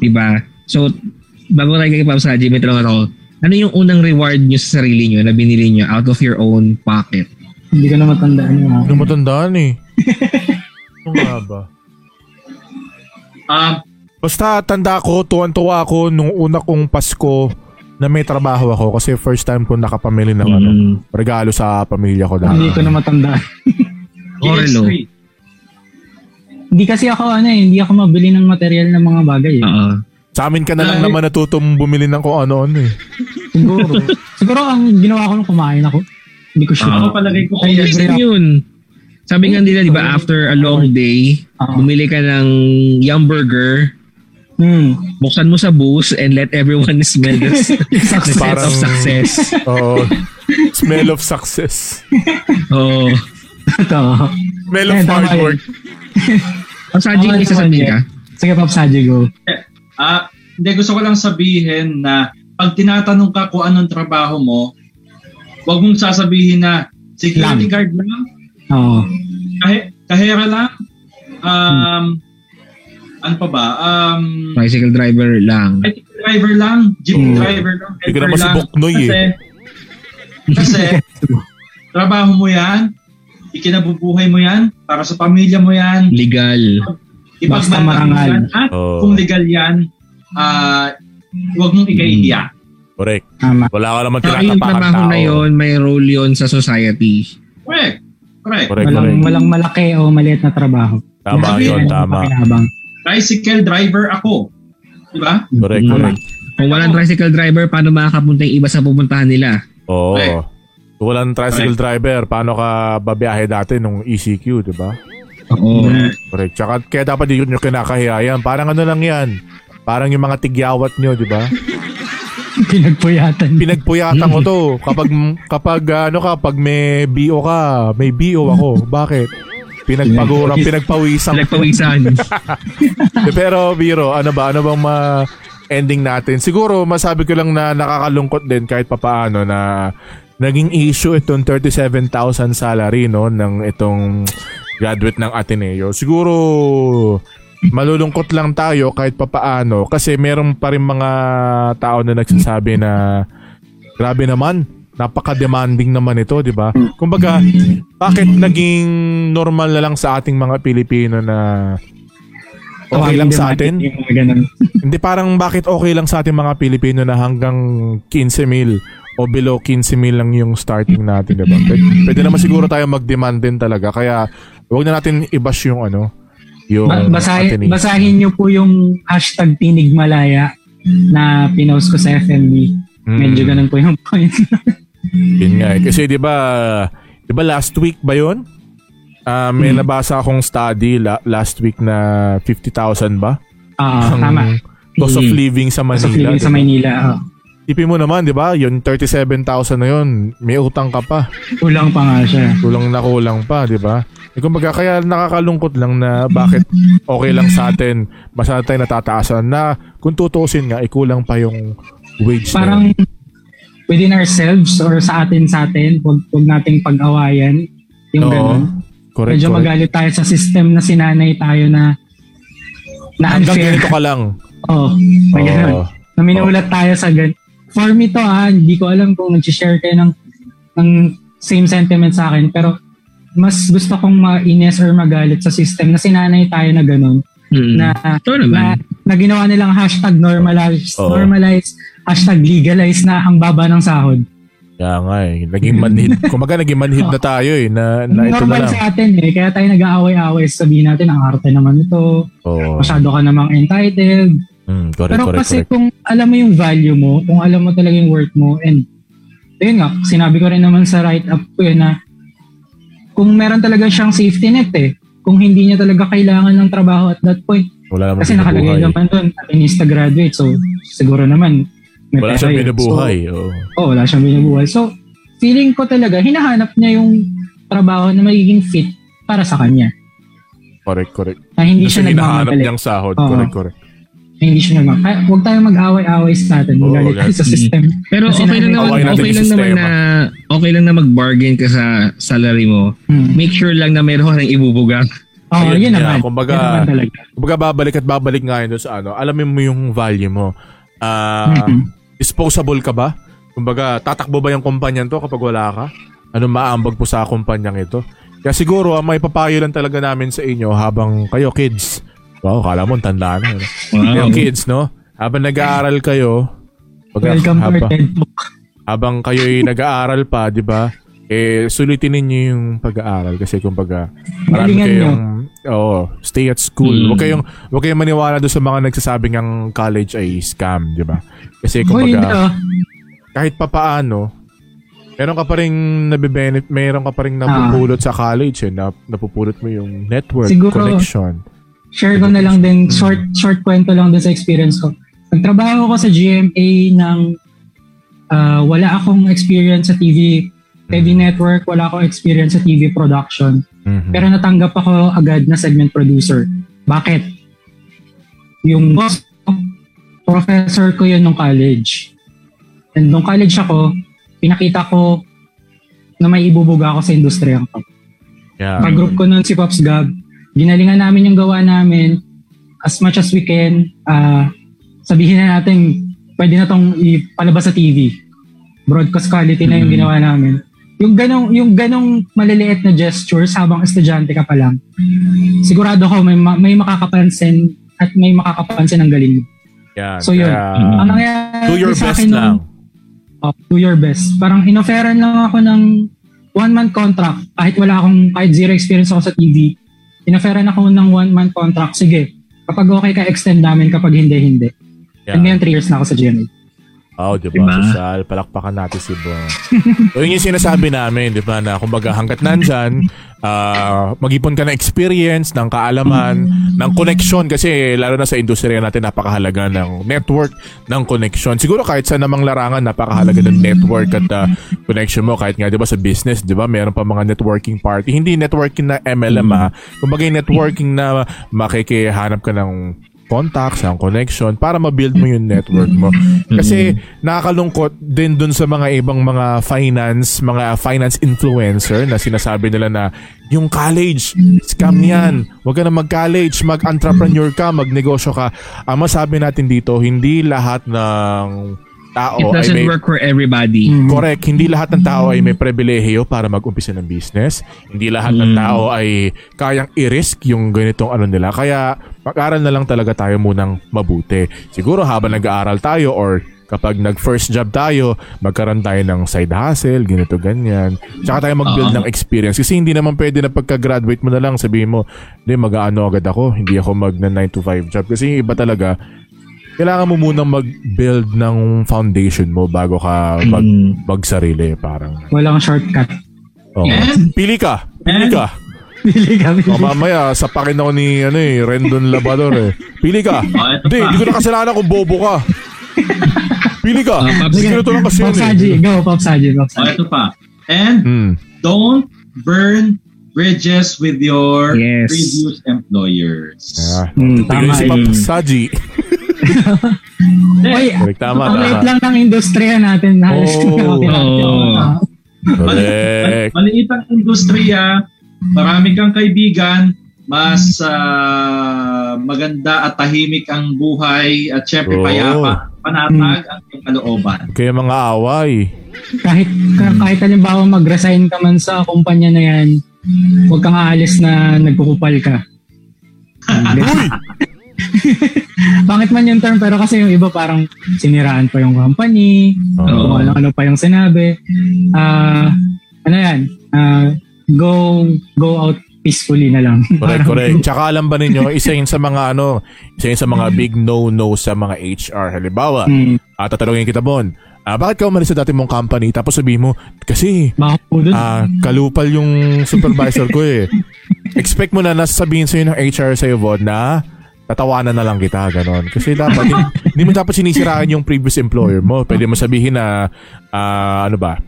Speaker 1: Diba? So, bago tayo kay Pam Saji, may tanong ako. Ano yung unang reward nyo sa sarili nyo na binili nyo out of your own pocket?
Speaker 3: Hindi ko na matandaan yung
Speaker 2: Ano matandaan eh. Ano nga ba?
Speaker 4: Ah,
Speaker 2: Basta tanda ko, tuwan-tuwa ako nung una kong Pasko na may trabaho ako kasi first time ko nakapamili ng ano,
Speaker 1: Mm.
Speaker 2: regalo sa pamilya ko dahil.
Speaker 3: Hindi ko na matandaan.
Speaker 1: Orelo.
Speaker 4: GX3.
Speaker 3: Hindi kasi ako ano eh, hindi ako mabili ng material ng mga bagay eh.
Speaker 1: Oo.
Speaker 2: Sa amin ka na lang naman natutong bumili ng kung ano-ano eh.
Speaker 3: Siguro. siguro ang ginawa ko nung kumain ako. Hindi ko sure.
Speaker 4: Ako
Speaker 1: Ah.
Speaker 4: palagay ko kaya
Speaker 3: Yes,
Speaker 1: Yes,
Speaker 3: yeah.
Speaker 1: yun. Sabi nga nila, di ba, after a long day,
Speaker 3: Ah.
Speaker 1: bumili ka ng Yum Burger,
Speaker 3: Hmm.
Speaker 1: buksan mo sa booth and let everyone smell the, the sense of
Speaker 2: Parang-
Speaker 1: success.
Speaker 2: Oo. smell of success.
Speaker 1: Oo.
Speaker 3: Ito.
Speaker 2: Smell of
Speaker 3: Eh, tama
Speaker 2: hard
Speaker 3: yun.
Speaker 2: work.
Speaker 1: Ang Saji,
Speaker 3: Okay,
Speaker 1: may sasabihin ka?
Speaker 3: Sige, Pop Saji, go.
Speaker 4: Ah, hindi gusto ko lang sabihin na pag tinatanong ka kung anong trabaho mo, huwag mong sasabihin na security
Speaker 3: Lang.
Speaker 4: guard lang,
Speaker 3: Oo.
Speaker 4: kahe, kahera lang, um, ano pa ba, um,
Speaker 1: Bicycle driver lang.
Speaker 4: jeep driver lang, jeep
Speaker 3: Hmm.
Speaker 4: driver lang,
Speaker 2: Hindi ko
Speaker 4: helper
Speaker 2: naman si
Speaker 4: lang.
Speaker 2: Buknoy
Speaker 4: Kasi,
Speaker 2: eh.
Speaker 4: kasi trabaho mo yan, ikinabubuhay mo yan, para sa pamilya mo yan,
Speaker 1: Legal.
Speaker 3: Basta marangal.
Speaker 4: ipagmarangal. At
Speaker 2: Oo.
Speaker 4: kung legal yan, ah, huwag mong ikaiiyak.
Speaker 2: Mm. Correct.
Speaker 3: Tama.
Speaker 2: Wala ka naman
Speaker 1: Saka yung
Speaker 2: tinatapakang
Speaker 1: trabaho
Speaker 2: tao.
Speaker 1: na yun, may role yun sa society.
Speaker 4: Correct. Correct.
Speaker 2: Correct, correct.
Speaker 3: Walang, walang malaki o maliit na trabaho.
Speaker 2: Tama
Speaker 3: Lahat
Speaker 2: yun,
Speaker 3: yan,
Speaker 2: tama.
Speaker 3: pakinabang.
Speaker 4: Bicycle driver ako. Diba? Di ba?
Speaker 2: Correct,
Speaker 1: Tama.
Speaker 2: correct.
Speaker 1: Kung walang tricycle driver, paano makakapunta yung iba sa pupuntahan nila?
Speaker 2: Oo.
Speaker 4: Correct.
Speaker 2: Kung walang tricycle driver, paano ka babiyahe dati nung ECQ, di ba?
Speaker 1: Oo.
Speaker 2: Correct. Tsaka kaya dapat yun yung kinakahiyayan. Parang ano lang yan. Parang yung mga tigyawat nyo, di ba?
Speaker 3: Pinagpuyatan.
Speaker 2: Pinagpuyatan ko to. Kapag, kapag ano ka, pag may BO ka, may BO ako. Bakit? Pinagpagurang, pinagpawisan.
Speaker 1: Nagpawisan.
Speaker 2: Eh, Pero Biro, ano ba? Ano bang ma ending natin? Siguro masabi ko lang na nakakalungkot din kahit papaano na naging issue itong 37,000 salary no ng itong graduate ng Ateneo. Siguro malulungkot lang tayo kahit papaano kasi meron pa rin mga tao na nagsasabi na grabe naman napaka-demanding naman ito, di ba? Kumbaga, bakit naging normal na lang sa ating mga Pilipino na okay lang sa atin?
Speaker 3: Yung mga ganun.
Speaker 2: Hindi parang bakit okay lang sa ating mga Pilipino na hanggang 15 mil o below 15 mil lang yung starting natin, diba? Pwede, pwede naman siguro tayo mag-demand din talaga. Kaya wag na natin i-bash yung ano, yung
Speaker 3: Ba- basahin,
Speaker 2: Ateneo.
Speaker 3: basahin niyo po yung hashtag Tinig Malaya na pinost ko sa FMB. Medyo
Speaker 2: Mm.
Speaker 3: ganun po yung point.
Speaker 2: Yun nga eh. Kasi di ba, di ba last week ba yun? Ah, may
Speaker 3: Hmm.
Speaker 2: nabasa akong study la- last week na 50,000 ba?
Speaker 3: Ah,
Speaker 2: Ang
Speaker 3: tama. Hmm.
Speaker 2: Cost of
Speaker 1: Mm.
Speaker 2: living sa Manila.
Speaker 3: Sa feeling sa
Speaker 2: diba?
Speaker 3: Maynila. ah.
Speaker 2: Tipin mo naman, di ba? Yung 37,000 na yun, may utang ka pa.
Speaker 3: Kulang pa nga siya.
Speaker 2: Kulang na kulang pa, di ba? E kumbaga, kaya nakakalungkot lang na bakit okay lang sa atin, basta tayo natataasan na kung tutusin nga, ikulang pa yung wage na
Speaker 3: Parang
Speaker 2: yun.
Speaker 3: within ourselves or sa atin sa atin, huwag, huwag nating pag-awayan. Yung
Speaker 2: Oo.
Speaker 3: ganun.
Speaker 2: correct,
Speaker 3: Medyo
Speaker 2: correct.
Speaker 3: magalit tayo sa system na sinanay tayo na na
Speaker 2: Hanggang
Speaker 3: unfair.
Speaker 2: ganito ka lang.
Speaker 3: Oo. na ganun.
Speaker 2: Oo.
Speaker 3: Na minulat tayo sa ganun. For me to ah, hindi ko alam kung nag-share kayo ng, ng same sentiment sa akin, pero mas gusto kong mainis or magalit sa system na sinanay tayo na ganun.
Speaker 2: Hmm.
Speaker 1: Mm.
Speaker 3: Na,
Speaker 1: Ito
Speaker 3: na,
Speaker 1: naman.
Speaker 3: na ginawa nilang hashtag normalize,
Speaker 2: Oo.
Speaker 3: normalize, hashtag legalize na ang baba ng sahod.
Speaker 2: Kaya nga eh, naging manhid. kumbaga, naging manhid na tayo eh, na, na ito na
Speaker 3: Normal
Speaker 2: lang.
Speaker 3: sa atin eh, kaya tayo nag-aaway-aaway, sabihin natin ang arte naman ito,
Speaker 2: Oo.
Speaker 3: masyado ka namang entitled,
Speaker 2: Mm, correct,
Speaker 3: Pero
Speaker 2: correct,
Speaker 3: kasi
Speaker 2: correct.
Speaker 3: kung alam mo yung value mo, kung alam mo talaga yung worth mo, and ayun nga, sinabi ko rin naman sa write-up ko yun na kung meron talaga siyang safety net eh, kung hindi niya talaga kailangan ng trabaho at that point,
Speaker 2: Wala naman
Speaker 3: kasi nakalagay
Speaker 2: binubuhay.
Speaker 3: naman doon, inista graduate, so siguro naman may
Speaker 2: Wala
Speaker 3: pera
Speaker 2: siyang
Speaker 3: yun.
Speaker 2: binubuhay. oo.
Speaker 3: So, oh, wala siyang binubuhay. So, feeling ko talaga, hinahanap niya yung trabaho na magiging fit para sa kanya.
Speaker 2: Correct, correct.
Speaker 3: Na hindi
Speaker 2: Kasi
Speaker 3: siya
Speaker 2: hinahanap
Speaker 3: nagmamadali.
Speaker 2: niyang sahod.
Speaker 3: Oo.
Speaker 2: Correct, correct.
Speaker 3: hindi siya naman. Kaya huwag tayong mag-away-away sa atin.
Speaker 2: Oo,
Speaker 3: Magalit tayo
Speaker 2: guys.
Speaker 3: sa system.
Speaker 1: Pero
Speaker 3: Kasi
Speaker 1: okay lang
Speaker 3: namin-
Speaker 1: naman,
Speaker 2: Okay
Speaker 1: okay,
Speaker 2: natin yung
Speaker 1: lang naman
Speaker 2: sistema.
Speaker 1: na okay lang na mag-bargain ka sa salary mo.
Speaker 3: Hmm.
Speaker 1: Make sure lang na meron ka ng ibubuga.
Speaker 3: Oo,
Speaker 2: Mm-hmm. Ayun,
Speaker 3: yun
Speaker 2: yeah,
Speaker 3: naman.
Speaker 2: kumbaga,
Speaker 3: Yun naman talaga.
Speaker 2: Kumbaga babalik at babalik nga yun doon sa ano. Alamin mo yung value mo. Ah, disposable ka ba? Kumbaga tatakbo ba yung kumpanyan to kapag wala ka? Ano maambag po sa kumpanyang ito? Kaya siguro ang may papayo lang talaga namin sa inyo habang kayo kids. Wow, kala mo ang tanda na. Ano?
Speaker 1: Um,
Speaker 2: Kayo kids, no? Habang nag-aaral kayo, kumbaga,
Speaker 3: Welcome to our
Speaker 2: haba-
Speaker 3: TED Talk.
Speaker 2: habang kayo'y nag-aaral pa, 'di ba? Eh sulitin niyo yung pag-aaral kasi kumbaga marami
Speaker 3: Galingan Hmm.
Speaker 2: kayong oh, stay at school.
Speaker 1: Mm.
Speaker 2: Huwag kayong huwag kayong maniwala doon sa mga nagsasabing ang college ay scam, 'di ba? Kasi
Speaker 3: Hoy, hindi
Speaker 2: kumbaga
Speaker 3: ah.
Speaker 2: kahit papaano meron ka pa rin nabibenefit, meron ka pa
Speaker 3: Ah.
Speaker 2: rin napupulot sa college eh, na, napupulot mo yung network,
Speaker 3: Siguro-
Speaker 2: connection.
Speaker 3: share ko na lang din,
Speaker 2: Mm-hmm.
Speaker 3: short short kwento lang din sa experience ko. Nagtrabaho ko sa GMA ng ah, wala akong experience sa TV, TV
Speaker 2: Mm-hmm.
Speaker 3: network, wala akong experience sa TV production.
Speaker 2: Mhm.
Speaker 3: Pero natanggap ako agad na segment producer. Bakit? Yung boss ko, professor ko yun nung college. And nung college ako, pinakita ko na may ibubuga ako sa industriya ko.
Speaker 2: yeah.
Speaker 3: Pag-group ko nun si Pops Gab, ginalingan namin yung gawa namin as much as we can. ah, sabihin na natin, pwede na tong ipalabas sa TV. Broadcast quality na yung
Speaker 1: Mm.
Speaker 3: ginawa namin. Yung ganong, yung ganong maliliit na gestures habang estudyante ka pa lang, sigurado ko may, ma- may makakapansin at may makakapansin ng galing mo.
Speaker 2: Yan.
Speaker 3: So, yun.
Speaker 2: Kaya,
Speaker 3: Ang nangyayari
Speaker 2: Ah. do your
Speaker 3: sa
Speaker 2: best
Speaker 3: akin nun-
Speaker 2: lang.
Speaker 3: Oh, do your best. Parang inoferan lang ako ng one month contract. Kahit wala akong, kahit zero experience ako sa TV, inoferan ako ng one month contract. Sige, kapag okay ka, extend namin. Kapag hindi, hindi.
Speaker 2: Yeah.
Speaker 3: And ngayon, three years na ako sa GMA.
Speaker 2: Oo, oh, di ba?
Speaker 1: Diba?
Speaker 2: Social, palakpakan natin si Bong. so, yun yung sinasabi namin, di ba? Na kumbaga hanggat nandyan, ah, mag-ipon ka ng experience, ng kaalaman, ng connection. Kasi lalo na sa industriya natin, napakahalaga ng network, ng connection. Siguro kahit sa namang larangan, napakahalaga ng network at ah, connection mo. Kahit nga, di ba, sa business, di ba, meron pa mga networking party. Hindi networking na MLM, ah. Kumbaga yung networking na makikihanap ka ng contacts, ang connection para ma-build mo yung network mo. Kasi
Speaker 1: Mm-hmm.
Speaker 2: nakakalungkot din dun sa mga ibang mga finance, mga finance influencer na sinasabi nila na yung college, scam
Speaker 1: Mm-hmm.
Speaker 2: yan. Huwag ka na mag-college, mag-entrepreneur ka, magnegosyo ka. Ang masabi natin dito, hindi lahat ng tao
Speaker 1: It
Speaker 2: ay
Speaker 1: doesn't
Speaker 2: may
Speaker 1: work for everybody.
Speaker 2: Correct. Hindi lahat ng tao ay may pribilehiyo para mag-umpisa ng business. Hindi lahat ng tao ay kayang i-risk yung ganitong ano nila. Kaya mag-aral na lang talaga tayo munang mabuti. Siguro habang nag-aaral tayo or kapag nag-first job tayo, magkaroon tayo ng side hustle, ganito, ganyan. Tsaka tayo mag-build ng experience. Kasi hindi naman pwede na pagka-graduate mo na lang, sabihin mo, hindi, mag-ano agad ako, hindi ako mag na 9 to 5 job. Kasi yung iba talaga, kailangan mo munang mag-build ng foundation mo bago ka mag magsarili parang.
Speaker 3: Walang shortcut.
Speaker 2: Oo. Pili ka. Pili ka.
Speaker 3: Pili kami.
Speaker 2: O mamaya sapakin ako ni ano eh, Rendon Labador eh. Pili ka.
Speaker 4: Oh, eto
Speaker 2: Hindi,
Speaker 4: pa.
Speaker 2: hindi ko na kasalanan kung bobo ka. Pili ka. Sige na lang kasi
Speaker 3: Pops
Speaker 2: yun
Speaker 3: Haji,
Speaker 2: eh.
Speaker 3: go, Pops Haji. Pops
Speaker 4: Oh,
Speaker 3: Haji.
Speaker 4: ito pa. And
Speaker 2: Hmm.
Speaker 4: don't burn bridges with your
Speaker 1: Yes.
Speaker 4: previous employers.
Speaker 2: Yeah.
Speaker 1: Mm,
Speaker 2: Tignan
Speaker 3: tama
Speaker 2: si
Speaker 3: eh.
Speaker 2: Pap Saji.
Speaker 3: Uy,
Speaker 2: Correct, tama,
Speaker 3: ang liit
Speaker 2: tama. Oh.
Speaker 3: lang ng industriya natin. Halos
Speaker 2: Oo.
Speaker 1: Oo.
Speaker 3: oh.
Speaker 2: Correct.
Speaker 4: Maliit ang industriya, marami kang kaibigan, mas
Speaker 2: Mm.
Speaker 4: ah, maganda at tahimik ang buhay at syempre
Speaker 2: Oo. Mm.
Speaker 4: payapa, panatag ang iyong kalooban.
Speaker 2: Kaya mga away.
Speaker 3: kahit kahit halimbawa mag-resign ka man sa kumpanya na yan, huwag kang aalis na nagkukupal ka. Bakit man yung term, pero kasi yung iba parang siniraan pa yung company,
Speaker 2: Oo.
Speaker 3: kung ano-ano pa yung sinabi. Ah, ano yan, ah, go go out peacefully na lang.
Speaker 2: Correct, correct. Tsaka alam ba ninyo, isa yun sa mga ano, isa yun sa mga big no-no sa mga HR. Halimbawa,
Speaker 3: Hmm,
Speaker 2: ah, tatanungin kita, Bon, ah, bakit ka umalis sa dati mong company? Tapos sabihin mo, kasi
Speaker 3: baka po dun.
Speaker 2: Ah, kalupal yung supervisor ko eh. Expect mo na nasasabihin sa'yo ng HR sa'yo, Vod, na tatawanan na lang kita, ganon. Kasi dapat, hin- hindi mo dapat sinisiraan yung previous employer mo. Pwede mo sabihin na, ah, ano ba,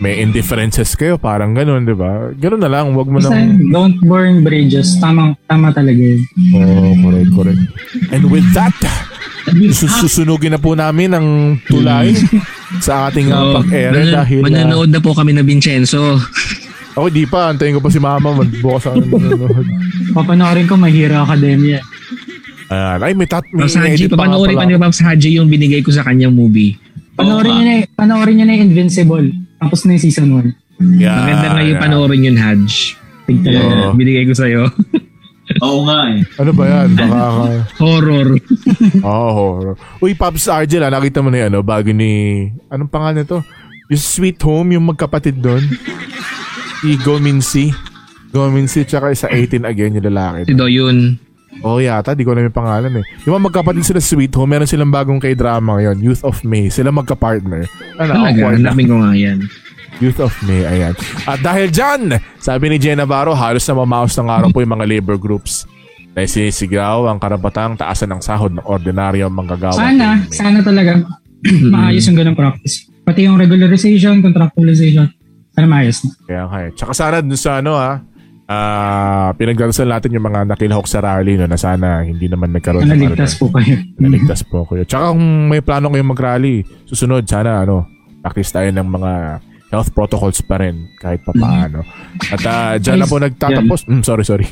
Speaker 2: may indifferences kayo, parang ganun, di ba? Ganun na lang, wag mo
Speaker 3: Basta,
Speaker 2: nang...
Speaker 3: don't burn bridges. Tama, tama talaga yun.
Speaker 2: Oo, correct, correct. And with that, sus- susunugin na po namin ang tulay
Speaker 1: Mm.
Speaker 2: sa ating
Speaker 1: So,
Speaker 2: uh, pag-ere
Speaker 1: manan-
Speaker 2: dahil... Hmm,
Speaker 1: mananood na po kami na Vincenzo.
Speaker 2: ako, di pa. Antayin ko pa si mama. Bukas ako nanonood.
Speaker 3: Papanoorin ko, Mahira Academia.
Speaker 2: Ayan. Ah, ay, may, tat- may
Speaker 1: Tapos Haji,
Speaker 2: edit pa nga
Speaker 1: papanoorin pa ni
Speaker 2: pala.
Speaker 1: Pops Haji yung binigay ko sa kanyang movie.
Speaker 3: Panoorin
Speaker 4: Oo,
Speaker 3: niyo na, panoorin niyo na yung Invincible. Tapos na yung season 1.
Speaker 2: Yeah,
Speaker 1: Maganda na yung
Speaker 2: Ah, yeah.
Speaker 1: panoorin yun, Haj.
Speaker 2: Yeah.
Speaker 1: Binigay ko sa'yo.
Speaker 4: Oo nga eh.
Speaker 2: Ano ba yan? Baka...
Speaker 1: Horror.
Speaker 2: Oo. horror. Uy, Pops Argel, ah, nakita mo na yung ano, bago ni... Anong pangalan nito? Yung Sweet Home, yung magkapatid doon. Si Gominsi. Gominsi, tsaka sa 18 again, yung lalaki.
Speaker 1: Si Doyun.
Speaker 2: Oh, yata. Di ko alam yung pangalan eh. Yung mga magkapatid sila Sweet Home, meron silang bagong k-drama ngayon, Youth of May. Sila magka-partner. Ano,
Speaker 3: Ah,
Speaker 1: Talaga,
Speaker 2: awkward na.
Speaker 1: namin ko nga yan.
Speaker 2: Youth of May, ayan. At dahil dyan, sabi ni Jen Navarro, halos na mamaos ng araw po yung mga labor groups na sinisigaw ang karabatang taasan ng sahod ng ordinaryo ang manggagawa.
Speaker 3: Sana, sana talaga maayos yung ganung practice. Pati yung regularization, contractualization, sana maayos na.
Speaker 2: Kaya nga eh. Tsaka sana dun sa ano ha, ah pinagdarasal natin yung mga nakilahok sa rally no, na sana hindi naman nagkaroon
Speaker 3: Sana
Speaker 2: ng ano,
Speaker 3: ligtas po kayo.
Speaker 2: naligtas po kayo. Tsaka kung may plano kayong mag-rally, susunod sana ano, practice tayo ng mga health protocols pa rin kahit
Speaker 3: Mhm.
Speaker 2: papaano. At ah, dyan na po nagtatapos. Mm, sorry, sorry.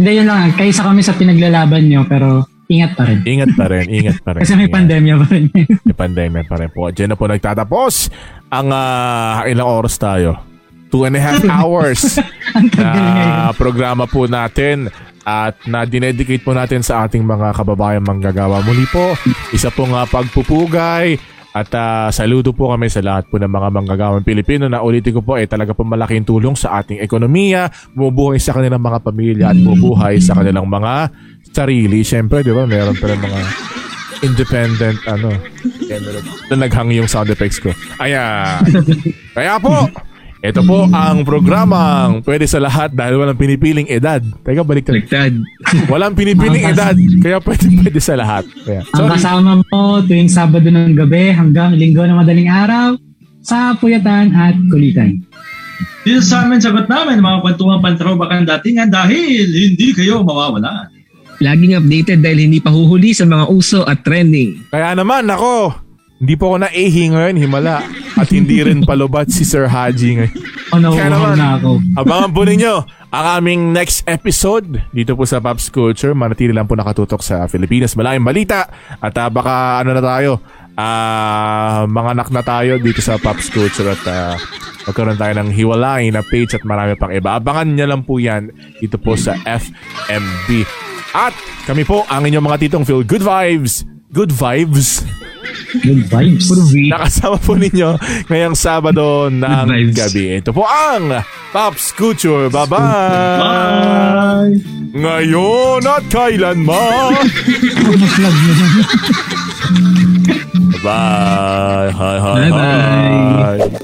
Speaker 3: Hindi, yun lang. ah. Kaysa kami sa pinaglalaban nyo, pero ingat pa rin.
Speaker 2: Ingat pa rin, ingat pa rin.
Speaker 3: Kasi may
Speaker 2: ingat.
Speaker 3: pandemya pa rin.
Speaker 2: May pandemya pa rin po. Diyan na po nagtatapos ang ah, ilang oras tayo. Two and a half hours
Speaker 3: Ang tagal ngayon.
Speaker 2: na programa po natin at na dinedicate po natin sa ating mga kababayan manggagawa. Muli po, isa po nga pagpupugay at ah, saludo po kami sa lahat po ng mga manggagawang Pilipino na ulitin ko po ay talaga po malaking tulong sa ating ekonomiya, bumubuhay sa kanilang mga pamilya at bumubuhay sa kanilang mga sarili. Siyempre, di ba, meron pa rin mga independent ano na naghang yung sound effects ko ayan kaya po ito po ang programang pwede sa lahat dahil walang pinipiling edad teka balik tayo
Speaker 1: Ligtad.
Speaker 2: walang pinipiling edad kaya pwede pwede sa lahat kaya,
Speaker 3: Ang
Speaker 2: sorry
Speaker 3: kasama mo tuwing Sabado ng gabi hanggang linggo ng madaling araw sa Puyatan at Kulitan.
Speaker 4: Dito sa amin, sagot namin, mga kwentuhan pantrobakan datingan dahil hindi kayo mawawala.
Speaker 1: Laging updated dahil hindi pa huhuli sa mga uso at trending.
Speaker 2: kaya naman ako hindi po ako naihi ngayon himala at hindi rin palubat si Sir Haji ngayon
Speaker 3: O
Speaker 2: Kaya
Speaker 3: nauuhaw
Speaker 2: naman.
Speaker 3: Ano, na ako.
Speaker 2: Abangan po ninyo ang aming next episode dito po sa Pops Culture. Manatili lang po nakatutok sa Pilipinas. Malaking balita. At ah, baka ano na tayo, ah, mga anak na tayo dito sa Pops Culture at ah, magkaroon tayo ng hiwalay na page at marami pang iba. Abangan nyo lang po yan dito po sa FMB. At kami po ang inyong mga titong feel good vibes. Good vibes.
Speaker 3: Good vibes.
Speaker 2: Nakasama po ninyo ngayong Sabado ng
Speaker 1: vibes.
Speaker 2: gabi. Ito po ang Pops Culture. Bye-bye!
Speaker 4: Bye!
Speaker 2: Ngayon at kailanman! Bye! Hi, hi, hi!
Speaker 1: Bye-bye.